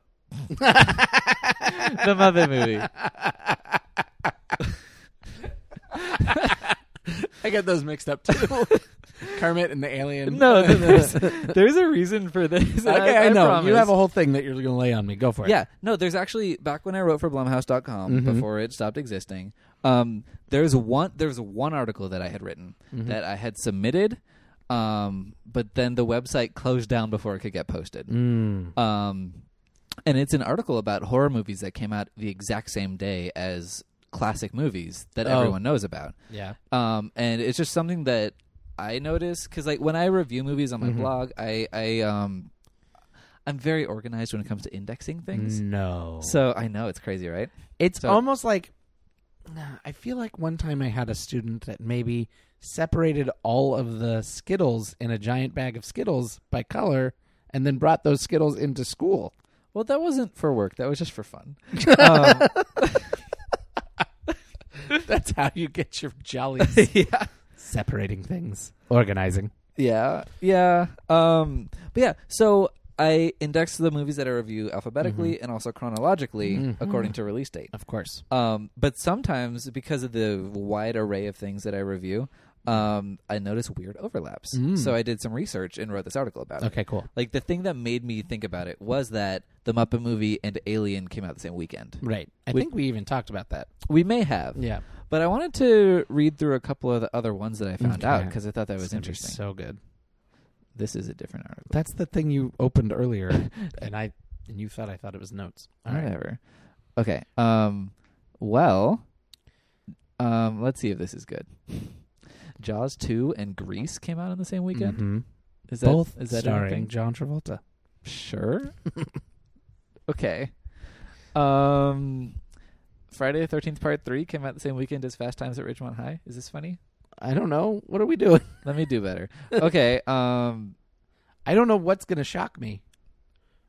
Speaker 3: the Mother movie.
Speaker 2: I get those mixed up too. Kermit and the alien.
Speaker 3: No, there's, there's a reason for this. and
Speaker 2: okay, I, know. You
Speaker 3: promise.
Speaker 2: have a whole thing that you're going to lay on me. Go for it.
Speaker 3: Yeah, no, there's actually back when I wrote for Blumhouse.com
Speaker 2: Mhm.
Speaker 3: before it stopped existing. Um, there's one there's one article that I had written
Speaker 2: Mm-hmm.
Speaker 3: that I had submitted, um, but then the website closed down before it could get posted.
Speaker 2: Mm.
Speaker 3: Um, and it's an article about horror movies that came out the exact same day as classic movies that
Speaker 2: Oh.
Speaker 3: everyone knows about.
Speaker 2: Yeah.
Speaker 3: Um, and it's just something that I notice because, like, when I review movies on my
Speaker 2: Mhm.
Speaker 3: blog, I, I, um, I'm very organized when it comes to indexing things.
Speaker 2: No.
Speaker 3: So I know it's crazy, right?
Speaker 2: It's
Speaker 3: So-
Speaker 2: almost like Nah, I feel like one time I had a student that maybe separated all of the Skittles in a giant bag of Skittles by color and then brought those Skittles into school.
Speaker 3: Well, that wasn't for work. That was just for fun. Um,
Speaker 2: That's how you get your jollies.
Speaker 3: yeah,
Speaker 2: Separating things, organizing.
Speaker 3: yeah, yeah. Um, but yeah, so I index the movies that I review alphabetically
Speaker 2: Mm-hmm.
Speaker 3: and also chronologically
Speaker 2: Mhm.
Speaker 3: according to release date.
Speaker 2: Of course.
Speaker 3: Um, but sometimes because of the wide array of things that I review, um, I notice weird overlaps.
Speaker 2: Mm.
Speaker 3: So I did some research and wrote this article about it.
Speaker 2: Okay, cool.
Speaker 3: Like the thing that made me think about it was that the Muppet movie and Alien came out the same weekend.
Speaker 2: Right. I
Speaker 3: We-
Speaker 2: think we even talked about that.
Speaker 3: We may have.
Speaker 2: Yeah.
Speaker 3: But I wanted to read through a couple of the other ones that I found
Speaker 2: Okay.
Speaker 3: out because I thought that
Speaker 2: That
Speaker 3: was interesting.
Speaker 2: So good.
Speaker 3: this is a different article.
Speaker 2: That's the thing you opened earlier, and I and you thought I thought it was notes. All right.
Speaker 3: Whatever. Okay. Um. Well. Um. Let's see if this is good. Jaws two and Grease came out on the same weekend.
Speaker 2: Mhm.
Speaker 3: Is that
Speaker 2: Both
Speaker 3: is that
Speaker 2: starring
Speaker 3: anything?
Speaker 2: John Travolta.
Speaker 3: Sure. okay. Um. Friday the Thirteenth Part Three came out the same weekend as Fast Times at Ridgemont High. Is this funny?
Speaker 2: I don't know. What are we doing?
Speaker 3: Let me do better. Okay. Um.
Speaker 2: I don't know what's going to shock me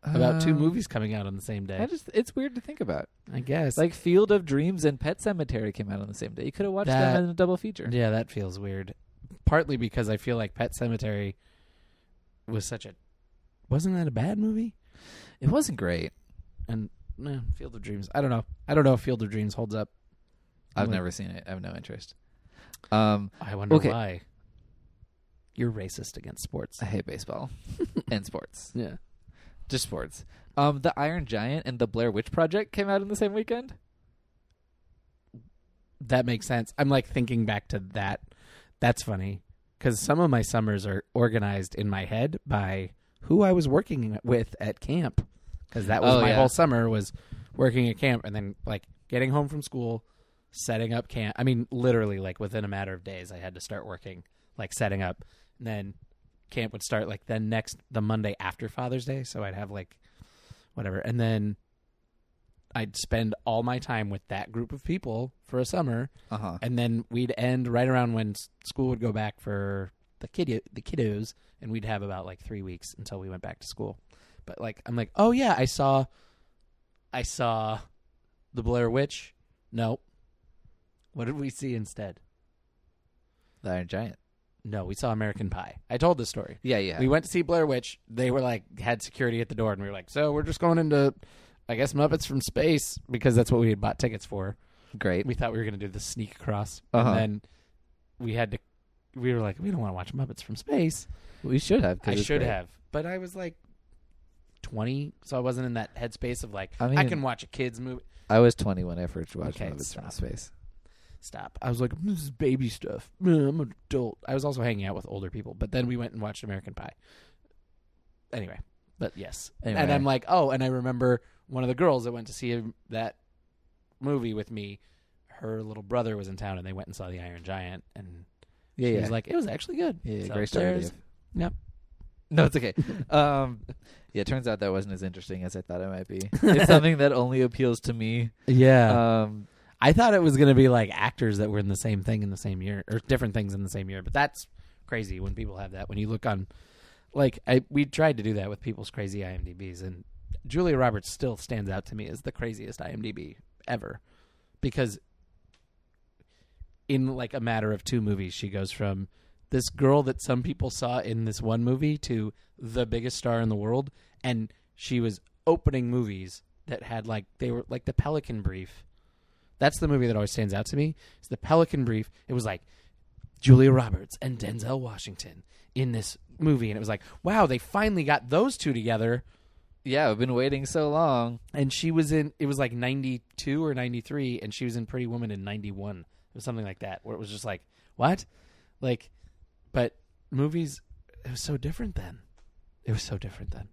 Speaker 2: about two
Speaker 3: um,
Speaker 2: movies coming out on the same day.
Speaker 3: I just it's weird to think about.
Speaker 2: I guess.
Speaker 3: Like Field of Dreams and Pet Cemetery came out on the same day. You could have watched
Speaker 2: That-
Speaker 3: them in a double feature.
Speaker 2: yeah, that feels weird. Partly because I feel like Pet Cemetery was such a wasn't that a bad movie?
Speaker 3: It wasn't great.
Speaker 2: And eh, Field of Dreams. I don't know. I don't know if Field of Dreams holds up.
Speaker 3: I've
Speaker 2: Like-
Speaker 3: never seen it. I have no interest. Um,
Speaker 2: I wonder
Speaker 3: Okay.
Speaker 2: why. You're racist against sports.
Speaker 3: I hate baseball and sports,
Speaker 2: Yeah.
Speaker 3: just sports. Um, the Iron Giant and the Blair Witch Project came out in the same weekend.
Speaker 2: That makes sense. I'm like thinking back to that. That's funny because some of my summers are organized in my head by who I was working with at camp. Because that was
Speaker 3: Oh,
Speaker 2: my
Speaker 3: yeah.
Speaker 2: whole summer was working at camp and then like getting home from school, setting up camp. I mean, literally like within a matter of days, I had to start working, like setting up. And then camp would start like the next the Monday after Father's Day, so I'd have like whatever, and then I'd spend all my time with that group of people for a summer,
Speaker 3: Uh huh.
Speaker 2: and then we'd end right around when s- school would go back for the kid the kiddos, and we'd have about like three weeks until we went back to school. But like I'm like, oh yeah, I saw, I saw, the Blair Witch. No, what did we see instead?
Speaker 3: The Iron Giant.
Speaker 2: No, we saw American Pie. I told this story.
Speaker 3: Yeah, yeah.
Speaker 2: We went to see Blair Witch. They were like had security at the door, and we were like, so we're just going into, I guess Muppets from Space because that's what we had bought tickets for.
Speaker 3: great.
Speaker 2: We thought we were going to do the sneak across,
Speaker 3: Uh-huh.
Speaker 2: and then we had to. We were like, we don't want to watch Muppets from Space.
Speaker 3: We should have. 'cause
Speaker 2: I
Speaker 3: it's
Speaker 2: should
Speaker 3: great.
Speaker 2: have, but I was like twenty, so I wasn't in that headspace of like
Speaker 3: I
Speaker 2: I,
Speaker 3: mean-
Speaker 2: can watch a kids movie.
Speaker 3: I was 20 when I first watched
Speaker 2: Okay,
Speaker 3: Muppets from
Speaker 2: stop.
Speaker 3: Space.
Speaker 2: Stop. I was like, this is baby stuff. Mm, I'm an adult. I was also hanging out with older people, but then we went and watched American Pie. Anyway, but yes. And
Speaker 3: Anyway.
Speaker 2: I'm like, oh, and I remember one of the girls that went to see him- that movie with me, her little brother was in town and they went and saw The Iron Giant. And
Speaker 3: Yeah,
Speaker 2: she
Speaker 3: yeah.
Speaker 2: was like, it was actually good.
Speaker 3: yeah, yeah,
Speaker 2: So
Speaker 3: great story.
Speaker 2: there's-
Speaker 3: Dave.
Speaker 2: Yep.
Speaker 3: No, it's okay. um, yeah, it turns out that wasn't as interesting as I thought it might be. It's something that only appeals to me.
Speaker 2: Yeah.
Speaker 3: Um,
Speaker 2: I thought it was going to be like actors that were in the same thing in the same year or different things in the same year, but that's crazy when people have that. When you look on, like, I, we tried to do that with people's crazy IMDb's, and Julia Roberts still stands out to me as the craziest IMDb ever because in like a matter of two movies, she goes from this girl that some people saw in this one movie to the biggest star in the world, and she was opening movies that had like they were like the Pelican Brief. That's the movie that always stands out to me. It's the Pelican Brief. It was like Julia Roberts and Denzel Washington in this movie, and it was like, wow, they finally got those two together.
Speaker 3: yeah, I've been waiting so long.
Speaker 2: And she was in. It was like ninety two or ninety three, and she was in Pretty Woman in ninety one. It was something like that, where it was just like, what, like, but movies. It was so different then. It was so different then.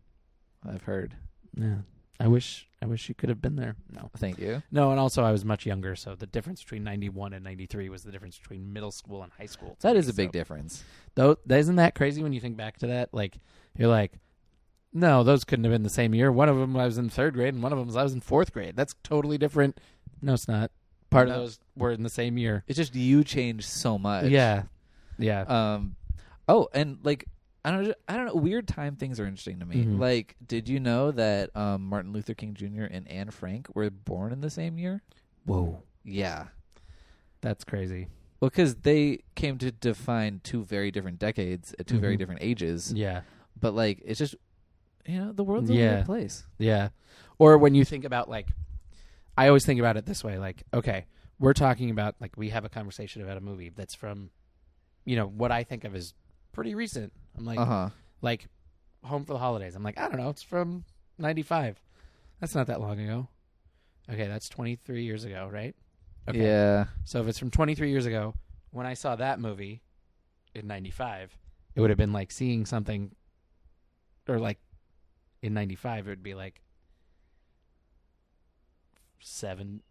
Speaker 3: I've heard.
Speaker 2: Yeah. I wish. I wish you could have been there. No.
Speaker 3: Thank you.
Speaker 2: No, and also I was much younger, so the difference between '91 and '93 was the difference between middle school and high school.
Speaker 3: That is a big difference.
Speaker 2: Though, isn't that crazy when you think back to that? Like, you're like, no, those couldn't have been the same year. One of them I was in third grade, and one of them I was in fourth grade. That's totally different. No, it's not. Part of
Speaker 3: No.
Speaker 2: those were in the same year. Uh,
Speaker 3: It's just you change so much.
Speaker 2: Yeah, yeah.
Speaker 3: Um. Oh, and like I don't. I don't know. Weird time things are interesting to me.
Speaker 2: Mhm.
Speaker 3: Like, did you know that um, Martin Luther King Jr. and Anne Frank were born in the same year?
Speaker 2: Whoa,
Speaker 3: Yeah.
Speaker 2: that's crazy.
Speaker 3: Well, because they came to define two very different decades at 2 very
Speaker 2: Mhm.
Speaker 3: different ages.
Speaker 2: Yeah,
Speaker 3: But like, it's just you know the world's a weird
Speaker 2: Yeah.
Speaker 3: place.
Speaker 2: Yeah. Or when you think about like I always think about it this way, like, okay, we're talking about like we have a conversation about a movie that's from you know, what I think of as pretty recent. I'm like
Speaker 3: Uh huh.
Speaker 2: like Home for the Holidays. I'm like, I don't know, it's from ninety five. That's not that long ago. Okay, that's twenty three years ago, right? Okay.
Speaker 3: Yeah.
Speaker 2: So if it's from 23 years ago, when I saw that movie in 95, it would have been like seeing something or like in 95 it would be like seven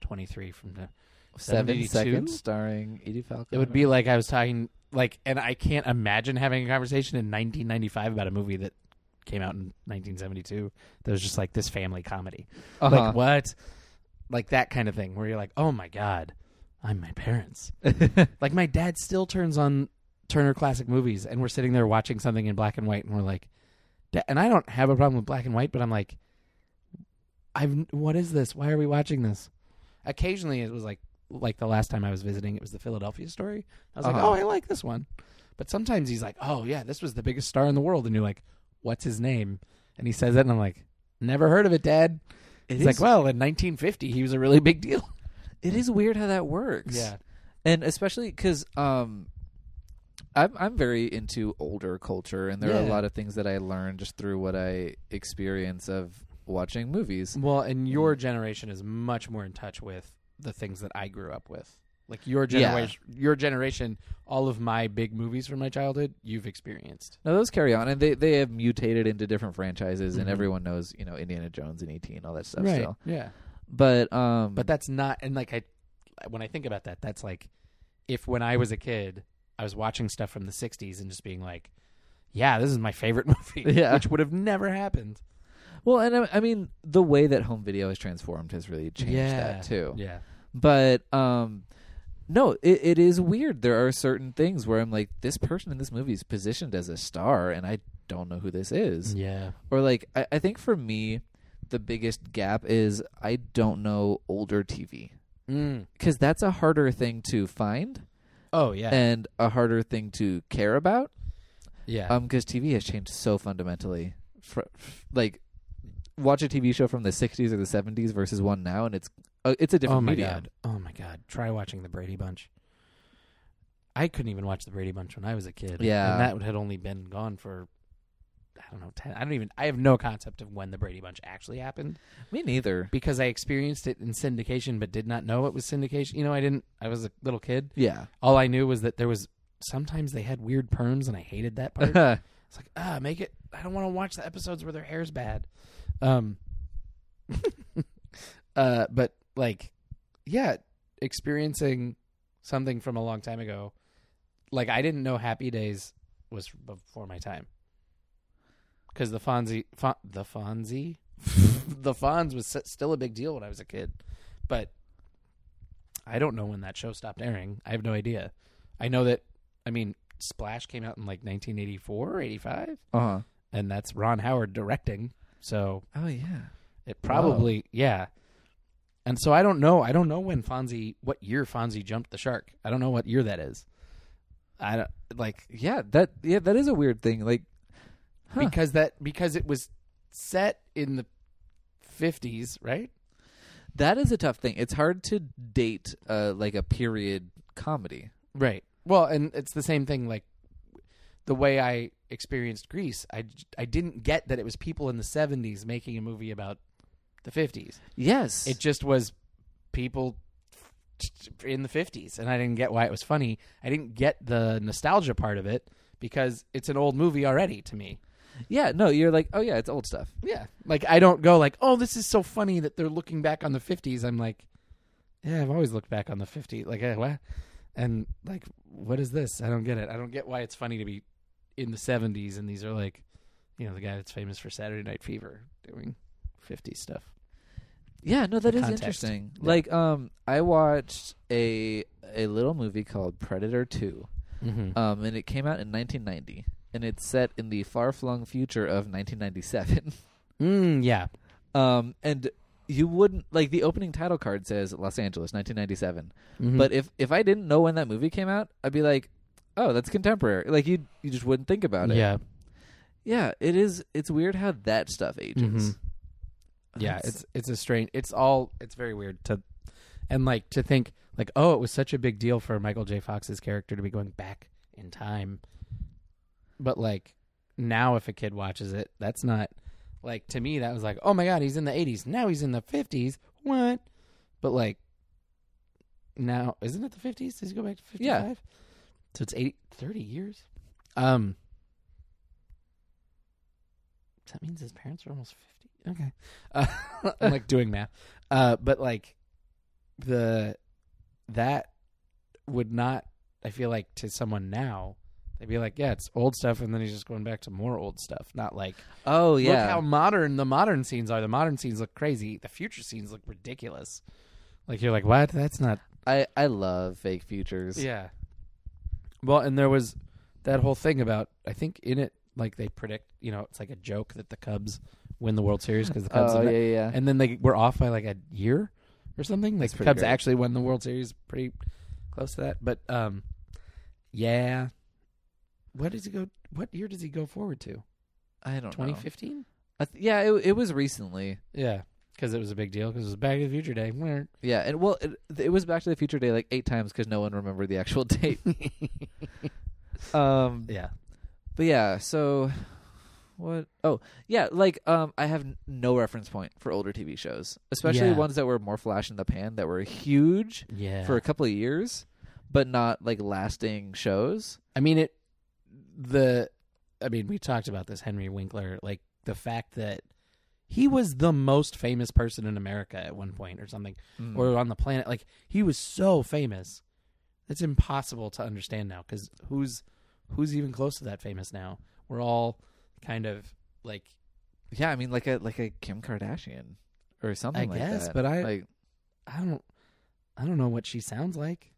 Speaker 2: twenty-three from the.
Speaker 3: Seven
Speaker 2: 72?
Speaker 3: seconds starring Edie Falco.
Speaker 2: It would be like I was talking like, and I can't imagine having a conversation in 1995 about a movie that came out in 1972 that was just like this family comedy.
Speaker 3: Uh-huh.
Speaker 2: Like what? Like that kind of thing where you're like, oh my god, I'm my parents. like my dad still turns on Turner Classic Movies, and we're sitting there watching something in black and white, and we're like, "Da- and I don't have a problem with black and white, but I'm like, I've what is this? Why are we watching this? Occasionally, it was like like the last time I was visiting, it was the Philadelphia Story. I was like,
Speaker 3: Uh-huh.
Speaker 2: oh, I like this one, but sometimes he's like, oh yeah, this was the biggest star in the world, and you're like, what's his name? And he says it, and I'm like, never heard of it, Dad.
Speaker 3: It
Speaker 2: He's like,
Speaker 3: is-
Speaker 2: well, in 1950, he was a really big deal.
Speaker 3: it is weird how that works. and especially because um, I'm I'm very into older culture, and there are a
Speaker 2: Yeah.
Speaker 3: lot of things that I learn just through what I experience of watching movies.
Speaker 2: Well, and your generation is much more in touch with the things that I grew up with. Like your
Speaker 3: Yeah.
Speaker 2: generation, your generation, all of my big movies from my childhood, you've experienced.
Speaker 3: Now those carry on, and they they have mutated into different franchises, and
Speaker 2: Mhm.
Speaker 3: everyone knows you know Indiana Jones and ET and all that stuff. Still,
Speaker 2: Yeah.
Speaker 3: but um,
Speaker 2: But that's not, and like I, when I think about that, that's like, if when I was a kid, I was watching stuff from the '60s and just being like, "Yeah, this is my favorite movie,"
Speaker 3: Yeah.
Speaker 2: which would have never happened.
Speaker 3: well, and I, I mean the way that home video has transformed has really changed that too.
Speaker 2: Yeah.
Speaker 3: but um no it, it is weird there are certain things where i'm like this person in this movie is positioned as a star and i don't know who this is
Speaker 2: Yeah.
Speaker 3: or like I, I think for me the biggest gap is i don't know older tv
Speaker 2: Mm.
Speaker 3: because that's a harder thing to find
Speaker 2: Oh yeah.
Speaker 3: and a harder thing to care about
Speaker 2: yeah.
Speaker 3: um because tv has changed so fundamentally fr- f- like watch a tv show from the 60s or the 70s versus one now and it's uh, it's a different
Speaker 2: oh my
Speaker 3: medium
Speaker 2: god! Oh my god! Try watching the Brady Bunch. I couldn't even watch the Brady Bunch when I was a kid.
Speaker 3: Yeah.
Speaker 2: and that had only been gone for I don't know ten. I don't even. I have no concept of when the Brady Bunch actually happened
Speaker 3: me neither
Speaker 2: because I experienced it in syndication, but did not know it was syndication. You know, I didn't. I was a little kid.
Speaker 3: yeah
Speaker 2: All I knew was that there was sometimes they had weird perms, and I hated that part. It's like, ah, make it. I don't want to watch the episodes where their hair's bad. Um, uh, but like, yeah, experiencing something from a long time ago, like I didn't know Happy Days was before my time because the Fonzie, Fon, the Fonzie, the Fonz was s- still a big deal when I was a kid, but I don't know when that show stopped airing. I have no idea. I know that. I mean, Splash came out in like 1984 or 85,
Speaker 3: Uh-huh.
Speaker 2: and that's Ron Howard directing. So
Speaker 3: Oh yeah.
Speaker 2: it probably, yeah. And so I don't know. I don't know when Fonzie, what year Fonzie jumped the shark. I don't know what year that is. I don't like
Speaker 3: Yeah, that yeah, that is a weird thing. Like Huh.
Speaker 2: because that because it was set in the 50s, right?
Speaker 3: that is a tough thing. It's hard to date uh like a period comedy.
Speaker 2: Right. Well, and it's the same thing. Like the way I experienced Greece, I j- I didn't get that it was people in the 70s making a movie about the 50s.
Speaker 3: Yes.
Speaker 2: It just was people in the 50s and I didn't get why it was funny. I didn't get the nostalgia part of it because it's an old movie already to me.
Speaker 3: yeah, no, you're like, "Oh yeah, it's old stuff."
Speaker 2: Yeah. Like I don't go like, "Oh, this is so funny that they're looking back on the 50s." I'm like, "Yeah, I've always looked back on the 50s." Like, eh, what? And like, what is this? I don't get it. I don't get why it's funny to be in the 70s and these are like, you know, the guy that's famous for Saturday Night Fever doing 50s stuff.
Speaker 3: Yeah, no, that
Speaker 2: The
Speaker 3: is
Speaker 2: context.
Speaker 3: interesting.
Speaker 2: Yeah.
Speaker 3: Like um I watched a a little movie called Predator 2.
Speaker 2: Mm-hmm.
Speaker 3: Um and it came out in 1990 and it's set in the far-flung future of 1997.
Speaker 2: mm, yeah.
Speaker 3: um and you wouldn't like the opening title card says Los Angeles 1997.
Speaker 2: Mm-hmm. Hmm.
Speaker 3: But if if I didn't know when that movie came out, I'd be like, "Oh, that's contemporary." Like you you just wouldn't think about it.
Speaker 2: yeah.
Speaker 3: yeah. It is. It's weird how that stuff ages.
Speaker 2: Mhm. Yeah,
Speaker 3: That's-
Speaker 2: it's it's a strange. It's all it's very weird to, and like to think like oh it was such a big deal for Michael J. Fox's character to be going back in time, but like now if a kid watches it, that's not like to me that was like oh my god he's in the eighties now he's in the fifties what, but like now isn't it the fifties? Does he go back to fifty
Speaker 3: Yeah.
Speaker 2: five? So it's 80, 30 years. Um. that means his parents are almost 50 okay uh, i'm like doing math uh, but like the that would not i feel like to someone now they'd be like yeah it's old stuff and then he's just going back to more old stuff not like
Speaker 4: Oh
Speaker 2: look
Speaker 4: yeah.
Speaker 2: how modern the modern scenes are the modern scenes look crazy the future scenes look ridiculous like you're like what that's not
Speaker 3: I I love fake futures.
Speaker 2: yeah. Well, and there was that whole thing about I think in it like they predict you know it's like a joke that the Cubs win the World Series because the Cubs
Speaker 3: Oh
Speaker 2: have
Speaker 3: yeah,
Speaker 2: not-
Speaker 3: yeah, yeah.
Speaker 2: and then they were off by like a year or something. Like the
Speaker 3: pretty
Speaker 2: Cubs
Speaker 3: great.
Speaker 2: actually won the World Series pretty close to that, but um, yeah. What does he go? What year does he go forward to?
Speaker 3: I don't
Speaker 2: Twenty
Speaker 3: know.
Speaker 2: fifteen?
Speaker 3: I th- yeah, it it was recently.
Speaker 2: Yeah, because it was a big deal because it was Back to the Future Day. Where
Speaker 3: Yeah, and well, it, it was Back to the Future Day like eight times because no one remembered the actual date. um,
Speaker 2: yeah,
Speaker 3: but yeah, so what? Oh, yeah, like um, I have n- no reference point for older TV shows, especially
Speaker 2: Yeah.
Speaker 3: ones that were more flash in the pan that were huge
Speaker 2: yeah.
Speaker 3: for a couple of years, but not like lasting shows.
Speaker 2: I mean it the I mean we talked about this Henry Winkler like the fact that he was the most famous person in America at one point or something
Speaker 3: Or
Speaker 2: or on the planet like he was so famous it's impossible to understand now cuz who's who's even close to that famous now we're all kind of like
Speaker 3: yeah, I mean like a like a Kim Kardashian or something. like
Speaker 2: guess,
Speaker 3: that.
Speaker 2: but I-
Speaker 3: like
Speaker 2: I don't I don't know what she sounds like.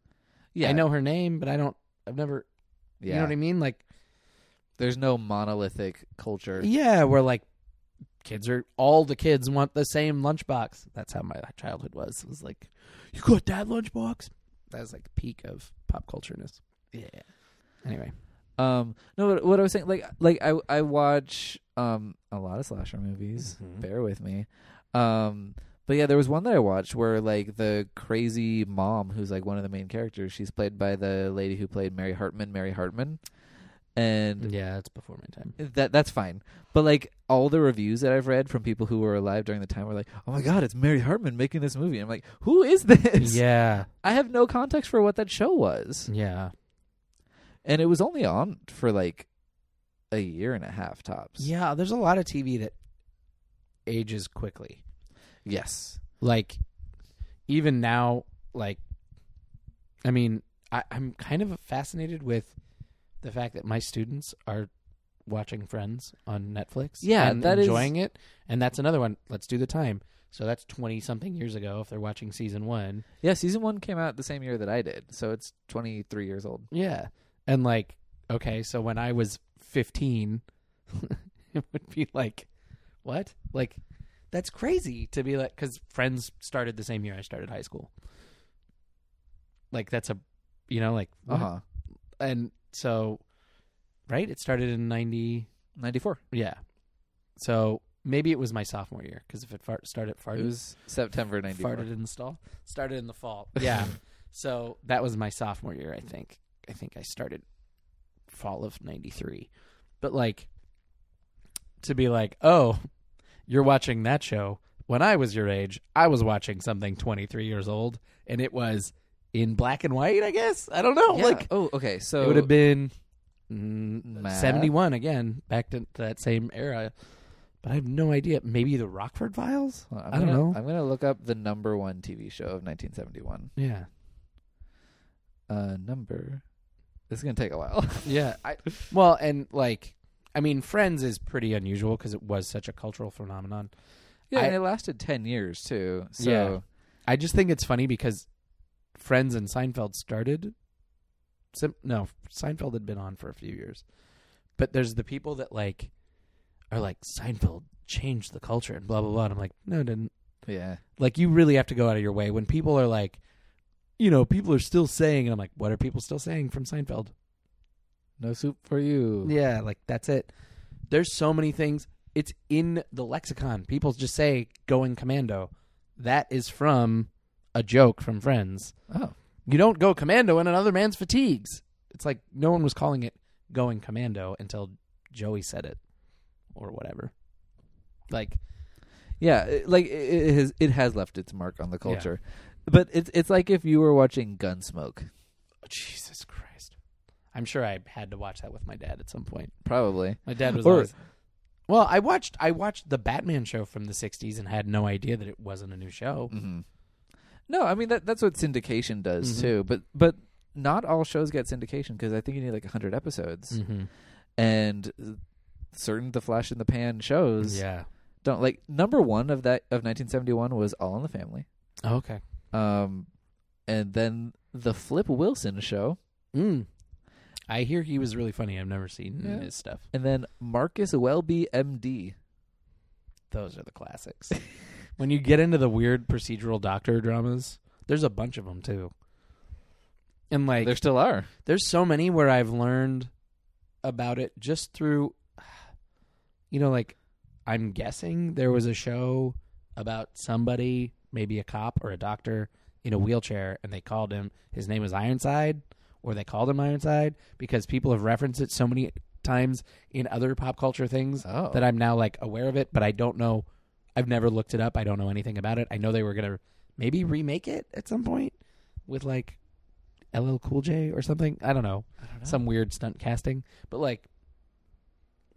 Speaker 3: yeah
Speaker 2: I know her name, but I don't I've never
Speaker 3: yeah.
Speaker 2: you know what I mean like
Speaker 3: There's no monolithic culture.
Speaker 2: Yeah, where like kids are all the kids want the same lunchbox. That's how my childhood was. It was like, you got that lunchbox. That was like the peak of pop cultureness.
Speaker 3: Yeah.
Speaker 2: Anyway,
Speaker 3: Um, no, what, what I was saying, like, like I I watch um a lot of slasher movies.
Speaker 2: Mm-hmm.
Speaker 3: Bear with me. Um, but yeah, there was one that I watched where like the crazy mom who's like one of the main characters. She's played by the lady who played Mary Hartman. Mary Hartman, and
Speaker 2: yeah, that's before my time.
Speaker 3: that that's fine. But like all the reviews that I've read from people who were alive during the time were like, "Oh my god, it's Mary Hartman making this movie." I'm like, "Who is this?"
Speaker 2: Yeah, Mm.
Speaker 3: I have no context for what that show was.
Speaker 2: yeah,
Speaker 3: and it was only on for like a year and a half tops.
Speaker 2: yeah. There's a lot of TV that ages quickly.
Speaker 3: Yes.
Speaker 2: Like, even now, like, I mean, I, I'm kind of fascinated with the fact that my students are watching Friends on Netflix.
Speaker 3: Yeah,
Speaker 2: and
Speaker 3: that is-
Speaker 2: enjoying it. And that's another one. Let's do the time. So that's twenty something years ago. If they're watching season one,
Speaker 3: Yeah, season one came out the same year that I did, so it's twenty three years old.
Speaker 2: yeah, and like, okay, so when I was fifteen, it would be like, what? Like, that's crazy to be like, because Friends started the same year I started high school. Like that's a, you know, like
Speaker 3: Uh
Speaker 2: what?
Speaker 3: huh.
Speaker 2: and so, right? It started in ninety.
Speaker 3: Ninety four.
Speaker 2: Yeah. So maybe it was my sophomore year because if it fart, started farted,
Speaker 3: It was September ninety four.
Speaker 2: farted in the stall, started in the fall. Yeah. so that was my sophomore year, I think. I think I started fall of '93, but like to be like, oh, you're watching that show. When I was your age, I was watching something 23 years old, and it was in black and white. I guess I don't know.
Speaker 3: Yeah.
Speaker 2: Like
Speaker 3: oh, okay. So
Speaker 2: it would have been mm,
Speaker 3: Math?
Speaker 2: 71 again, back to that same era. But I have no idea. Maybe the Rockford Files?
Speaker 3: Well, I'm
Speaker 2: I don't
Speaker 3: gonna-
Speaker 2: know.
Speaker 3: I'm gonna look up the number one TV show of nineteen seventy one.
Speaker 2: yeah.
Speaker 3: Uh, number. This is gonna take a while.
Speaker 2: Yeah. I, well, and like, I mean, Friends is pretty unusual because it was such a cultural phenomenon.
Speaker 3: yeah,
Speaker 2: I-
Speaker 3: and it lasted ten years too. So
Speaker 2: Yeah. I just think it's funny because Friends and Seinfeld started. Sim- no, Seinfeld had been on for a few years, but there's the people that like are like Seinfeld changed the culture and blah blah blah. And I'm like, no, it didn't.
Speaker 3: yeah.
Speaker 2: like you really have to go out of your way when people are like you know people are still saying and i'm like what are people still saying from seinfeld
Speaker 3: No soup for you.
Speaker 2: yeah like that's it there's so many things it's in the lexicon people just say going commando that is from a joke from friends
Speaker 3: Oh.
Speaker 2: you don't go commando in another man's fatigues it's like no one was calling it going commando until joey said it or whatever like
Speaker 3: Yeah, it- like it- it has it has left its mark on the culture. But it's it's like if you were watching Gunsmoke,
Speaker 2: oh, jesus christ i'm sure i had to watch that with my dad at some point
Speaker 3: probably.
Speaker 2: My dad was
Speaker 3: Or-
Speaker 2: always, Well, I watched I watched the Batman show from the '60s and had no idea that it wasn't a new show.
Speaker 3: Mm-hmm. No, I mean that that's what syndication does
Speaker 2: Mhm.
Speaker 3: too. But but not all shows get syndication because I think you need like hundred episodes,
Speaker 2: Mm-hmm.
Speaker 3: and uh, certain the flash in the pan shows
Speaker 2: Yeah.
Speaker 3: don't like number one of that of 1971 was All in the Family,
Speaker 2: Oh, okay.
Speaker 3: um, and then the Flip Wilson show,
Speaker 2: Mm. I hear he was really funny. I've never seen
Speaker 3: Yeah.
Speaker 2: his stuff.
Speaker 3: and then Marcus Welby M.D.
Speaker 2: Those are the classics. when you get into the weird procedural doctor dramas, there's a bunch of them too. And like,
Speaker 3: there still are.
Speaker 2: there's so many where I've learned about it just through, you know, like I'm guessing there was a show about somebody, maybe a cop or a doctor in a wheelchair, and they called him, his name was Ironside, or they called him Ironside because people have referenced it so many times in other pop culture things
Speaker 3: Oh.
Speaker 2: that I'm now like aware of it, but I don't know. I've never looked it up. I don't know anything about it. I know they were going to maybe remake it at some point with like LL Cool J or something. I don't know. Some weird stunt casting. But like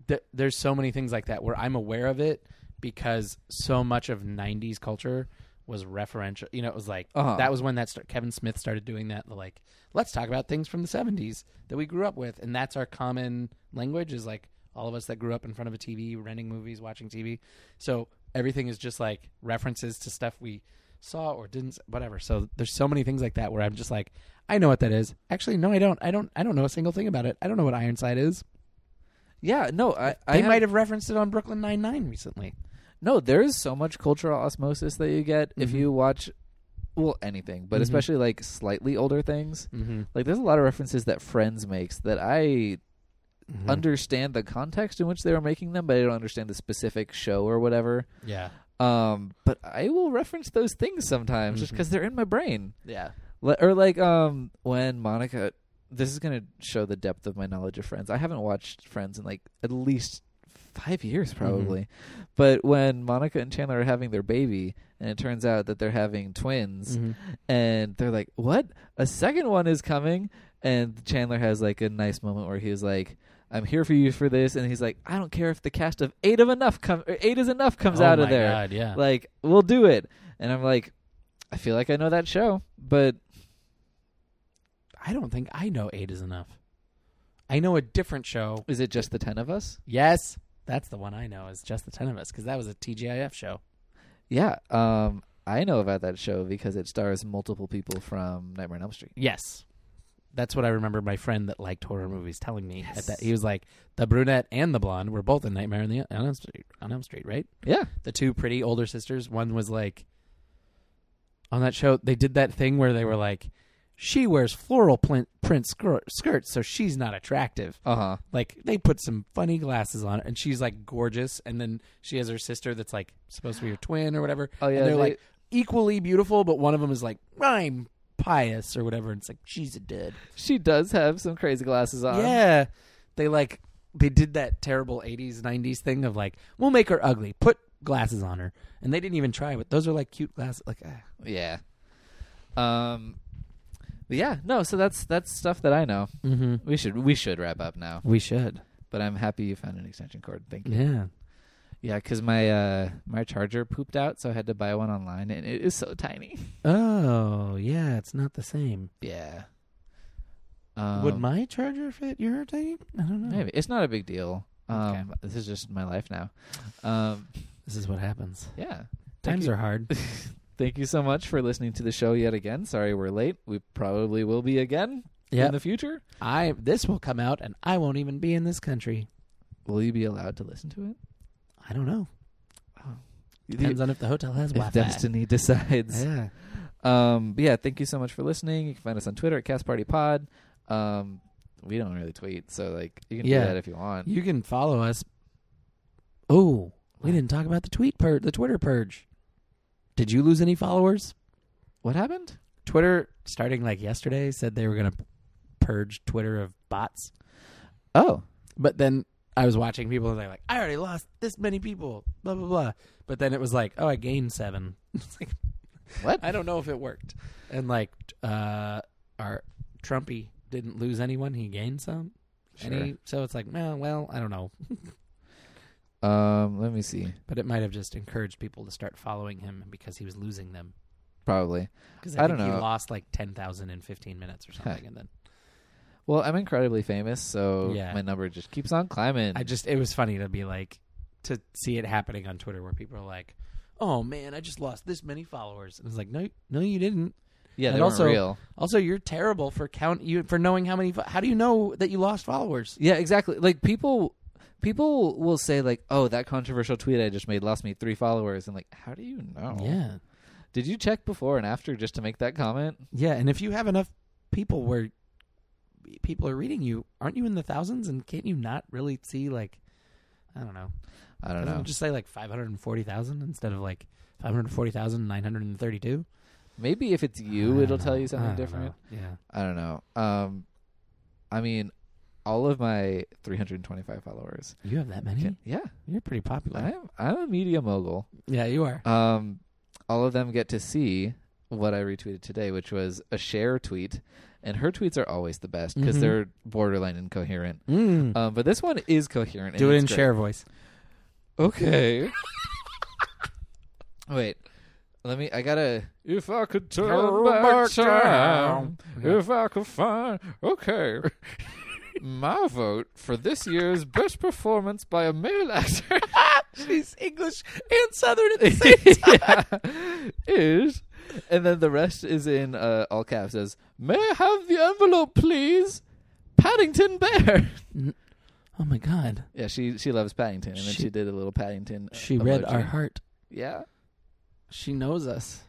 Speaker 2: th- there's so many things like that where I'm aware of it because so much of 90s culture was referential. You know, it was like
Speaker 3: Uh-huh.
Speaker 2: that was when that start, Kevin Smith started doing that the like let's talk about things from the 70s that we grew up with and that's our common language is like all of us that grew up in front of a TV, renting movies, watching TV. So everything is just like references to stuff we saw or didn't whatever so there's so many things like that where i'm just like i know what that is actually no i don't i don't i don't know a single thing about it i don't know what ironside is
Speaker 3: Yeah, no, I
Speaker 2: they
Speaker 3: I
Speaker 2: might have referenced it on brooklyn 99 recently
Speaker 3: No, there is so much cultural osmosis that you get if
Speaker 2: Mhm.
Speaker 3: you watch, well, anything, but
Speaker 2: Mhm.
Speaker 3: especially like slightly older things.
Speaker 2: mm-hmm.
Speaker 3: Like, there's a lot of references that Friends makes that I
Speaker 2: Mm-hmm.
Speaker 3: understand the context in which they were making them, but I don't understand the specific show or whatever.
Speaker 2: yeah
Speaker 3: Um, but I will reference those things sometimes just
Speaker 2: Mhm.
Speaker 3: because they're in my brain.
Speaker 2: yeah
Speaker 3: Le- or like um, when Monica, this is gonna show the depth of my knowledge of Friends. I haven't watched Friends in like at least five years probably, but when Monica and Chandler are having their baby, and it turns out that they're having twins,
Speaker 2: Mm. Mm-hmm.
Speaker 3: and they're like, "What? A second one is coming?" And Chandler has like a nice moment where he's like. I'm here for you for this, and he's like, I don't care if the cast of eight of enough come, or eight is enough
Speaker 2: Oh
Speaker 3: comes out of there
Speaker 2: yeah
Speaker 3: like we'll do it and i'm like i feel like i know that show but
Speaker 2: i don't think i know eight is enough i know a different show
Speaker 3: is it just the 10 of us
Speaker 2: yes that's the one i know is just the 10 of us because that was a tgif show
Speaker 3: yeah um i know about that show because it stars multiple people from nightmare on elm street
Speaker 2: yes that's what I remember my friend that liked horror movies telling me.
Speaker 3: Yes.
Speaker 2: At that, he was like, "The brunette and the blonde were both in Nightmare on the on Elm Street, on Elm Street, right?"
Speaker 3: yeah
Speaker 2: the two pretty older sisters. One was like on that show. They did that thing where they were like, she wears floral plin- print skir- skirts, so she's not attractive.
Speaker 3: uh-huh
Speaker 2: Like they put some funny glasses on, her, and she's like gorgeous. And then she has her sister that's like supposed to be her twin or whatever.
Speaker 3: Oh, yeah,
Speaker 2: and they're
Speaker 3: they-
Speaker 2: like equally beautiful, but one of them is like I'm pious or whatever. And it's like she's a dud.
Speaker 3: she does have some crazy glasses on
Speaker 2: Yeah. They like they did that terrible 80s 90s thing of like we'll make her ugly, put glasses on her. And they didn't even try but those are like cute glasses like ah.
Speaker 3: yeah um but yeah no so that's that's stuff that i know
Speaker 2: mm-hmm.
Speaker 3: we should we should wrap up now
Speaker 2: we should.
Speaker 3: but i'm happy you found an extension cord thank you
Speaker 2: Yeah.
Speaker 3: yeah because my uh my charger pooped out so i had to buy one online and it is so tiny
Speaker 2: Oh, yeah, it's not the same.
Speaker 3: Yeah. Um,
Speaker 2: Would my charger fit your thing? I don't know.
Speaker 3: maybe it's not a big deal. Um,
Speaker 2: Hmm. Okay.
Speaker 3: This is just my life now. Um,
Speaker 2: This is what happens.
Speaker 3: yeah. Thank
Speaker 2: Times
Speaker 3: you-
Speaker 2: are hard.
Speaker 3: Thank you so much for listening to the show yet again. Sorry we're late. We probably will be again in
Speaker 2: Yep.
Speaker 3: the future.
Speaker 2: I this will come out and I won't even be in this country.
Speaker 3: Will you be allowed to listen to it?
Speaker 2: I don't know.
Speaker 3: Oh.
Speaker 2: Depends on if the hotel has
Speaker 3: if
Speaker 2: Wi-Fi.
Speaker 3: destiny decides.
Speaker 2: Yeah.
Speaker 3: Um, but yeah, thank you so much for listening. You can find us on Twitter at Cast Party Pod. Um, we don't really tweet, so like you can
Speaker 2: Yeah.
Speaker 3: do that if you want.
Speaker 2: You can follow us. Oh, we didn't talk about the tweet purge, the Twitter purge. Did you lose any followers?
Speaker 3: what happened?
Speaker 2: Twitter, starting like yesterday, said they were going to purge Twitter of bots.
Speaker 3: Oh,
Speaker 2: But then I was watching people and they're like, I already lost this many people, blah, blah, blah. But then it was like, oh, I gained seven. It's like,
Speaker 3: what?
Speaker 2: I don't know if it worked. And like, uh, our Trumpy didn't lose anyone, he gained some. And
Speaker 3: Sure.
Speaker 2: he, so it's like, well, well, I don't know.
Speaker 3: Um, let me see.
Speaker 2: But it might have just encouraged people to start following him because he was losing them.
Speaker 3: Probably.
Speaker 2: Because
Speaker 3: I
Speaker 2: think
Speaker 3: don't
Speaker 2: He
Speaker 3: know.
Speaker 2: lost like ten thousand in fifteen minutes or something, and then
Speaker 3: Well, I'm incredibly famous, so
Speaker 2: Yeah.
Speaker 3: my number just keeps on climbing.
Speaker 2: I just it was funny to be like to see it happening on Twitter where people are like, "Oh man, I just lost this many followers," and it's like, "No, no, you didn't."
Speaker 3: yeah,
Speaker 2: and
Speaker 3: they weren't
Speaker 2: also-
Speaker 3: real.
Speaker 2: Also, you're terrible for count you for knowing how many. fo- How do you know that you lost followers?
Speaker 3: Yeah, exactly. Like people people will say like, "Oh, that controversial tweet I just made lost me 3 followers." And like, "How do you know?"
Speaker 2: Yeah,
Speaker 3: Did you check before and after just to make that comment?
Speaker 2: yeah, and if you have enough people where people are reading you, aren't you in the thousands? And can't you not really see like, I don't know,
Speaker 3: I don't
Speaker 2: Doesn't it
Speaker 3: know.
Speaker 2: just say like five hundred and forty thousand instead of like five hundred forty thousand nine hundred and thirty-two?
Speaker 3: Maybe if it's you, it'll tell you something different.
Speaker 2: Yeah.
Speaker 3: I don't know. Um, I mean, all of my 325 followers.
Speaker 2: You have that many?
Speaker 3: Can, yeah,
Speaker 2: You're pretty popular.
Speaker 3: I'm I'm a media mogul.
Speaker 2: Yeah, you are.
Speaker 3: Um, all of them get to see what I retweeted today, which was a share tweet, and her tweets are always the best because
Speaker 2: Mhm.
Speaker 3: they're borderline incoherent.
Speaker 2: Mm.
Speaker 3: Um, but this one is coherent. and
Speaker 2: Do it
Speaker 3: it's
Speaker 2: in
Speaker 3: great.
Speaker 2: share voice.
Speaker 3: Okay. Wait. Let me. I gotta. If I could turn back time, if I could find. Okay. My vote for this year's best performance by a male actor
Speaker 2: She's English and Southern.
Speaker 3: Yeah. is, and then the rest is in uh, all caps. Says, "May I have the envelope, please?" Paddington Bear.
Speaker 2: oh my God.
Speaker 3: Yeah, she she loves Paddington, and then
Speaker 2: She-
Speaker 3: she did a little Paddington. uh,
Speaker 2: She read
Speaker 3: emoji.
Speaker 2: our heart.
Speaker 3: Yeah.
Speaker 2: She knows us.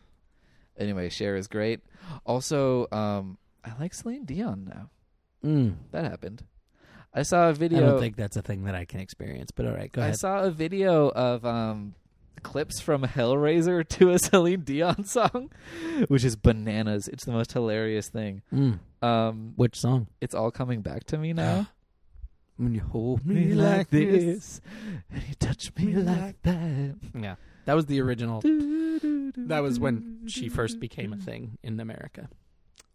Speaker 3: anyway, Cher is great. Also, um, I like Celine Dion now.
Speaker 2: Mm.
Speaker 3: That happened. I saw a
Speaker 2: I
Speaker 3: video.
Speaker 2: don't think that's a thing that I can experience, but all right, go
Speaker 3: I
Speaker 2: ahead.
Speaker 3: saw a video of um, clips from Hellraiser to a Celine Dion song, which is bananas. It's the most hilarious thing.
Speaker 2: Mm.
Speaker 3: Um,
Speaker 2: Which song?
Speaker 3: it's all coming back to me now.
Speaker 2: When you hold
Speaker 3: me like this, and you touch me like that.
Speaker 2: Yeah. That was the original. That was when she first became a thing in America.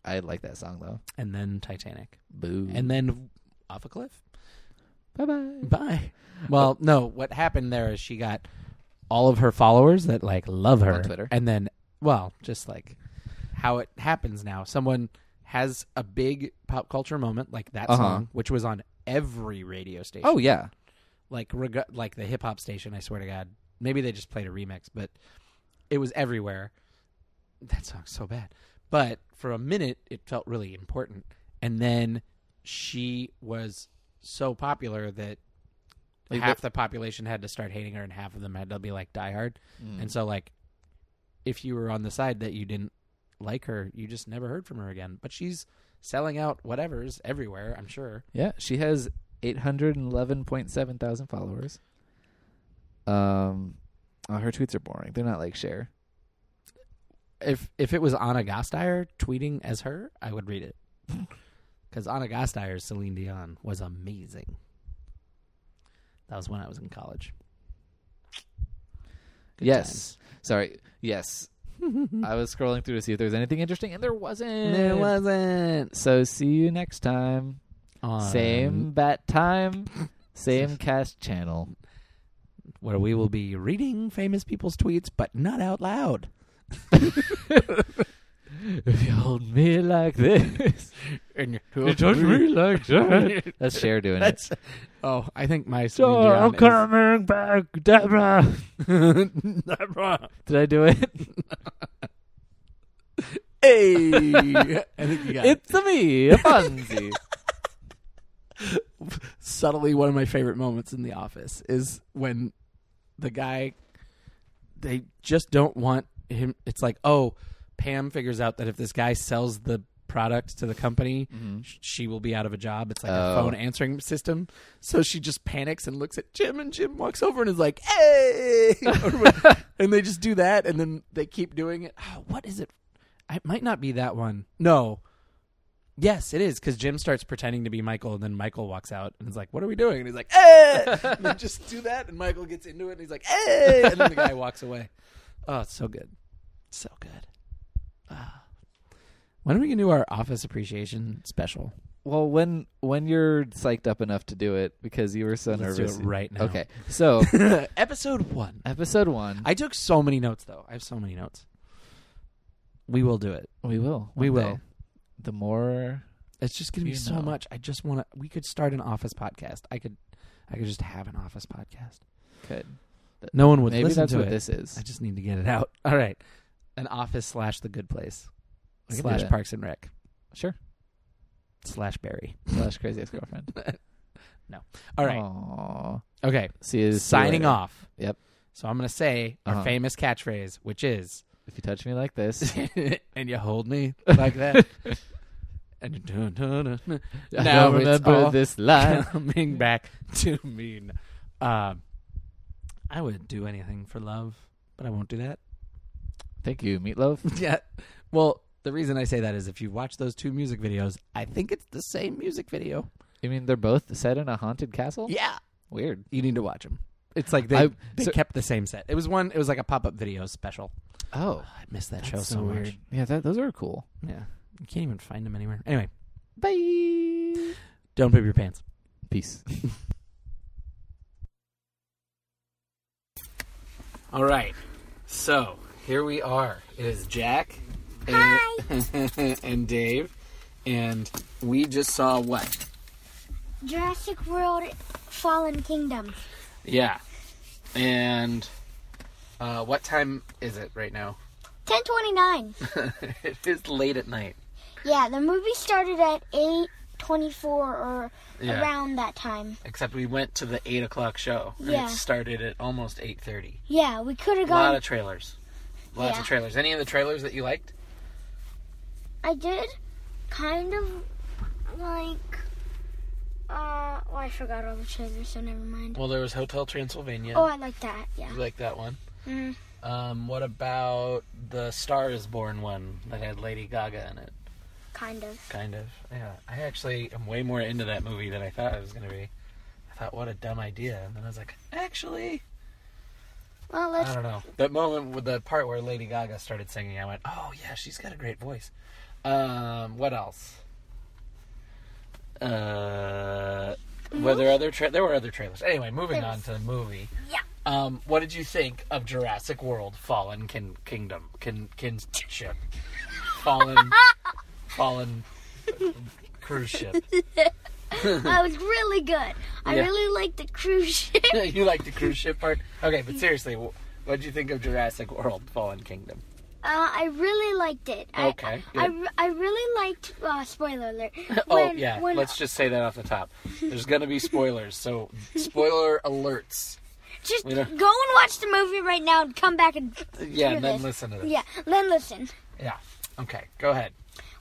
Speaker 3: I like that song though.
Speaker 2: And then Titanic.
Speaker 3: Boo.
Speaker 2: And then off a cliff.
Speaker 3: bye bye.
Speaker 2: Bye. Mm. Well, no, what happened there is she got all of her followers that like love her
Speaker 3: On Twitter.
Speaker 2: and then well, just like how it happens now. Someone has a big pop culture moment like that
Speaker 3: Uh-huh.
Speaker 2: song which was on every radio station.
Speaker 3: Oh yeah.
Speaker 2: Like reg- like the hip hop station, I swear to god. Maybe they just played a remix, but it was everywhere. That song's so bad. But for a minute it felt really important and then she was so popular that
Speaker 3: Like
Speaker 2: half the population had to start hating her, and half of them had to be like die hard.
Speaker 3: Mm.
Speaker 2: And so, like, if you were on the side that you didn't like her, you just never heard from her again. But she's selling out whatever's everywhere. I'm sure.
Speaker 3: Yeah, she has 811.7 thousand followers. Um, oh, her tweets are boring. They're not like share.
Speaker 2: If if it was Anna Gasteyer tweeting as her, I would read it because Anna Gasteyer's Celine Dion was amazing. That was when I was in college. Good
Speaker 3: yes. Sorry. Yes. I was scrolling through to see if there was anything interesting, and there wasn't.
Speaker 2: times. It wasn't
Speaker 3: So see you next time.
Speaker 2: on
Speaker 3: same bat time, same cast channel.
Speaker 2: where we will be reading famous people's tweets, but not out loud.
Speaker 3: If you hold me like this,
Speaker 2: And
Speaker 3: you touch me like that. That's Cher doing it.
Speaker 2: That's oh, I think my
Speaker 3: So
Speaker 2: Celine Dion is-
Speaker 3: coming back, Deborah. Did I do it?
Speaker 2: Hey, I think you got it.
Speaker 3: It's a me, a Fonzie.
Speaker 2: subtly one of my favorite moments in The Office is when the guy they just don't want him. It's like oh, Pam figures out that if this guy sells the product to the company, sh- she will be out of a job. It's like a
Speaker 3: Oh.
Speaker 2: phone answering system. So she just panics and looks at Jim, and Jim walks over and is like, "Hey!" Or what- and they just do that, and then they keep doing it. Ah, what is it? It might not be that one. No. Yes, it is because Jim starts pretending to be Michael, and then Michael walks out and is like, "What are we doing?" And he's like, "Eh!" and they just do that, and Michael gets into it, and he's like, "Eh!" And then the guy walks away. Oh, it's so good, so good. Ah. When are we gonna do our office appreciation special?
Speaker 5: well, when when you're psyched up enough to do it because you were so
Speaker 2: Let's do
Speaker 5: nervous.
Speaker 2: it right now.
Speaker 5: Okay, so
Speaker 2: Episode one.
Speaker 5: episode one.
Speaker 2: I took so many notes though. I have so many notes. We will do it.
Speaker 5: we will.
Speaker 2: We
Speaker 5: one
Speaker 2: will.
Speaker 5: day. The more
Speaker 2: It's just gonna be
Speaker 5: You
Speaker 2: so
Speaker 5: know.
Speaker 2: much. I just want to. We could start an office podcast. I could. I could just have an office podcast.
Speaker 5: could.
Speaker 2: No one would
Speaker 5: Maybe
Speaker 2: listen
Speaker 5: that's
Speaker 2: to
Speaker 5: what
Speaker 2: it.
Speaker 5: this is.
Speaker 2: I just need to get it out. All right, an office slash the good place
Speaker 5: We can do
Speaker 2: slash
Speaker 5: that.
Speaker 2: Parks and Rec
Speaker 5: Sure.
Speaker 2: slash Barry.
Speaker 5: Slash crazy ex girlfriend.
Speaker 2: All right.
Speaker 5: Aww.
Speaker 2: Okay.
Speaker 5: See you. see you
Speaker 2: Signing
Speaker 5: later.
Speaker 2: off.
Speaker 5: Yep.
Speaker 2: So I'm gonna say our
Speaker 5: Uh-huh.
Speaker 2: famous catchphrase, which is,
Speaker 5: If you touch me like this,
Speaker 2: and you hold me like that. And you dun, dun, dun, dun.
Speaker 5: I
Speaker 2: Now
Speaker 5: don't
Speaker 2: it's all
Speaker 5: remember this
Speaker 2: Uh,
Speaker 5: line.
Speaker 2: coming back to mean. Um, I would do anything for love, but I won't do that.
Speaker 5: Thank you, Meatloaf.
Speaker 2: yeah. Well, the reason I say that is if you watch those two music videos, I think it's the same music video.
Speaker 5: You mean they're both set in a haunted castle?
Speaker 2: Yeah.
Speaker 5: Weird.
Speaker 2: You need to watch them. It's like they,
Speaker 5: I-
Speaker 2: they
Speaker 5: so-
Speaker 2: kept the same set. It was one. It was like a pop up video special.
Speaker 5: Oh,
Speaker 2: I miss that
Speaker 5: that's
Speaker 2: show so,
Speaker 5: so
Speaker 2: much.
Speaker 5: weird. Yeah, that, those are cool.
Speaker 2: Yeah, you can't even find them anywhere. Anyway,
Speaker 5: Bye.
Speaker 2: don't poop your pants.
Speaker 5: Peace.
Speaker 2: All right. So here we are. It is Jack and, and Dave, and we just saw what?
Speaker 6: Jurassic World Fallen Kingdom.
Speaker 2: Yeah. And uh, what time is it right now?
Speaker 6: 1029.
Speaker 2: it is late at night.
Speaker 6: Yeah, the movie started at 824 or
Speaker 2: Yeah.
Speaker 6: around that time.
Speaker 2: Except we went to the eight o'clock show, and
Speaker 6: Yeah.
Speaker 2: it started at almost eight thirty.
Speaker 6: Yeah, we could have
Speaker 2: A lot
Speaker 6: gone.
Speaker 2: of trailers, lots
Speaker 6: Yeah.
Speaker 2: of trailers. Any of the trailers that you liked?
Speaker 6: I did kind of like. Uh, well, I forgot all the trailers, so never mind.
Speaker 2: Well, there was Hotel Transylvania.
Speaker 6: Oh, I like that. Yeah.
Speaker 2: You like that one?
Speaker 6: Mm.
Speaker 2: Um, what about the Star Is Born one that had Lady Gaga in it?
Speaker 6: Kind of.
Speaker 2: Kind of. Yeah. I actually am way more into that movie than I thought I was gonna be. I thought, what a dumb idea, and then I was like, actually,
Speaker 6: Well,
Speaker 2: I
Speaker 6: let's.
Speaker 2: don't know. That moment with the part where Lady Gaga started singing, I went, "Oh yeah, she's got a great voice." Um, what else? Uh, were there other tra- there were other trailers? Anyway, moving on to the movie.
Speaker 6: Yeah.
Speaker 2: Um, what did you think of Jurassic World: Fallen Kin- Kingdom? Kin- kinship. Fallen. fallen. Cruise ship.
Speaker 6: That was really good. I
Speaker 2: Yeah.
Speaker 6: really liked the cruise ship.
Speaker 2: you like the cruise ship part? Okay, but seriously, wh- what did you think of Jurassic World: Fallen Kingdom?
Speaker 6: Uh, I really liked it. I-
Speaker 2: Okay,
Speaker 6: I, I,
Speaker 2: good.
Speaker 6: re- I really liked. Uh, spoiler alert.
Speaker 2: Oh
Speaker 6: When-
Speaker 2: yeah,
Speaker 6: when-
Speaker 2: let's just say that off the top. There's gonna be spoilers, so spoiler alerts.
Speaker 6: Just
Speaker 2: We
Speaker 6: go
Speaker 2: don't-
Speaker 6: and watch the movie right now and come back and
Speaker 2: Uh, Yeah, and
Speaker 6: Hear
Speaker 2: then
Speaker 6: this.
Speaker 2: listen to this.
Speaker 6: yeah, then listen.
Speaker 2: Yeah. Okay, go ahead.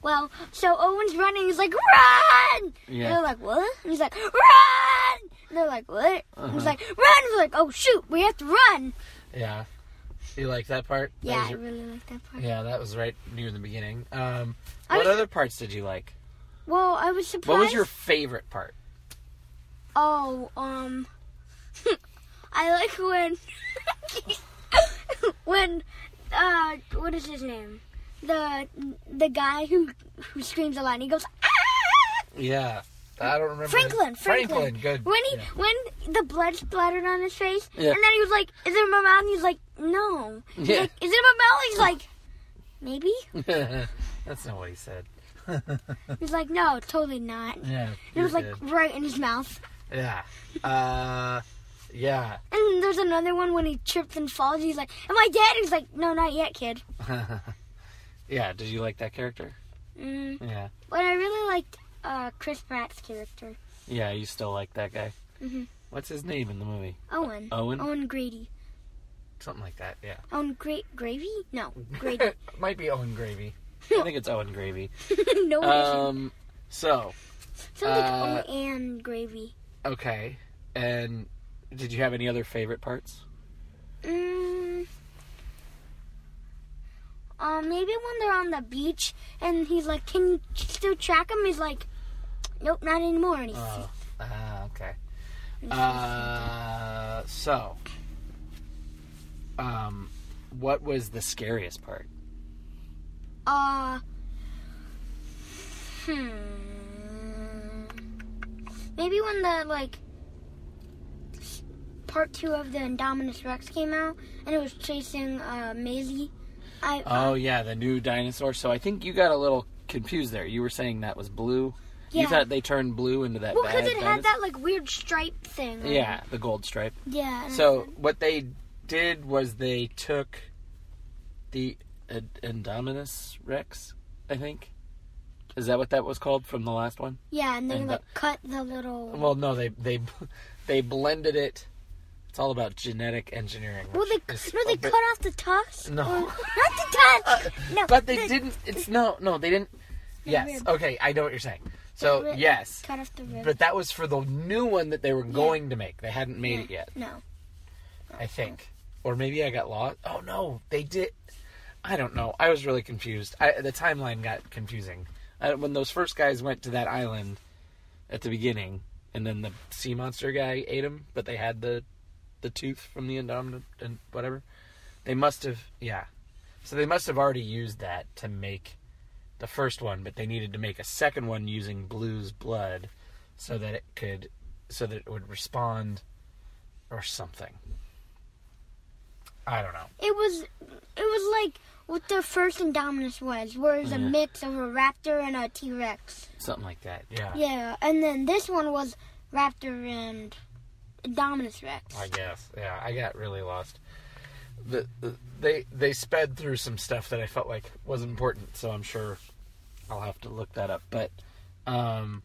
Speaker 6: Well, so Owen's running. He's like, run! And
Speaker 2: Yeah.
Speaker 6: they're like, what? And he's like, run! And they're like, what? And
Speaker 2: Uh-huh.
Speaker 6: he's like, run! And they're like, oh shoot, we have to run.
Speaker 2: Yeah. You like that part? That
Speaker 6: Yeah,
Speaker 2: was
Speaker 6: I
Speaker 2: your-
Speaker 6: really like that part.
Speaker 2: yeah, that was right near the beginning. Um,
Speaker 6: I
Speaker 2: what
Speaker 6: was-
Speaker 2: other parts did you like?
Speaker 6: Well, I was surprised.
Speaker 2: What was your favorite part?
Speaker 6: Oh, um, I like when when uh, what is his name? The the guy who who screams a lot. And he goes. "Ah!"
Speaker 2: Yeah. I don't remember.
Speaker 6: Franklin, Franklin.
Speaker 2: Franklin, good.
Speaker 6: When he
Speaker 2: yeah.
Speaker 6: when the blood splattered on his face,
Speaker 2: Yeah.
Speaker 6: and then he was like, "Is it my mouth?" And he's like, "No." He's
Speaker 2: Yeah.
Speaker 6: like, "Is it my mouth?" He's like, "Maybe."
Speaker 2: That's not what he said.
Speaker 6: He's like, "No, totally not." And
Speaker 2: Yeah.
Speaker 6: it was
Speaker 2: you're
Speaker 6: like
Speaker 2: good.
Speaker 6: right in his mouth.
Speaker 2: Yeah. Uh, yeah.
Speaker 6: And there's another one when he trips and falls. He's like, "Am I dead?" He's like, "No, not yet, kid."
Speaker 2: yeah, did you like that character?
Speaker 6: Mm.
Speaker 2: Yeah.
Speaker 6: But I really liked uh, Chris Pratt's character,
Speaker 2: Yeah, you still like that guy.
Speaker 6: Mhm.
Speaker 2: What's his name in the movie?
Speaker 6: Owen.
Speaker 2: Owen?
Speaker 6: Owen Grady.
Speaker 2: Something like that, yeah.
Speaker 6: Owen Great Gravy? No, Grady.
Speaker 2: Might be Owen Gravy. I think it's Owen Gravy.
Speaker 6: no, um,
Speaker 2: Um, so,
Speaker 6: something like
Speaker 2: uh,
Speaker 6: Owen and Gravy.
Speaker 2: okay. And did you have any other favorite parts?
Speaker 6: Mm. Um, maybe when they're on the beach and he's like, "Can you still track him?" He's like, "Nope, not anymore." And he,
Speaker 2: Oh, ah, okay. Uh, so, um, what was the scariest part?
Speaker 6: uh, hmm. Maybe when the like s- part two of the Indominus Rex came out and it was chasing uh, Maisie. I
Speaker 2: Oh yeah, the new dinosaur. So I think you got a little confused there. You were saying that was blue. You
Speaker 6: Yeah.
Speaker 2: thought they turned blue into that.
Speaker 6: well, because
Speaker 2: bad
Speaker 6: it had
Speaker 2: dinos-
Speaker 6: that like weird stripe thing. on
Speaker 2: Yeah, the gold stripe.
Speaker 6: it. Yeah. and I
Speaker 2: So what they did was they took the Ind- Indominus Rex, I think. Is that what that was called from the last one?
Speaker 6: Yeah, and they
Speaker 2: And
Speaker 6: like cut the little. Well,
Speaker 2: Well, no, they they they blended it. It's all about genetic engineering.
Speaker 6: they
Speaker 2: which is
Speaker 6: no, they
Speaker 2: a bit-
Speaker 6: cut off the tusks.
Speaker 2: No. Uh,
Speaker 6: Or- not the tusks. No,
Speaker 2: But they
Speaker 6: the-
Speaker 2: didn't. It's no, no, they didn't. Yes.
Speaker 6: rib.
Speaker 2: Okay, I know what you're saying. So
Speaker 6: rib.
Speaker 2: yes,
Speaker 6: Cut off the rib.
Speaker 2: but that was for the new one that they were going to make. They hadn't made it yet,
Speaker 6: No.
Speaker 2: I think, or maybe I got lost. Oh no, they did. I don't know. I was really confused. I, the timeline got confusing I, when those first guys went to that island at the beginning, and then the sea monster guy ate them, but they had the the tooth from the indominus and whatever. They must have, yeah. So they must have already used that to make the first one, but they needed to make a second one using Blue's blood so that it could, so that it would respond or something. I don't know.
Speaker 6: It was it was like what the first Indominus was, where it was a
Speaker 2: Mm-hmm.
Speaker 6: mix of a raptor and a T Rex.
Speaker 2: Something like that, yeah.
Speaker 6: Yeah, and then this one was raptor and Indominus Rex.
Speaker 2: I guess, yeah. I got really lost. The, the, they they sped through some stuff that I felt like was important, so I'm sure I'll have to look that up. But um,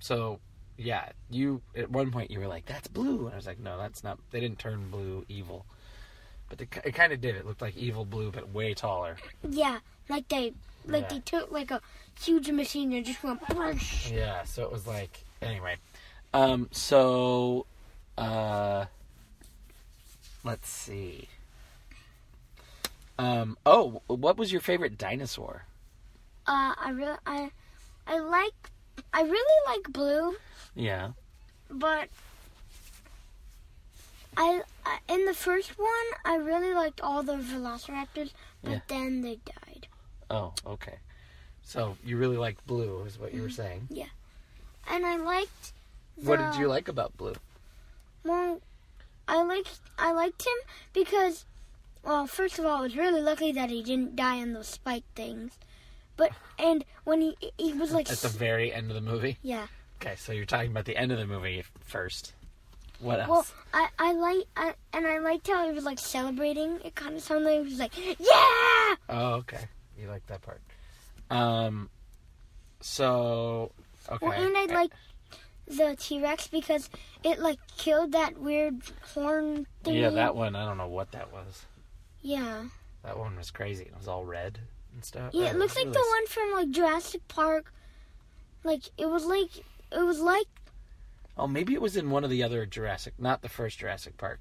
Speaker 2: so yeah, you at one point you were like, "That's blue," and I was like, "No, that's not." They didn't turn blue evil, but they, ki- it kind of did. It looked like evil blue, but way taller.
Speaker 6: Yeah, like they like
Speaker 2: Yeah.
Speaker 6: they took like a huge machine and just went. Whoosh.
Speaker 2: Yeah, so it was like anyway. Um so uh let's see. Um oh, what was your favorite dinosaur?
Speaker 6: Uh, I really I I like I really like blue,
Speaker 2: Yeah.
Speaker 6: but. I, I in the first one I really liked all the velociraptors, but
Speaker 2: Yeah.
Speaker 6: then they died.
Speaker 2: Oh, okay. So you really liked blue is what you
Speaker 6: Mm-hmm.
Speaker 2: were saying.
Speaker 6: and I liked. The,
Speaker 2: What did you like about blue?
Speaker 6: Well, I liked I liked him because, well, first of all, I was really lucky that he didn't die on those spike things, but and when he he was like
Speaker 2: At the very end of the movie?
Speaker 6: yeah.
Speaker 2: Okay, so you're talking about the end of the movie first. What else?
Speaker 6: Well, I I like I and I liked how he was like celebrating. It kind of sounded like he was like yeah.
Speaker 2: oh, okay. You like that part. Um so okay.
Speaker 6: Well, and I like the T Rex because it like killed that weird horn thing.
Speaker 2: Yeah, that one, I don't know what that was.
Speaker 6: Yeah.
Speaker 2: That one was crazy. It was all red and stuff.
Speaker 6: Yeah, it
Speaker 2: Oh,
Speaker 6: looks like the
Speaker 2: really
Speaker 6: one from like Jurassic Park. Like it was like it was like
Speaker 2: s- Oh, maybe it was in one of the other Jurassic, not the first Jurassic Park.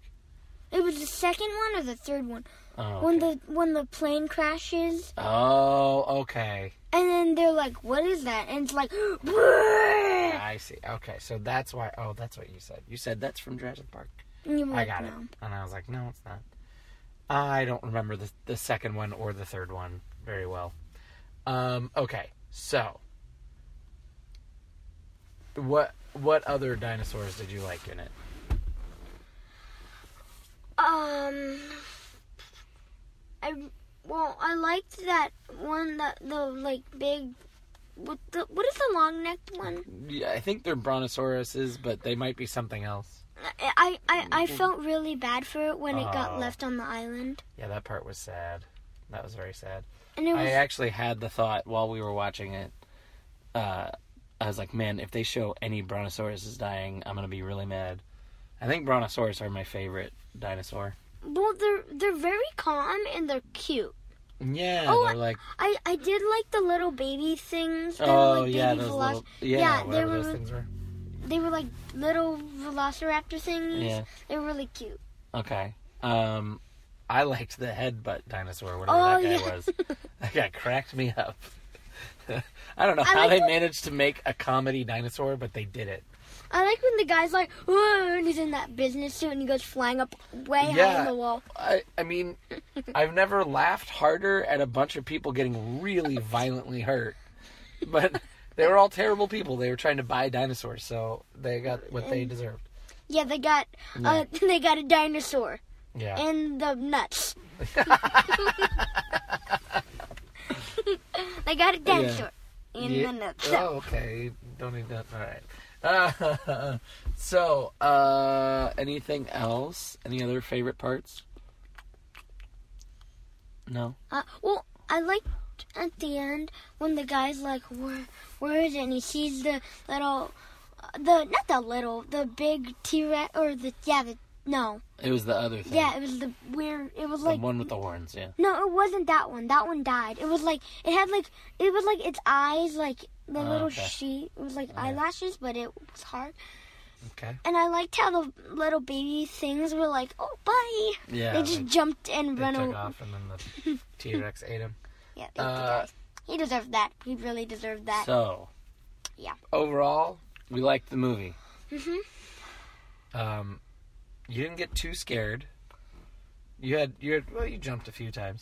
Speaker 6: it was the second one or the third one
Speaker 2: Oh,
Speaker 6: when
Speaker 2: okay.
Speaker 6: the when the plane crashes
Speaker 2: Oh, okay.
Speaker 6: and then they're like, "What is that?" And it's like,
Speaker 2: I see. Okay, so that's why. Oh, that's what you said. You said that's from Jurassic Park.
Speaker 6: and you're
Speaker 2: I
Speaker 6: like,
Speaker 2: got
Speaker 6: no.
Speaker 2: it. And I was like, no, it's not. I don't remember the, the second one or the third one very well. Um, okay, so what what other dinosaurs did you like in it?
Speaker 6: Um, I well, I liked that one that the like big. What the what is the long necked one?
Speaker 2: Yeah, I think they're brontosauruses, but they might be something else.
Speaker 6: I, I I felt really bad for it when it
Speaker 2: Oh.
Speaker 6: got left on the island,
Speaker 2: Yeah, that part was sad. That was very sad.
Speaker 6: and it was
Speaker 2: I actually had the thought while we were watching it. Uh, I was like, man, if they show any Brontosaurus is dying, I'm gonna be really mad. I think Brontosaurus are my favorite dinosaur.
Speaker 6: Well, they're they're very calm and they're cute.
Speaker 2: Yeah,
Speaker 6: Oh,
Speaker 2: they're like,
Speaker 6: I I did like the little baby things. They were
Speaker 2: oh
Speaker 6: like
Speaker 2: yeah,
Speaker 6: baby
Speaker 2: those
Speaker 6: veloc-
Speaker 2: little, yeah,
Speaker 6: yeah, they
Speaker 2: whatever
Speaker 6: were-
Speaker 2: those things were.
Speaker 6: They were like little velociraptor thingies.
Speaker 2: Yeah.
Speaker 6: They were really cute.
Speaker 2: Okay. Um, I liked the headbutt dinosaur, whatever
Speaker 6: Oh,
Speaker 2: that guy
Speaker 6: yeah.
Speaker 2: was. That guy cracked me up. I don't know
Speaker 6: I
Speaker 2: how
Speaker 6: like
Speaker 2: they
Speaker 6: the-
Speaker 2: managed to make a comedy dinosaur, but they did it.
Speaker 6: I like when the guy's like, "Whoa," and he's in that business suit and he goes flying up way high
Speaker 2: Yeah.
Speaker 6: in the wall.
Speaker 2: I, I mean, I've never laughed harder at a bunch of people getting really violently hurt. But They were all terrible people. They were trying to buy dinosaurs, so they got what they deserved.
Speaker 6: Yeah, they got uh, they got a dinosaur
Speaker 2: Yeah.
Speaker 6: and the nuts. they got a dinosaur and
Speaker 2: Yeah.
Speaker 6: the nuts.
Speaker 2: Oh, okay. You Don't need that. All right. Uh, so, uh, anything else? Any other favorite parts? No.
Speaker 6: Uh, well, I liked at the end when the guy's like, "Where, where is it?" and he sees the little, uh, the not the little, the big T Rex or the yeah the no
Speaker 2: It was the other thing.
Speaker 6: yeah it was the weird it was
Speaker 2: The
Speaker 6: like
Speaker 2: one with the horns, yeah.
Speaker 6: no it wasn't that one that one died it was like it had like it was like its eyes like the
Speaker 2: Oh,
Speaker 6: little
Speaker 2: okay.
Speaker 6: sheet it was like eyelashes but it was hard
Speaker 2: Okay.
Speaker 6: and I liked how the little baby things were like oh bye
Speaker 2: Yeah.
Speaker 6: they just jumped and
Speaker 2: they
Speaker 6: ran
Speaker 2: took
Speaker 6: away
Speaker 2: off, and then the T Rex ate him.
Speaker 6: yeah they
Speaker 2: Uh,
Speaker 6: deserved- he deserved that he really deserved that
Speaker 2: So,
Speaker 6: Yeah.
Speaker 2: Overall, we liked the movie.
Speaker 6: Mhm. Mm-hmm.
Speaker 2: Um, you didn't get too scared. You had you had well, you jumped a few times.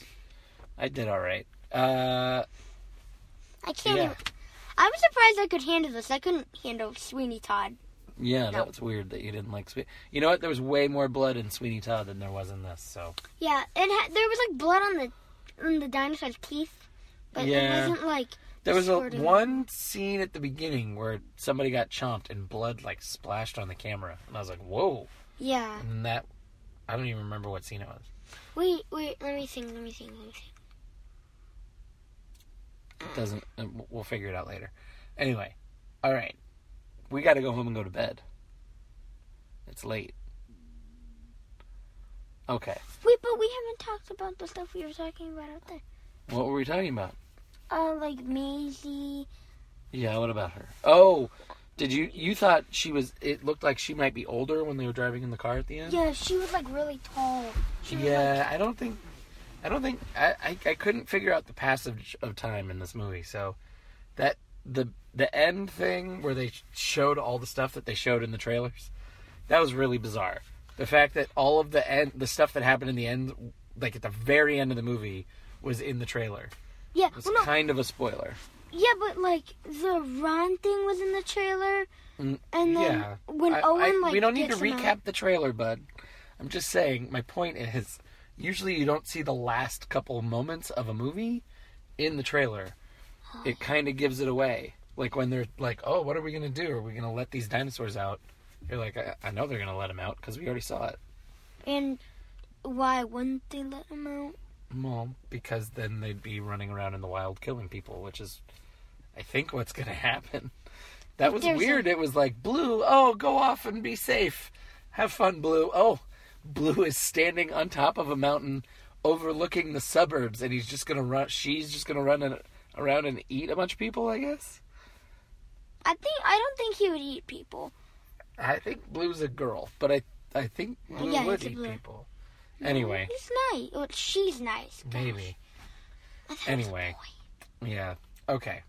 Speaker 2: I did all right. Uh,
Speaker 6: I can't.
Speaker 2: Yeah.
Speaker 6: Even, I was surprised I could handle this. I couldn't handle Sweeney Todd.
Speaker 2: yeah,
Speaker 6: No.
Speaker 2: that's weird that you didn't like Sweeney. You know what? There was way more blood in Sweeney Todd than there was in this. So
Speaker 6: Yeah, it ha- there was like blood on the on the dinosaur's teeth, but
Speaker 2: Yeah.
Speaker 6: it wasn't like
Speaker 2: there was a,
Speaker 6: Sort of.
Speaker 2: one scene at the beginning where somebody got chomped and blood like splashed on the camera, and I was like, "Whoa!"
Speaker 6: yeah.
Speaker 2: And that I don't even remember what scene it was.
Speaker 6: Wait, wait. Let me think. Let me think. Let me think.
Speaker 2: It doesn't. uh, We'll figure it out later. Anyway, all right. We got to go home and go to bed. It's late. Okay.
Speaker 6: Wait, but we haven't talked about the stuff we were talking about out there.
Speaker 2: What were we talking about?
Speaker 6: Uh, like Maisie.
Speaker 2: Yeah. What about her? Oh, did you? You thought she was? It looked like she might be older when they were driving in the car at the end.
Speaker 6: Yeah, she was like really tall. She was
Speaker 2: Yeah. I don't think. I don't think. I, I. I couldn't figure out the passage of time in this movie. So, that the the end thing where they showed all the stuff that they showed in the trailers. that was really bizarre. The fact that all of the end, the stuff that happened in the end, like at the very end of the movie, was in the trailer.
Speaker 6: Yeah.
Speaker 2: It's
Speaker 6: Well, no.
Speaker 2: kind of a spoiler.
Speaker 6: Yeah, but like the Ron thing was in the trailer,
Speaker 2: Mm,
Speaker 6: and then
Speaker 2: yeah,
Speaker 6: when
Speaker 2: I-
Speaker 6: Owen
Speaker 2: I-
Speaker 6: like
Speaker 2: we don't need to
Speaker 6: gets him out-
Speaker 2: recap the trailer, bud. I'm just saying. My point is, usually you don't see the last couple moments of a movie in the trailer. It kind of gives it away. Like when they're like, "Oh, what are we gonna do? Are we gonna let these dinosaurs out?" You're like, "I, I know they're gonna let them out because we already saw it."
Speaker 6: And why wouldn't they let him out?
Speaker 2: Well, because then they'd be running around in the wild killing people, which is, I think, what's going to happen. That was
Speaker 6: There's a-
Speaker 2: weird. It was like, Blue, oh, go off and be safe. Have fun, Blue. Oh, Blue is standing on top of a mountain overlooking the suburbs, and he's just going to run. She's just going to run and, around and eat a bunch of people, I guess.
Speaker 6: I think I don't think he would eat people.
Speaker 2: I think Blue's a girl, but I, I think Blue
Speaker 6: Yeah,
Speaker 2: would
Speaker 6: it's a
Speaker 2: eat
Speaker 6: blue.
Speaker 2: people. Anyway,
Speaker 6: He's nice. Well, she's nice. Gosh.
Speaker 2: maybe.
Speaker 6: I thought it was a
Speaker 2: Anyway.
Speaker 6: boy.
Speaker 2: Yeah. Okay.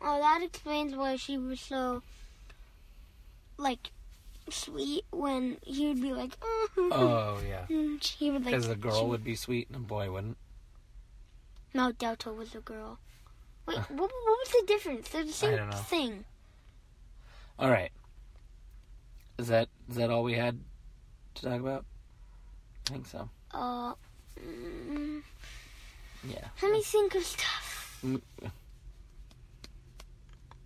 Speaker 6: Oh, that explains why she was so like sweet when he would be like, oh,
Speaker 2: Oh, yeah.
Speaker 6: and she would like.
Speaker 2: Because a
Speaker 6: she-
Speaker 2: girl would be sweet and a boy wouldn't.
Speaker 6: No, Delta was a girl. Wait, what, what was the difference? They're the same
Speaker 2: don't know.
Speaker 6: thing.
Speaker 2: All right. Is that is that all we had to talk about? I think so.
Speaker 6: Uh, mm,
Speaker 2: Yeah.
Speaker 6: let me think of stuff.
Speaker 2: Mm,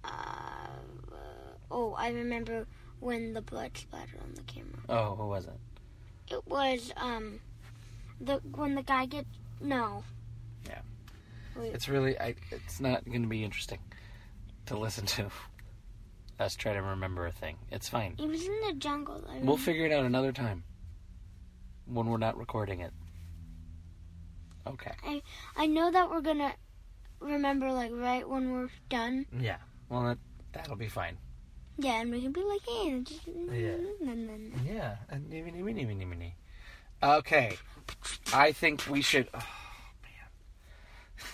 Speaker 6: Uh, oh, I remember when the blood splattered on the camera.
Speaker 2: Oh, who was it?
Speaker 6: It was um, the when the guy gets no.
Speaker 2: Yeah.
Speaker 6: Wait,
Speaker 2: It's really I. It's not going to be interesting to listen to us try to remember a thing. It's fine.
Speaker 6: it was in the jungle. I
Speaker 2: We'll
Speaker 6: remember.
Speaker 2: figure it out another time when we're not recording it. Okay.
Speaker 6: I know that we're gonna remember like right when we're done.
Speaker 2: Yeah. Well, that that'll be fine.
Speaker 6: Yeah, and we can be like, hey, just, yeah. and then
Speaker 2: Yeah. Okay. I think we should. Oh, man.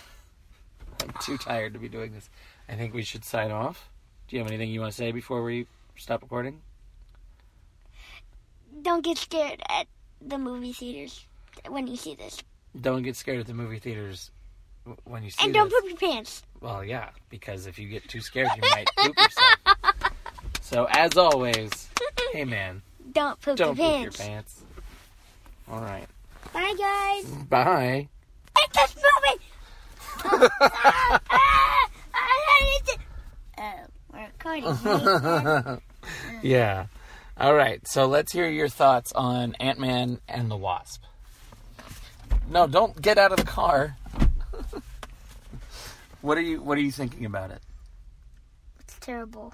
Speaker 2: I'm too tired to be doing this. I think we should sign off. Do you have anything you want to say before we stop recording?
Speaker 6: don't get scared at the movie theaters when you see this.
Speaker 2: Don't get scared at the movie theaters w- when you see
Speaker 6: And don't
Speaker 2: this-
Speaker 6: poop your pants.
Speaker 2: Well, yeah, because if you get too scared, you might poop yourself. So, as always, hey man,
Speaker 6: Don't poop
Speaker 2: don't
Speaker 6: your
Speaker 2: poop your
Speaker 6: pants.
Speaker 2: pants. All right.
Speaker 6: Bye, guys.
Speaker 2: Bye.
Speaker 6: It's just moving. Ah, ah, I hate it. Oh, we're recording. right?
Speaker 2: Yeah. All right. So, let's hear your thoughts on Ant Man and the Wasp. No, don't get out of the car. what are you What are you thinking about it?
Speaker 6: it's terrible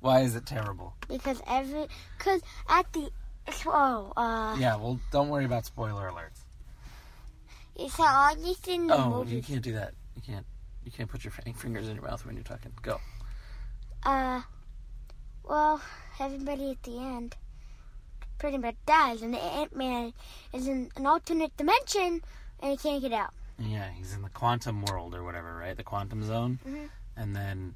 Speaker 2: Why is it terrible?
Speaker 6: because every because at the oh uh
Speaker 2: Yeah. Well, don't worry about spoiler alerts.
Speaker 6: it's all just in the
Speaker 2: Oh,
Speaker 6: movie.
Speaker 2: you can't do that. You can't. You can't put your f- fingers in your mouth when you're talking. Go.
Speaker 6: Uh, well, everybody at the end pretty much dies, and Ant Man is in an alternate dimension and he can't get out.
Speaker 2: Yeah, he's in the quantum world or whatever, right? The quantum zone.
Speaker 6: Mhm.
Speaker 2: And then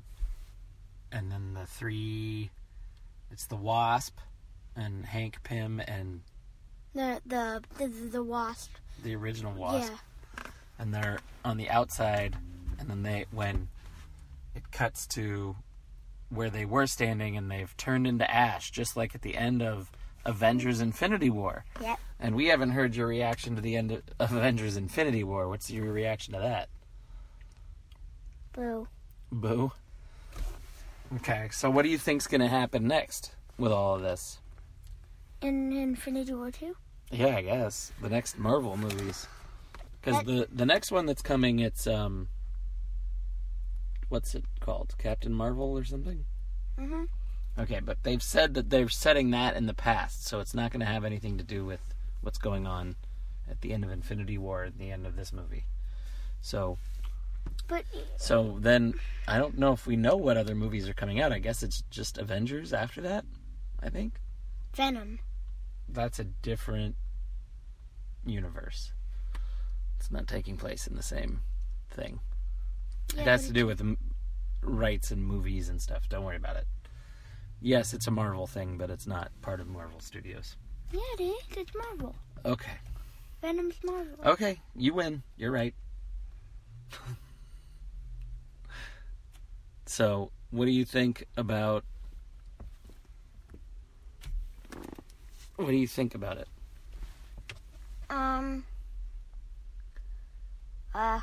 Speaker 2: and then the three it's the Wasp and Hank Pym and
Speaker 6: The the the, the wasp.
Speaker 2: the original Wasp.
Speaker 6: Yeah.
Speaker 2: And they're on the outside and then they when it cuts to where they were standing and they've turned into ash just like at the end of Avengers Infinity War.
Speaker 6: Yep.
Speaker 2: And we haven't heard your reaction to the end of Avengers Infinity War. What's your reaction to that?
Speaker 6: Boo.
Speaker 2: Boo. Okay, so what do you think's going to happen next with all of this?
Speaker 6: In Infinity War two.
Speaker 2: Yeah, I guess the next Marvel movies. Because the the next one that's coming, it's um, what's it called? Captain Marvel or something?
Speaker 6: Mhm.
Speaker 2: Okay, but they've said that they're setting that in the past, so it's not going to have anything to do with what's going on at the end of Infinity War, at the end of this movie. So
Speaker 6: But
Speaker 2: So then, I don't know if we know what other movies are coming out. I guess it's just Avengers after that. I think
Speaker 6: Venom.
Speaker 2: that's a different universe. It's not taking place in the same thing.
Speaker 6: Yeah,
Speaker 2: it has
Speaker 6: but
Speaker 2: to do with m- rights and movies and stuff. Don't worry about it. Yes, it's a Marvel thing, but it's not part of Marvel Studios.
Speaker 6: Yeah, it is. It's Marvel.
Speaker 2: Okay.
Speaker 6: Venom's Marvel.
Speaker 2: Okay, you win. You're right. so, what do you think about? What do you think about it? Oh.
Speaker 6: Um. Uh,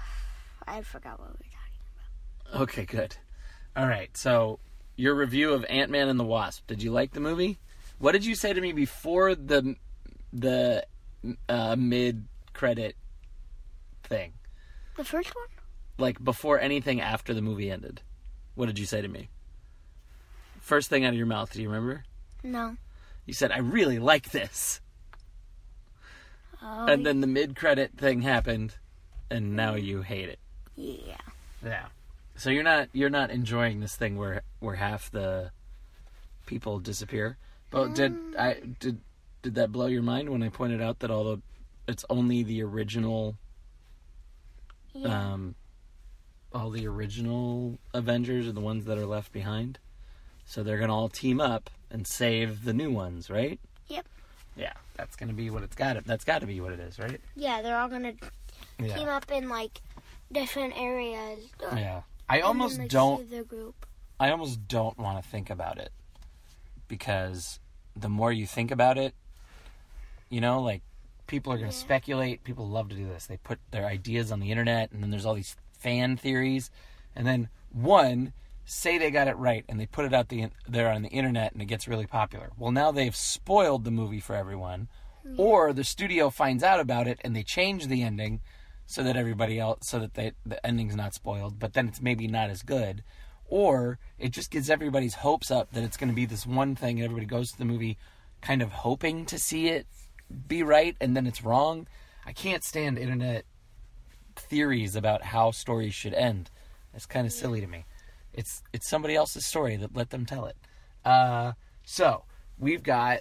Speaker 6: I forgot what we were talking.
Speaker 2: Okay, good. All right. So, your review of Ant Man and the Wasp. Did you like the movie? What did you say to me before the the uh, mid credit thing?
Speaker 6: The first one.
Speaker 2: like before anything after the movie ended, what did you say to me? First thing out of your mouth, do you remember?
Speaker 6: No.
Speaker 2: You said, I really like this.
Speaker 6: Oh.
Speaker 2: and then the mid credit thing happened and now you hate it.
Speaker 6: yeah.
Speaker 2: Yeah. So you're not you're not enjoying this thing where where half the people disappear. But did
Speaker 6: Mm.
Speaker 2: I did did that blow your mind when I pointed out that all the it's only the original
Speaker 6: Yeah.
Speaker 2: um, all the original Avengers are the ones that are left behind. So they're gonna all team up and save the new ones, right?
Speaker 6: Yep.
Speaker 2: Yeah, that's gonna be what it's got. to That's got to be what it is, right?
Speaker 6: yeah, they're all gonna
Speaker 2: Yeah.
Speaker 6: team up in like different areas. uh, and
Speaker 2: Yeah. I
Speaker 6: then,
Speaker 2: almost
Speaker 6: like,
Speaker 2: don't.
Speaker 6: save The group.
Speaker 2: I almost don't want to think about it because the more you think about it, you know, like people are going to speculate. People love to do this. They put their ideas on the internet, and then there's all these fan theories, and then one say they got it right, and they put it out the there on the internet, and it gets really popular. Well, now they've spoiled the movie for everyone, or the studio finds out about it and they change the ending so that everybody else so that they, the ending's not spoiled but then it's maybe not as good or it just gets everybody's hopes up that it's going to be this one thing and everybody goes to the movie kind of hoping to see it be right and then it's wrong i can't stand internet theories about how stories should end that's kind of silly to me it's it's somebody else's story that let them tell it uh, so we've got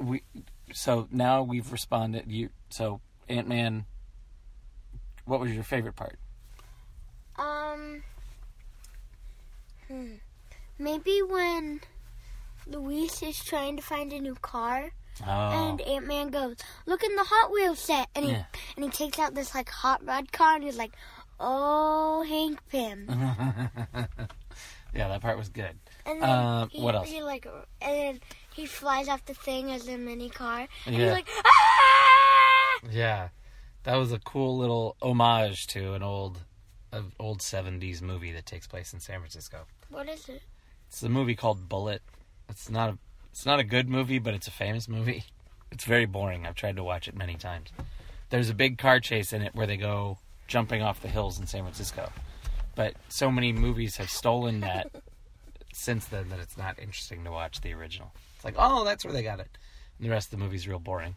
Speaker 2: we so now we've responded you so ant-man what was your favorite part
Speaker 6: Um. Hmm. Maybe when Luis is trying to find a new car
Speaker 2: Oh.
Speaker 6: And Ant Man goes, "Look in the Hot Wheels set," and he
Speaker 2: Yeah.
Speaker 6: and he takes out this like hot rod car, and he's like, "Oh, Hank Pym."
Speaker 2: Uh-huh. yeah, that part was good.
Speaker 6: And
Speaker 2: Um,
Speaker 6: he,
Speaker 2: what else?
Speaker 6: He like and then he flies off the thing as a mini car, and
Speaker 2: Yeah.
Speaker 6: he's like, "Ah!"
Speaker 2: Yeah, that was a cool little homage to an old, a old '70s movie that takes place in San Francisco.
Speaker 6: What is it?
Speaker 2: It's a movie called Bullet. It's not a, it's not a good movie, but it's a famous movie. It's very boring. I've tried to watch it many times. There's a big car chase in it where they go jumping off the hills in San Francisco, but so many movies have stolen that since then that it's not interesting to watch the original. It's like, oh, that's where they got it. And the rest of the movie's real boring.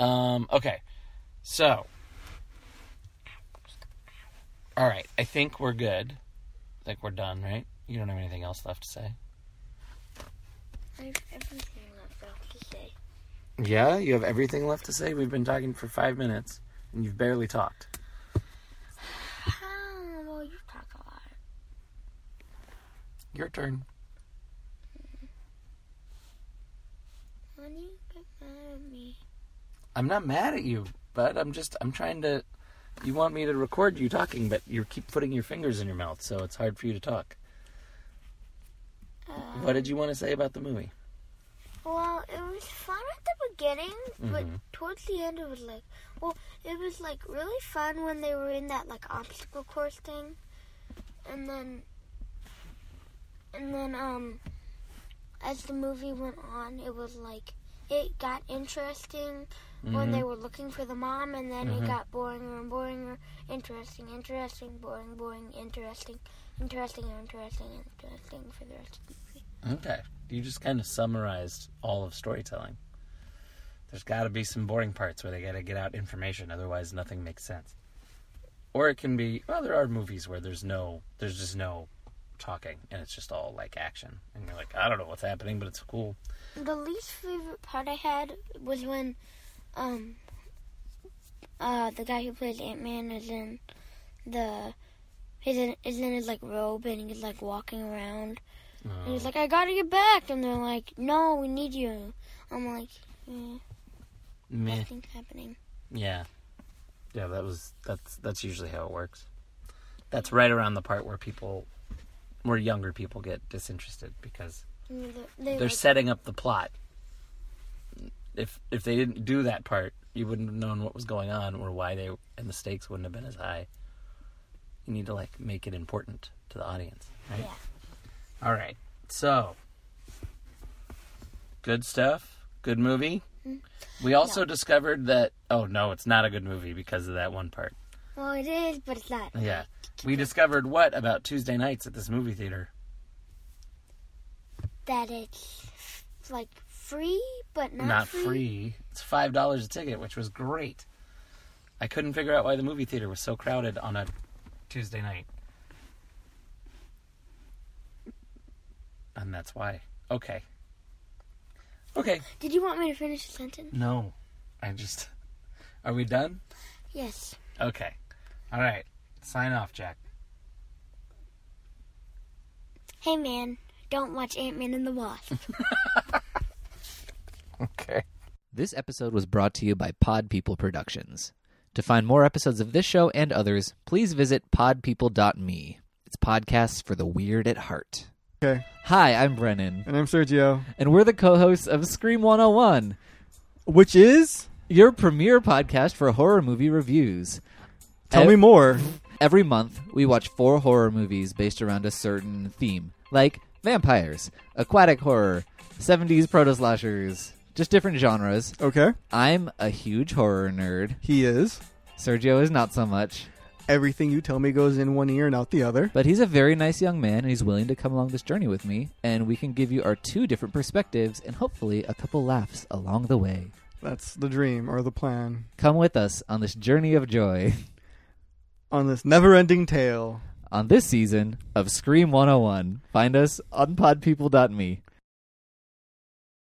Speaker 2: Um, okay, so. All right, I think we're good. I think we're done, right? You don't have anything else left to say?
Speaker 6: I have everything left off to say.
Speaker 2: Yeah, you have everything left to say. We've been talking for five minutes, and you've barely talked.
Speaker 6: Ah, well, you talk a lot.
Speaker 2: Your turn.
Speaker 6: When you get mad at me,
Speaker 2: I'm not mad at you, but I'm just I'm trying to. You want me to record you talking, but you keep putting your fingers in your mouth, so it's hard for you to talk.
Speaker 6: uh,
Speaker 2: What did you want to say about the movie?
Speaker 6: Well, it was fun at the beginning, but towards the end it was like, well, it was like really fun when they were in that like obstacle course thing, and then, and then um, as the movie went on, it was like it got interesting when they were looking for the mom, and then it got boringer and boringer, interesting, interesting, boring, boring, interesting, interesting, interesting, interesting for the rest of the movie.
Speaker 2: Okay, you just kind of summarized all of storytelling. There's got to be some boring parts where they got to get out information, otherwise nothing makes sense. Or it can be well, there are movies where there's no, there's just no talking, and it's just all like action, and you're like, I don't know what's happening, but it's cool.
Speaker 6: The least favorite part I had was when, um, uh, the guy who plays Ant Man is in the he's in is in his like robe and he's like walking around and
Speaker 2: Oh.
Speaker 6: he's like, I gotta get back, and they're like, No, we need you. I'm like, eh,
Speaker 2: Meh.
Speaker 6: nothing's happening.
Speaker 2: Yeah, yeah, that was that's that's usually how it works. That's right around the part where people, where younger people get disinterested because
Speaker 6: And they're, they
Speaker 2: they're
Speaker 6: like,
Speaker 2: setting up the plot. If if they didn't do that part, you wouldn't have known what was going on or why they and the stakes wouldn't have been as high. You need to like make it important to the audience, right? All right. So, good stuff. Good movie. We also discovered that oh no, it's not a good movie because of that one part.
Speaker 6: well, it is, but it's not.
Speaker 2: Yeah. We discovered what about Tuesday nights at this movie theater?
Speaker 6: That it's like free, but not,
Speaker 2: not free. It's five dollars a ticket, which was great. I couldn't figure out why the movie theater was so crowded on a Tuesday night, and that's why. Okay. Okay.
Speaker 6: Did you want me to finish the sentence?
Speaker 2: No, I just. Are we done?
Speaker 6: Yes.
Speaker 2: Okay. All right. Sign off, Jack.
Speaker 6: Hey, man, don't watch Ant Man and the Wasp.
Speaker 2: Okay.
Speaker 3: This episode was brought to you by Pod People Productions. To find more episodes of this show and others, please visit podpeople.me. It's podcasts for the weird at heart.
Speaker 7: Okay.
Speaker 3: Hi, I'm Brennan,
Speaker 7: And I'm Sergio,
Speaker 3: and we're the co hosts of Scream 101,
Speaker 7: which is
Speaker 3: your premier podcast for horror movie reviews.
Speaker 7: tell
Speaker 3: Ev-
Speaker 7: me more.
Speaker 3: Every month, we watch four horror movies based around a certain theme, like vampires, aquatic horror, 70s proto slashers, just different genres.
Speaker 7: Okay,
Speaker 3: I'm a huge horror nerd.
Speaker 7: he is.
Speaker 3: Sergio is not so much,
Speaker 7: Everything you tell me goes in one ear and out the other.
Speaker 3: but he's a very nice young man and he's willing to come along this journey with me, and we can give you our two different perspectives and hopefully a couple laughs along the way.
Speaker 7: That's the dream or the plan
Speaker 3: Come with us on this journey of joy
Speaker 7: on this never-ending tale.
Speaker 3: oh on this season of Scream 101. Find us on podpeople.me.